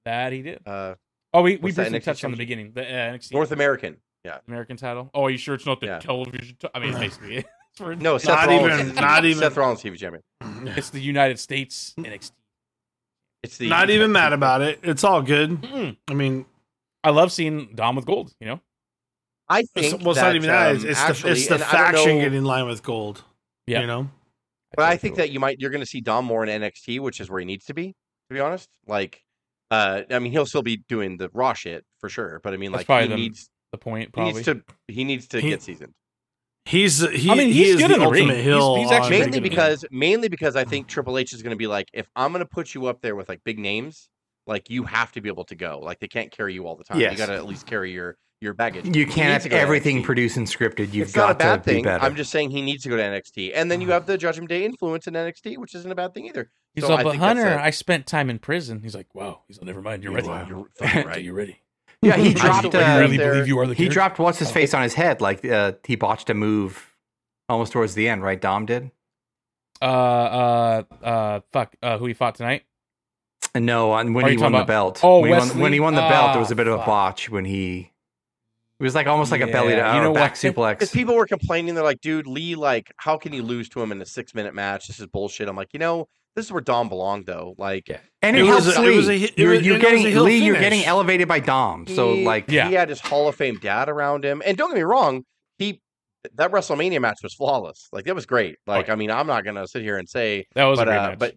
Speaker 2: That he did.
Speaker 5: uh,
Speaker 2: Oh, we, we
Speaker 5: what's that
Speaker 2: briefly
Speaker 5: NXT
Speaker 2: touched on the beginning.
Speaker 5: championship?
Speaker 2: The uh, NXT
Speaker 5: North American. Yeah,
Speaker 2: American title. Oh, are you sure it's not the
Speaker 5: Yeah.
Speaker 2: television? ti- I mean, it's basically, it's, for-
Speaker 5: no, Seth
Speaker 6: Not
Speaker 5: Rollins.
Speaker 6: even- not even-
Speaker 5: Seth Rollins TV champion.
Speaker 2: it's the United States
Speaker 5: Mm.
Speaker 2: NXT.
Speaker 5: It's the
Speaker 6: Not even mad about it. It's all good.
Speaker 2: Mm-mm.
Speaker 6: I mean,
Speaker 2: I love seeing Dom with gold. You know,
Speaker 5: I
Speaker 6: it's,
Speaker 5: think
Speaker 6: well, it's not
Speaker 5: that,
Speaker 6: even that.
Speaker 5: um,
Speaker 6: It's, it's
Speaker 5: actually,
Speaker 6: the, it's the
Speaker 5: and I don't
Speaker 6: faction
Speaker 5: know-
Speaker 6: getting in line with gold.
Speaker 2: Yeah.
Speaker 6: You know?
Speaker 5: But I think that you might you're going to see Dom more in NXT, which is where he needs to be. To be honest, like, uh, I mean, he'll still be doing the Raw shit for sure. But I mean,
Speaker 2: That's
Speaker 5: like,
Speaker 2: probably
Speaker 5: he
Speaker 2: the-
Speaker 5: needs
Speaker 2: the point
Speaker 5: he
Speaker 2: probably.
Speaker 5: needs to he needs to
Speaker 6: He-
Speaker 5: get seasoned.
Speaker 6: He's he,
Speaker 2: I mean,
Speaker 6: he
Speaker 2: he's
Speaker 6: is
Speaker 2: good
Speaker 6: the
Speaker 2: in the ring.
Speaker 6: ultimate
Speaker 2: He's-
Speaker 6: hill.
Speaker 2: he's actually
Speaker 6: on-
Speaker 2: pretty
Speaker 5: mainly
Speaker 2: good at
Speaker 5: because mainly because I think Triple H is going to be like, if I'm going to put you up there with like big names, like you have to be able to go. Like they can't carry you all the time. You
Speaker 1: Yes.
Speaker 5: got to at least carry your your baggage.
Speaker 1: You
Speaker 5: He
Speaker 1: can't
Speaker 5: needs
Speaker 1: have
Speaker 5: to go to
Speaker 1: everything
Speaker 5: NXT.
Speaker 1: produced and scripted. You've
Speaker 5: it's
Speaker 1: got
Speaker 5: not a bad
Speaker 1: to
Speaker 5: thing.
Speaker 1: be better.
Speaker 5: I'm just saying he needs to go to NXT, and then you have the Judgment Day influence in NXT, which isn't a bad thing either.
Speaker 2: He's
Speaker 5: So
Speaker 2: like,
Speaker 5: I
Speaker 2: but
Speaker 5: think that's
Speaker 2: Hunter,
Speaker 5: it.
Speaker 2: I spent time in prison. He's like, wow. He's like, never mind. You're ready.
Speaker 1: Wow.
Speaker 2: You're
Speaker 5: fucking
Speaker 2: right. You're ready.
Speaker 1: yeah, he
Speaker 5: I
Speaker 1: dropped.
Speaker 5: think when you're
Speaker 1: Uh,
Speaker 5: out there-
Speaker 2: are the
Speaker 1: he
Speaker 2: character.
Speaker 1: dropped. What's his face on his head? Like uh, he botched a move almost towards the end, right? Dom did.
Speaker 2: uh uh uh fuck uh who he fought tonight
Speaker 1: And Uh, no, on when
Speaker 2: Are
Speaker 1: he
Speaker 2: you
Speaker 1: won
Speaker 2: talking
Speaker 1: the
Speaker 2: about-
Speaker 1: belt.
Speaker 2: Oh,
Speaker 1: when, He won, when
Speaker 2: Wesley?
Speaker 1: he won the belt,
Speaker 2: Ah,
Speaker 1: there was a bit of a
Speaker 2: fuck.
Speaker 1: botch when he. It was like almost like a belly to
Speaker 2: Yeah, you
Speaker 1: or
Speaker 2: know
Speaker 1: a back
Speaker 2: what?
Speaker 5: Because
Speaker 1: suplex.
Speaker 5: people were complaining, they're like, "Dude, Lee, like, how can you lose to him in a six minute match? This is bullshit." I'm like, you know, this is where Dom belonged, though. Like,
Speaker 1: and it,
Speaker 6: It was
Speaker 1: helps
Speaker 6: a- it
Speaker 1: Lee.
Speaker 6: was a hi- it
Speaker 1: you're
Speaker 6: was-
Speaker 1: you're
Speaker 6: and it was
Speaker 1: getting
Speaker 6: a heel
Speaker 1: Lee. You're
Speaker 6: finish.
Speaker 1: getting elevated by Dom. So
Speaker 5: He-
Speaker 1: like,
Speaker 2: Yeah.
Speaker 5: he had his Hall of Fame dad around him. And don't get me wrong, he that WrestleMania match was flawless. Like that was great. Like
Speaker 2: Oh, yeah.
Speaker 5: I mean, I'm not gonna sit here and say,
Speaker 2: that was
Speaker 5: but
Speaker 2: a great
Speaker 5: uh,
Speaker 2: match.
Speaker 5: but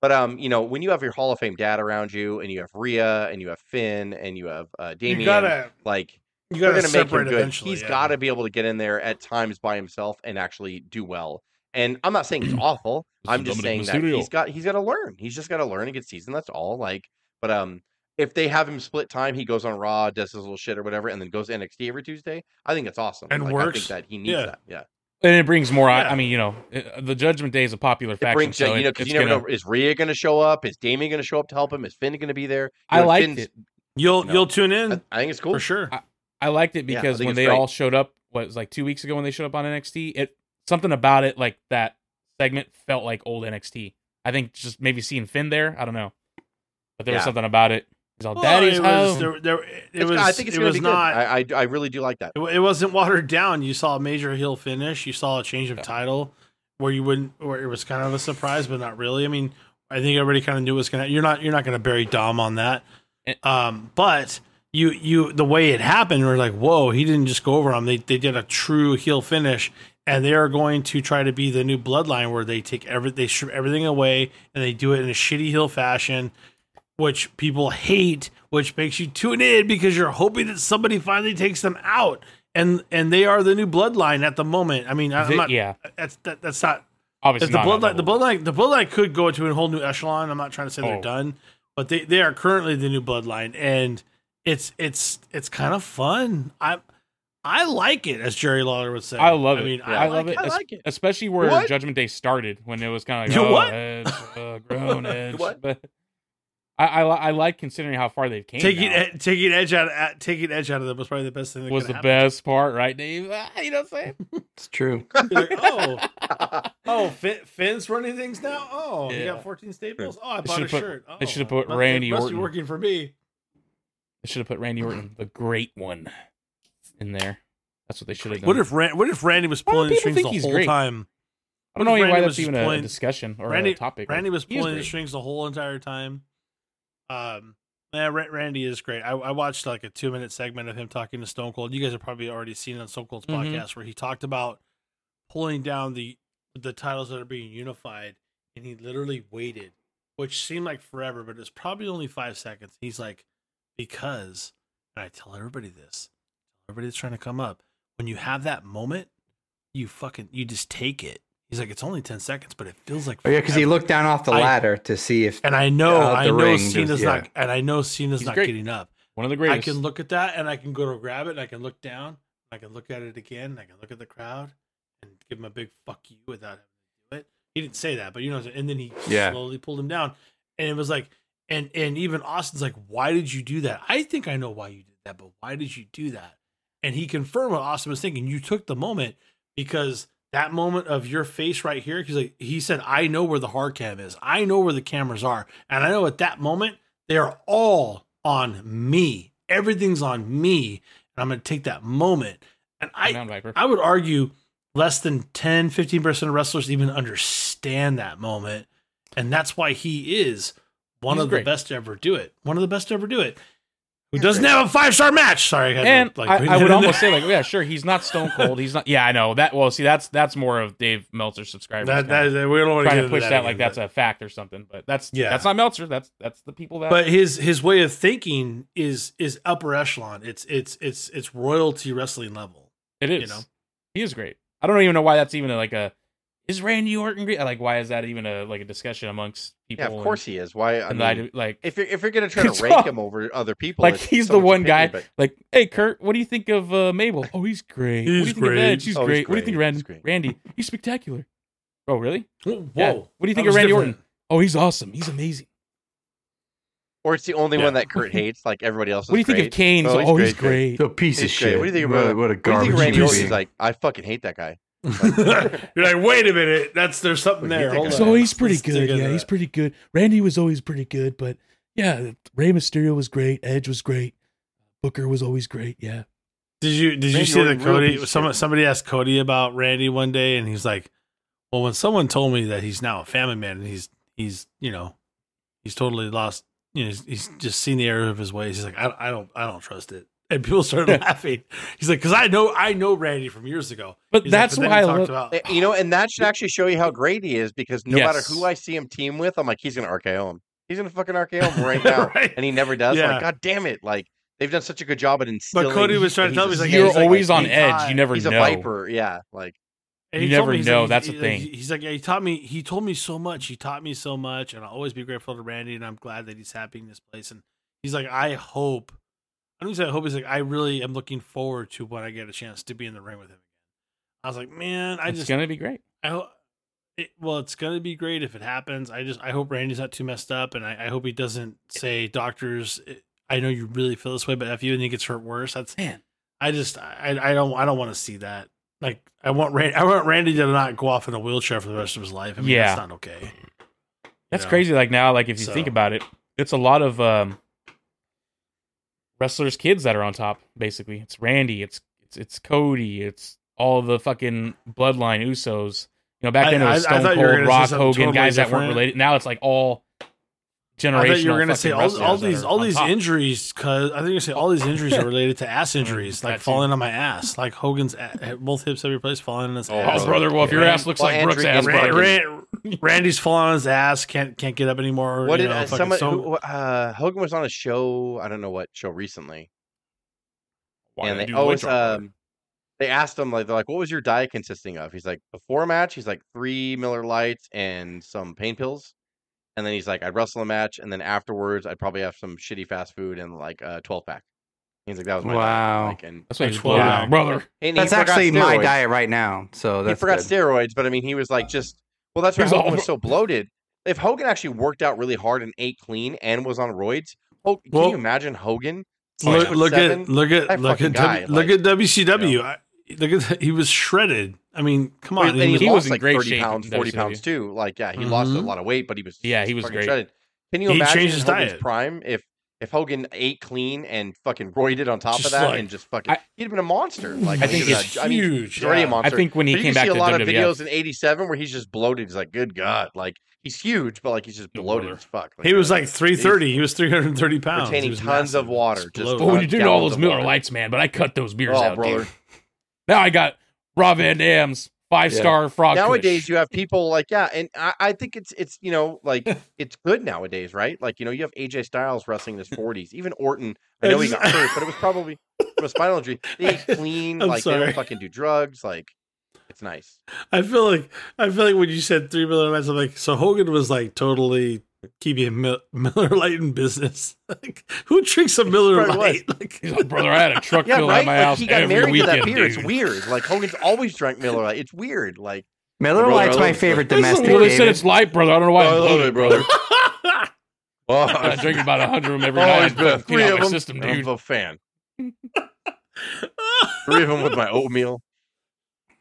Speaker 5: but um, you know, when you have your Hall of Fame dad around you, and you have Rhea, and you have Finn, and you have uh, Damien,
Speaker 6: You gotta
Speaker 5: like
Speaker 6: you
Speaker 5: they're
Speaker 6: gotta
Speaker 5: gonna make him
Speaker 6: separate
Speaker 5: good.
Speaker 6: eventually.
Speaker 5: He's
Speaker 6: yeah.
Speaker 5: got to be able to get in there at times by himself and actually do well. And I'm not saying he's awful.
Speaker 2: This
Speaker 5: I'm
Speaker 2: is
Speaker 5: just saying
Speaker 2: Dominic
Speaker 5: that he's
Speaker 2: Mysterio.
Speaker 5: got he's got to learn. He's just got to learn and get seasoned. That's all. Like, but um, if they have him split time, he goes on Raw, does his little shit or whatever, and then goes to NXT every Tuesday. I think that's awesome.
Speaker 6: And
Speaker 5: like,
Speaker 6: works.
Speaker 5: I think that he needs
Speaker 6: Yeah.
Speaker 5: that. Yeah,
Speaker 2: and it brings more I,
Speaker 6: Yeah.
Speaker 2: I mean you know uh, the judgment day is a popular
Speaker 5: it
Speaker 2: faction
Speaker 5: brings uh,
Speaker 2: so
Speaker 5: you know
Speaker 2: it-
Speaker 5: because
Speaker 2: it's
Speaker 5: you never
Speaker 2: gonna-
Speaker 5: know is Rhea going to show up? Is Damien going to show up to help him? Is Finn going to be there? You
Speaker 2: I
Speaker 5: know,
Speaker 2: liked
Speaker 5: Finn's-
Speaker 2: it
Speaker 6: You'll
Speaker 5: No.
Speaker 6: you'll tune in
Speaker 5: I think it's cool.
Speaker 6: for sure.
Speaker 2: I liked it
Speaker 5: Yeah, I
Speaker 2: because
Speaker 5: think
Speaker 2: when
Speaker 5: it's
Speaker 2: they
Speaker 5: great.
Speaker 2: all showed up what it was like 2 weeks ago when they showed up on NXT it something about it like that segment felt like old NXT I think just maybe seeing Finn there I don't know but there was
Speaker 5: Yeah.
Speaker 2: something about it he's all
Speaker 6: Well,
Speaker 2: daddy's
Speaker 6: it was,
Speaker 2: home
Speaker 6: there, there, it
Speaker 5: It's-
Speaker 6: was
Speaker 5: I think it's
Speaker 6: it
Speaker 5: going
Speaker 6: was
Speaker 5: to be
Speaker 6: not
Speaker 5: good. I, I I really do like that.
Speaker 6: It, wa- it wasn't watered down. You saw a major heel finish. You saw a change of title where you wouldn't, where it was kind of a surprise, but not really. I mean, I think everybody kind of knew it was gonna. You're not, you're not gonna bury Dom on that.
Speaker 2: And-
Speaker 6: Um, but you, you, the way it happened, we're like, whoa, he didn't just go over him. They, they did a true heel finish, and they are going to try to be the new bloodline where they take every, they strip everything away, and they do it in a shitty heel fashion which people hate, which makes you tune in because you're hoping that somebody finally takes them out. And and they are the new bloodline at the moment. I mean, I,
Speaker 2: The-
Speaker 6: am not.
Speaker 2: yeah
Speaker 6: That's that, that's not.
Speaker 2: obviously
Speaker 6: If the
Speaker 2: not on
Speaker 6: bloodline, the
Speaker 2: level.
Speaker 6: bloodline, the bloodline could go to a whole new echelon. I'm not trying to say
Speaker 2: Oh.
Speaker 6: they're done, but they they are currently the new bloodline, and it's it's it's kind of fun. I I like it, as Jerry Lawler would say.
Speaker 2: I love it. I, love
Speaker 6: like-
Speaker 2: it.
Speaker 6: I like it.
Speaker 2: Especially where
Speaker 5: What?
Speaker 2: Judgment Day started when it was kind of
Speaker 6: You
Speaker 2: like, oh,
Speaker 6: what?
Speaker 2: Edge, uh, grown edge.
Speaker 5: What?
Speaker 2: But I, I, li- I like considering how far they've came.
Speaker 6: Taking
Speaker 2: now.
Speaker 6: ed- taking edge out of, taking edge out of them was probably the best thing. That
Speaker 2: was
Speaker 6: could
Speaker 2: the
Speaker 6: happen.
Speaker 2: best part, right, Dave? Ah, you know what I'm saying?
Speaker 1: it's true.
Speaker 6: You're like, oh, oh, Finn, Finn's running things now. Oh, you
Speaker 2: Yeah.
Speaker 6: got 14 staples. Oh, I
Speaker 2: They
Speaker 6: bought a
Speaker 2: should've put-
Speaker 6: shirt. Oh,
Speaker 2: they should've put
Speaker 6: must- it
Speaker 2: Randy
Speaker 6: must
Speaker 2: Orton.
Speaker 6: Be working for me.
Speaker 2: They should have put Randy Orton, the great one, in there. That's what they should have done.
Speaker 6: What if Ran- what if Randy was
Speaker 2: Why do
Speaker 6: pulling the
Speaker 2: people
Speaker 6: strings the
Speaker 2: think he's
Speaker 6: whole
Speaker 2: great?
Speaker 6: time?
Speaker 2: I don't
Speaker 6: what if
Speaker 2: know why
Speaker 6: Randy
Speaker 2: that's
Speaker 6: was just
Speaker 2: even a, a
Speaker 6: playing-
Speaker 2: discussion or
Speaker 6: Randy-
Speaker 2: a topic.
Speaker 6: Randy was
Speaker 2: He is
Speaker 6: pulling the
Speaker 2: great.
Speaker 6: strings the whole entire time. Um, yeah, Ra- Randy is great. I, I watched like a two minute segment of him talking to Stone Cold. You guys have probably already seen it on Stone Cold's
Speaker 2: Mhm.
Speaker 6: podcast where he talked about pulling down the the titles that are being unified, and he literally waited, which seemed like forever, but it's probably only five seconds. He's like, because, and I tell everybody this, everybody that's trying to come up, when you have that moment, you fucking you just take it. He's like, it's only ten seconds, but it feels like
Speaker 1: Oh yeah, because he
Speaker 6: forever."
Speaker 1: looked down off the
Speaker 6: I-
Speaker 1: ladder to see if
Speaker 6: And I know,
Speaker 1: Out the
Speaker 6: I know
Speaker 1: ring,
Speaker 6: Cena's
Speaker 1: just-
Speaker 6: not,
Speaker 1: yeah.
Speaker 6: and I know Cena's
Speaker 2: He's
Speaker 6: not
Speaker 2: great.
Speaker 6: getting up.
Speaker 2: One of the
Speaker 6: I
Speaker 2: greatest.
Speaker 6: can look at that and I can go to grab it and I can look down. And I can look at it again. And I can look at the crowd and give him a big fuck you without having to do it. He didn't say that, but you know, and then he
Speaker 1: Yeah.
Speaker 6: slowly pulled him down. And it was like, and and even Austin's like, why did you do that? I think I know why you did that, but why did you do that? And he confirmed what Austin was thinking. You took the moment because that moment of your face right here, because like he said, I know where the hard cam is. I know where the cameras are. And I know at that moment they are all on me. Everything's on me. And I'm going to take that moment. And I,
Speaker 2: Mount Viper.
Speaker 6: I would argue less than 10, 15% of wrestlers even understand that moment. And that's why he is one
Speaker 2: He's
Speaker 6: of
Speaker 2: great.
Speaker 6: the best to ever do it. One of the best to ever do it. Who doesn't have a five star match? Sorry, I had to,
Speaker 2: and
Speaker 6: put
Speaker 2: I, I
Speaker 6: that
Speaker 2: would
Speaker 6: in
Speaker 2: almost
Speaker 6: there.
Speaker 2: say like, yeah, sure, he's not Stone Cold. He's not. Yeah, I know that. Well, see, that's that's more of Dave Meltzer's subscribers.
Speaker 6: that,
Speaker 2: kinda
Speaker 6: that, we don't want
Speaker 2: trying
Speaker 6: get
Speaker 2: to
Speaker 6: into
Speaker 2: push that, like
Speaker 6: again,
Speaker 2: that's
Speaker 6: but-
Speaker 2: a fact or something. But that's yeah,
Speaker 6: Yeah.
Speaker 2: that's not Meltzer. That's that's the people that.
Speaker 6: but his his way of thinking is is upper echelon. It's it's it's it's royalty wrestling level.
Speaker 2: it is.
Speaker 6: you know.
Speaker 2: He is great. I don't even know why that's even like a. Is Randy Orton great? Like, why is that even a like a discussion amongst people?
Speaker 5: Yeah, of course he is. Why?
Speaker 2: And,
Speaker 5: I mean,
Speaker 2: and I do- like,
Speaker 5: if you're if you're gonna try to
Speaker 2: It's
Speaker 5: rank
Speaker 2: all-
Speaker 5: him over other people,
Speaker 2: like
Speaker 5: it's
Speaker 2: he's the
Speaker 5: someone's
Speaker 2: one guy.
Speaker 5: opinion,
Speaker 2: Like, hey, Kurt, what do you think of uh, Mabel? Oh, he's great. what do you
Speaker 6: He's
Speaker 2: think of Edge?
Speaker 6: great.
Speaker 2: He's
Speaker 5: Oh,
Speaker 2: great.
Speaker 5: he's
Speaker 2: What do you
Speaker 5: great.
Speaker 2: think of Randy?
Speaker 5: He's great.
Speaker 2: Randy, he's spectacular. Oh, really?
Speaker 6: Whoa!
Speaker 2: Yeah.
Speaker 6: whoa.
Speaker 2: What do you
Speaker 6: That
Speaker 2: think of
Speaker 6: was
Speaker 2: Randy
Speaker 6: different.
Speaker 2: Orton? Oh, he's awesome. He's amazing.
Speaker 5: Or it's the only
Speaker 6: Yeah.
Speaker 5: one that Kurt hates. Like everybody else. Is
Speaker 2: What do you think
Speaker 5: great.
Speaker 2: of Kane?
Speaker 5: Oh,
Speaker 2: So-
Speaker 5: he's
Speaker 2: oh, he's
Speaker 5: great,
Speaker 2: great.
Speaker 1: a piece of
Speaker 5: He's great.
Speaker 1: shit.
Speaker 5: What do you think of
Speaker 1: what, a-
Speaker 5: Randy-
Speaker 1: what a
Speaker 5: What do you
Speaker 1: garbage
Speaker 5: think of Randy
Speaker 1: human
Speaker 5: Orton?
Speaker 1: being.
Speaker 5: He's like, I fucking hate that guy.
Speaker 6: You're like, wait a minute. That's there's something
Speaker 5: What do you
Speaker 6: there.
Speaker 5: think
Speaker 6: Hold
Speaker 5: of
Speaker 6: on.
Speaker 5: that?
Speaker 4: So he's pretty
Speaker 6: Let's dig
Speaker 4: good.
Speaker 6: into
Speaker 4: Yeah, he's
Speaker 6: that.
Speaker 4: pretty good. Randy was always pretty good, but yeah, Rey Mysterio was great. Edge was great. Booker was always great. Yeah.
Speaker 6: Did you did you
Speaker 5: Randy
Speaker 6: see that
Speaker 5: Orton, real piece
Speaker 6: Cody?
Speaker 5: of
Speaker 6: Someone
Speaker 5: shit.
Speaker 6: somebody asked Cody about Randy one day, and he's like, "Well, when someone told me that he's now a family man, and he's he's you know, he's totally lost. You know, he's, he's just seen the error of his ways. He's like, I, I don't I don't trust it." And people started laughing. He's like, "Cause I know I know Randy from years ago."
Speaker 2: But
Speaker 6: He's like,
Speaker 2: that's
Speaker 6: then
Speaker 2: why I
Speaker 6: he talked
Speaker 2: love.
Speaker 6: about.
Speaker 5: Eh, You know, and that should actually show you how great he is because no matter
Speaker 2: Yes.
Speaker 5: who I see him team with, I'm like, he's gonna RKO him. He's gonna fucking RKO him right now,
Speaker 6: Right.
Speaker 5: and he never does. I'm
Speaker 6: Yeah.
Speaker 5: Like, God damn it! Like they've done such a good job at instilling.
Speaker 6: But Cody was trying to
Speaker 5: he's
Speaker 6: tell
Speaker 5: a-
Speaker 6: me he's like,
Speaker 2: You're
Speaker 6: he's like,
Speaker 2: always on
Speaker 6: he
Speaker 2: edge.
Speaker 6: died.
Speaker 2: You never
Speaker 5: He's a
Speaker 2: know.
Speaker 5: viper. Yeah, like
Speaker 6: And
Speaker 2: You
Speaker 6: told
Speaker 2: never
Speaker 6: he's
Speaker 2: know,
Speaker 6: he's-
Speaker 2: that's the
Speaker 6: he's,
Speaker 2: thing.
Speaker 6: Like, he's like, yeah, he taught me. He told me so much. He taught me so much, and I'll always be grateful to Randy. And I'm glad that he's happy in this place. And he's like, I hope. I don't say I hope. He's like, I really am looking forward to when I get a chance to be in the ring with him. I was like, man, I
Speaker 2: it's
Speaker 6: just,
Speaker 2: gonna be great.
Speaker 6: I hope. It, well, it's gonna be great if it happens. I just, I hope Randy's not too messed up, and I, I hope he doesn't say, doctors, I know you really feel this way, but if you and he gets hurt worse, that's
Speaker 2: Man,
Speaker 6: I just I I don't I don't want to see that. Like I want Randy I want Randy to not go off in a wheelchair for the rest of his life. I mean
Speaker 2: Yeah.
Speaker 6: that's not okay. You
Speaker 2: that's
Speaker 6: know?
Speaker 2: crazy. Like now, like if you
Speaker 6: So-
Speaker 2: think about it, it's a lot of um, wrestlers' kids that are on top. Basically, it's Randy. It's it's it's Cody. It's all the fucking bloodline Usos. You know, back
Speaker 6: I-
Speaker 2: then it was
Speaker 6: I- I
Speaker 2: Stone
Speaker 6: thought you were
Speaker 2: Cold,
Speaker 6: gonna say
Speaker 2: Rock,
Speaker 6: something
Speaker 2: Hogan,
Speaker 6: totally
Speaker 2: guys that weren't
Speaker 6: different.
Speaker 2: related. Now it's like all generational.
Speaker 6: I thought you were
Speaker 2: going to
Speaker 6: gonna say all, all these all these injuries because I think you say all these injuries are related to ass injuries,
Speaker 2: Mm, That
Speaker 6: like
Speaker 2: too.
Speaker 6: falling on my ass, like Hogan's a- both hips every place falling on his ass.
Speaker 2: Oh, brother! Well, if your
Speaker 5: Yeah.
Speaker 2: ass looks
Speaker 5: Well,
Speaker 2: like Brooks'
Speaker 5: Andrew-
Speaker 2: ass,
Speaker 5: Andrew-
Speaker 2: brother.
Speaker 6: Ran- Ran- Randy's falling on his ass, can't can't get up anymore.
Speaker 5: what
Speaker 6: you
Speaker 5: did
Speaker 6: know,
Speaker 5: uh,
Speaker 6: fucking
Speaker 5: someone?
Speaker 6: so-
Speaker 5: who, uh, Hogan was on a show. I don't know what show recently.
Speaker 2: Why
Speaker 5: and
Speaker 2: did I
Speaker 5: they
Speaker 2: do the
Speaker 5: always
Speaker 2: witch hunt?
Speaker 5: um, they asked him like they're like, "What was your diet consisting of?" He's like, "Before a match, he's like three Miller Lights and some pain pills." And then he's like, "I'd wrestle a match, and then afterwards, I'd probably have some shitty fast food and like a twelve pack." He's like, "That was my diet."
Speaker 7: Wow.
Speaker 5: Like, and
Speaker 2: That's what he's
Speaker 6: Wow.
Speaker 2: blowing, brother.
Speaker 5: and he
Speaker 1: That's
Speaker 5: forgot
Speaker 1: actually my
Speaker 5: steroids.
Speaker 1: diet right now. So
Speaker 5: He
Speaker 1: that's
Speaker 5: forgot
Speaker 1: good.
Speaker 5: steroids, but I mean, he was like just well. That's why
Speaker 2: He's all
Speaker 5: Hogan was
Speaker 2: bro-
Speaker 5: so bloated. If Hogan actually worked out really hard and ate clean and was on roids, Hogan, can
Speaker 6: Well-
Speaker 5: you imagine Hogan?
Speaker 6: look,
Speaker 5: Six
Speaker 6: look
Speaker 5: foot
Speaker 6: at
Speaker 5: seven.
Speaker 6: look at
Speaker 5: That
Speaker 6: look
Speaker 5: fucking
Speaker 6: at
Speaker 5: guy,
Speaker 6: w, look
Speaker 5: like,
Speaker 6: at WCW. I, look at he was shredded. I mean, come
Speaker 5: Well,
Speaker 6: on,
Speaker 5: and he,
Speaker 2: he was
Speaker 5: lost
Speaker 2: in
Speaker 5: like
Speaker 2: great
Speaker 5: 30
Speaker 2: shape
Speaker 5: pounds,
Speaker 2: in
Speaker 5: 40
Speaker 2: WCW.
Speaker 5: pounds too. Like, yeah, he lost a
Speaker 6: Mhm.
Speaker 5: lot of weight, but he was
Speaker 2: Yeah, he was
Speaker 5: fucking
Speaker 2: great.
Speaker 5: shredded. Can you
Speaker 6: He
Speaker 5: imagine
Speaker 6: changed his
Speaker 5: Hogan's
Speaker 6: diet.
Speaker 5: prime if if Hogan ate clean and fucking roided on top of
Speaker 6: Just
Speaker 5: that
Speaker 6: like-
Speaker 5: and just fucking
Speaker 2: I-
Speaker 5: he'd have been a monster. Like
Speaker 2: I think
Speaker 5: he'd have
Speaker 6: he's
Speaker 5: been a- I mean,
Speaker 6: huge,
Speaker 5: he's already a
Speaker 6: yeah. I
Speaker 5: monster.
Speaker 2: I think when he
Speaker 5: But you
Speaker 2: came
Speaker 5: can
Speaker 2: back
Speaker 5: see
Speaker 2: to
Speaker 5: a lot of
Speaker 2: WWF,
Speaker 5: videos in '87 where he's just bloated. He's like, "Good God!" Like he's huge, but like he's just
Speaker 2: No
Speaker 5: bloated
Speaker 2: brother.
Speaker 5: as fuck.
Speaker 6: He was like 330. He was 330 pounds.
Speaker 5: retaining
Speaker 6: He was
Speaker 5: tons of
Speaker 6: massive.
Speaker 5: water, just
Speaker 6: Exploded.
Speaker 4: Oh,
Speaker 2: But when you
Speaker 5: Gallons
Speaker 2: did all those
Speaker 5: of
Speaker 2: Miller
Speaker 5: water.
Speaker 2: Lights, man, but I cut those beers
Speaker 5: Oh,
Speaker 2: out,
Speaker 5: brother.
Speaker 2: dude. Now I got Rob Van Dam's five star frog.
Speaker 5: nowadays
Speaker 2: Kush.
Speaker 5: you have people like yeah and I, I think it's it's you know like it's good nowadays right like you know you have aj styles wrestling in his 40s even orton i
Speaker 6: I
Speaker 5: know he
Speaker 6: just-
Speaker 5: got hurt but it was probably from a spinal injury they eat clean
Speaker 6: I'm
Speaker 5: like they
Speaker 6: sorry.
Speaker 5: don't fucking do drugs like it's nice
Speaker 6: I feel like I feel like when you said three million minutes, I'm like, so Hogan was like totally keeping Mil- Miller Light in business. Like, who drinks a Miller
Speaker 5: Probably
Speaker 6: Light? Like,
Speaker 9: He's like, brother, I had a truck
Speaker 5: Yeah,
Speaker 9: filled
Speaker 5: right.
Speaker 9: at my
Speaker 5: like,
Speaker 9: house
Speaker 5: he got
Speaker 9: every
Speaker 5: married
Speaker 9: weekend,
Speaker 5: to that beer. It's
Speaker 9: dude.
Speaker 5: weird. Like Hogan's always drank Miller Lite. It's weird. Like
Speaker 1: Miller
Speaker 5: Brother,
Speaker 1: Lite's
Speaker 5: I
Speaker 1: my
Speaker 5: love-
Speaker 1: favorite
Speaker 9: This is
Speaker 1: domestic.
Speaker 9: what it said.
Speaker 1: David.
Speaker 9: It's light, brother. I don't know why. I'm bloated.
Speaker 5: brother. oh,
Speaker 9: I
Speaker 5: I've
Speaker 9: drink about hundred of them every
Speaker 5: always
Speaker 9: night.
Speaker 5: been a Oh,
Speaker 9: Get
Speaker 5: three
Speaker 9: out
Speaker 5: of
Speaker 9: my
Speaker 5: them.
Speaker 9: system,
Speaker 5: I'm
Speaker 9: dude.
Speaker 5: a fan. three of them with my oatmeal.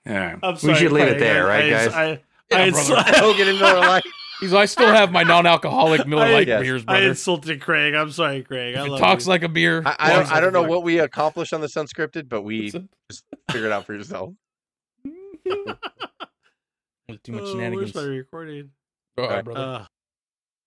Speaker 1: All right.
Speaker 6: I'm
Speaker 1: we should leave it
Speaker 6: Craig,
Speaker 1: there,
Speaker 6: I-
Speaker 1: right,
Speaker 6: I-
Speaker 1: guys?
Speaker 6: I,
Speaker 9: Yeah,
Speaker 6: I
Speaker 9: brother.
Speaker 6: insult-
Speaker 5: Hogan and Miller Lite.
Speaker 9: He's like, I still have my non-alcoholic Miller
Speaker 6: I-
Speaker 9: Light
Speaker 5: yes.
Speaker 9: beers,
Speaker 6: I
Speaker 9: brother.
Speaker 6: insulted Craig. I'm sorry, Craig. I
Speaker 9: If it
Speaker 6: love
Speaker 9: talks
Speaker 6: you.
Speaker 9: like a beer.
Speaker 5: I, I
Speaker 9: walks
Speaker 5: don't. I
Speaker 9: like
Speaker 5: don't
Speaker 9: a
Speaker 5: know
Speaker 9: duck.
Speaker 5: what we accomplished on the unscripted, but we just figure it out for yourself.
Speaker 9: With too much
Speaker 6: Oh, where's
Speaker 9: shenanigans.
Speaker 5: Oh,
Speaker 6: Oh, my recording?
Speaker 9: All right,
Speaker 5: Alright.
Speaker 9: brother.
Speaker 6: Uh,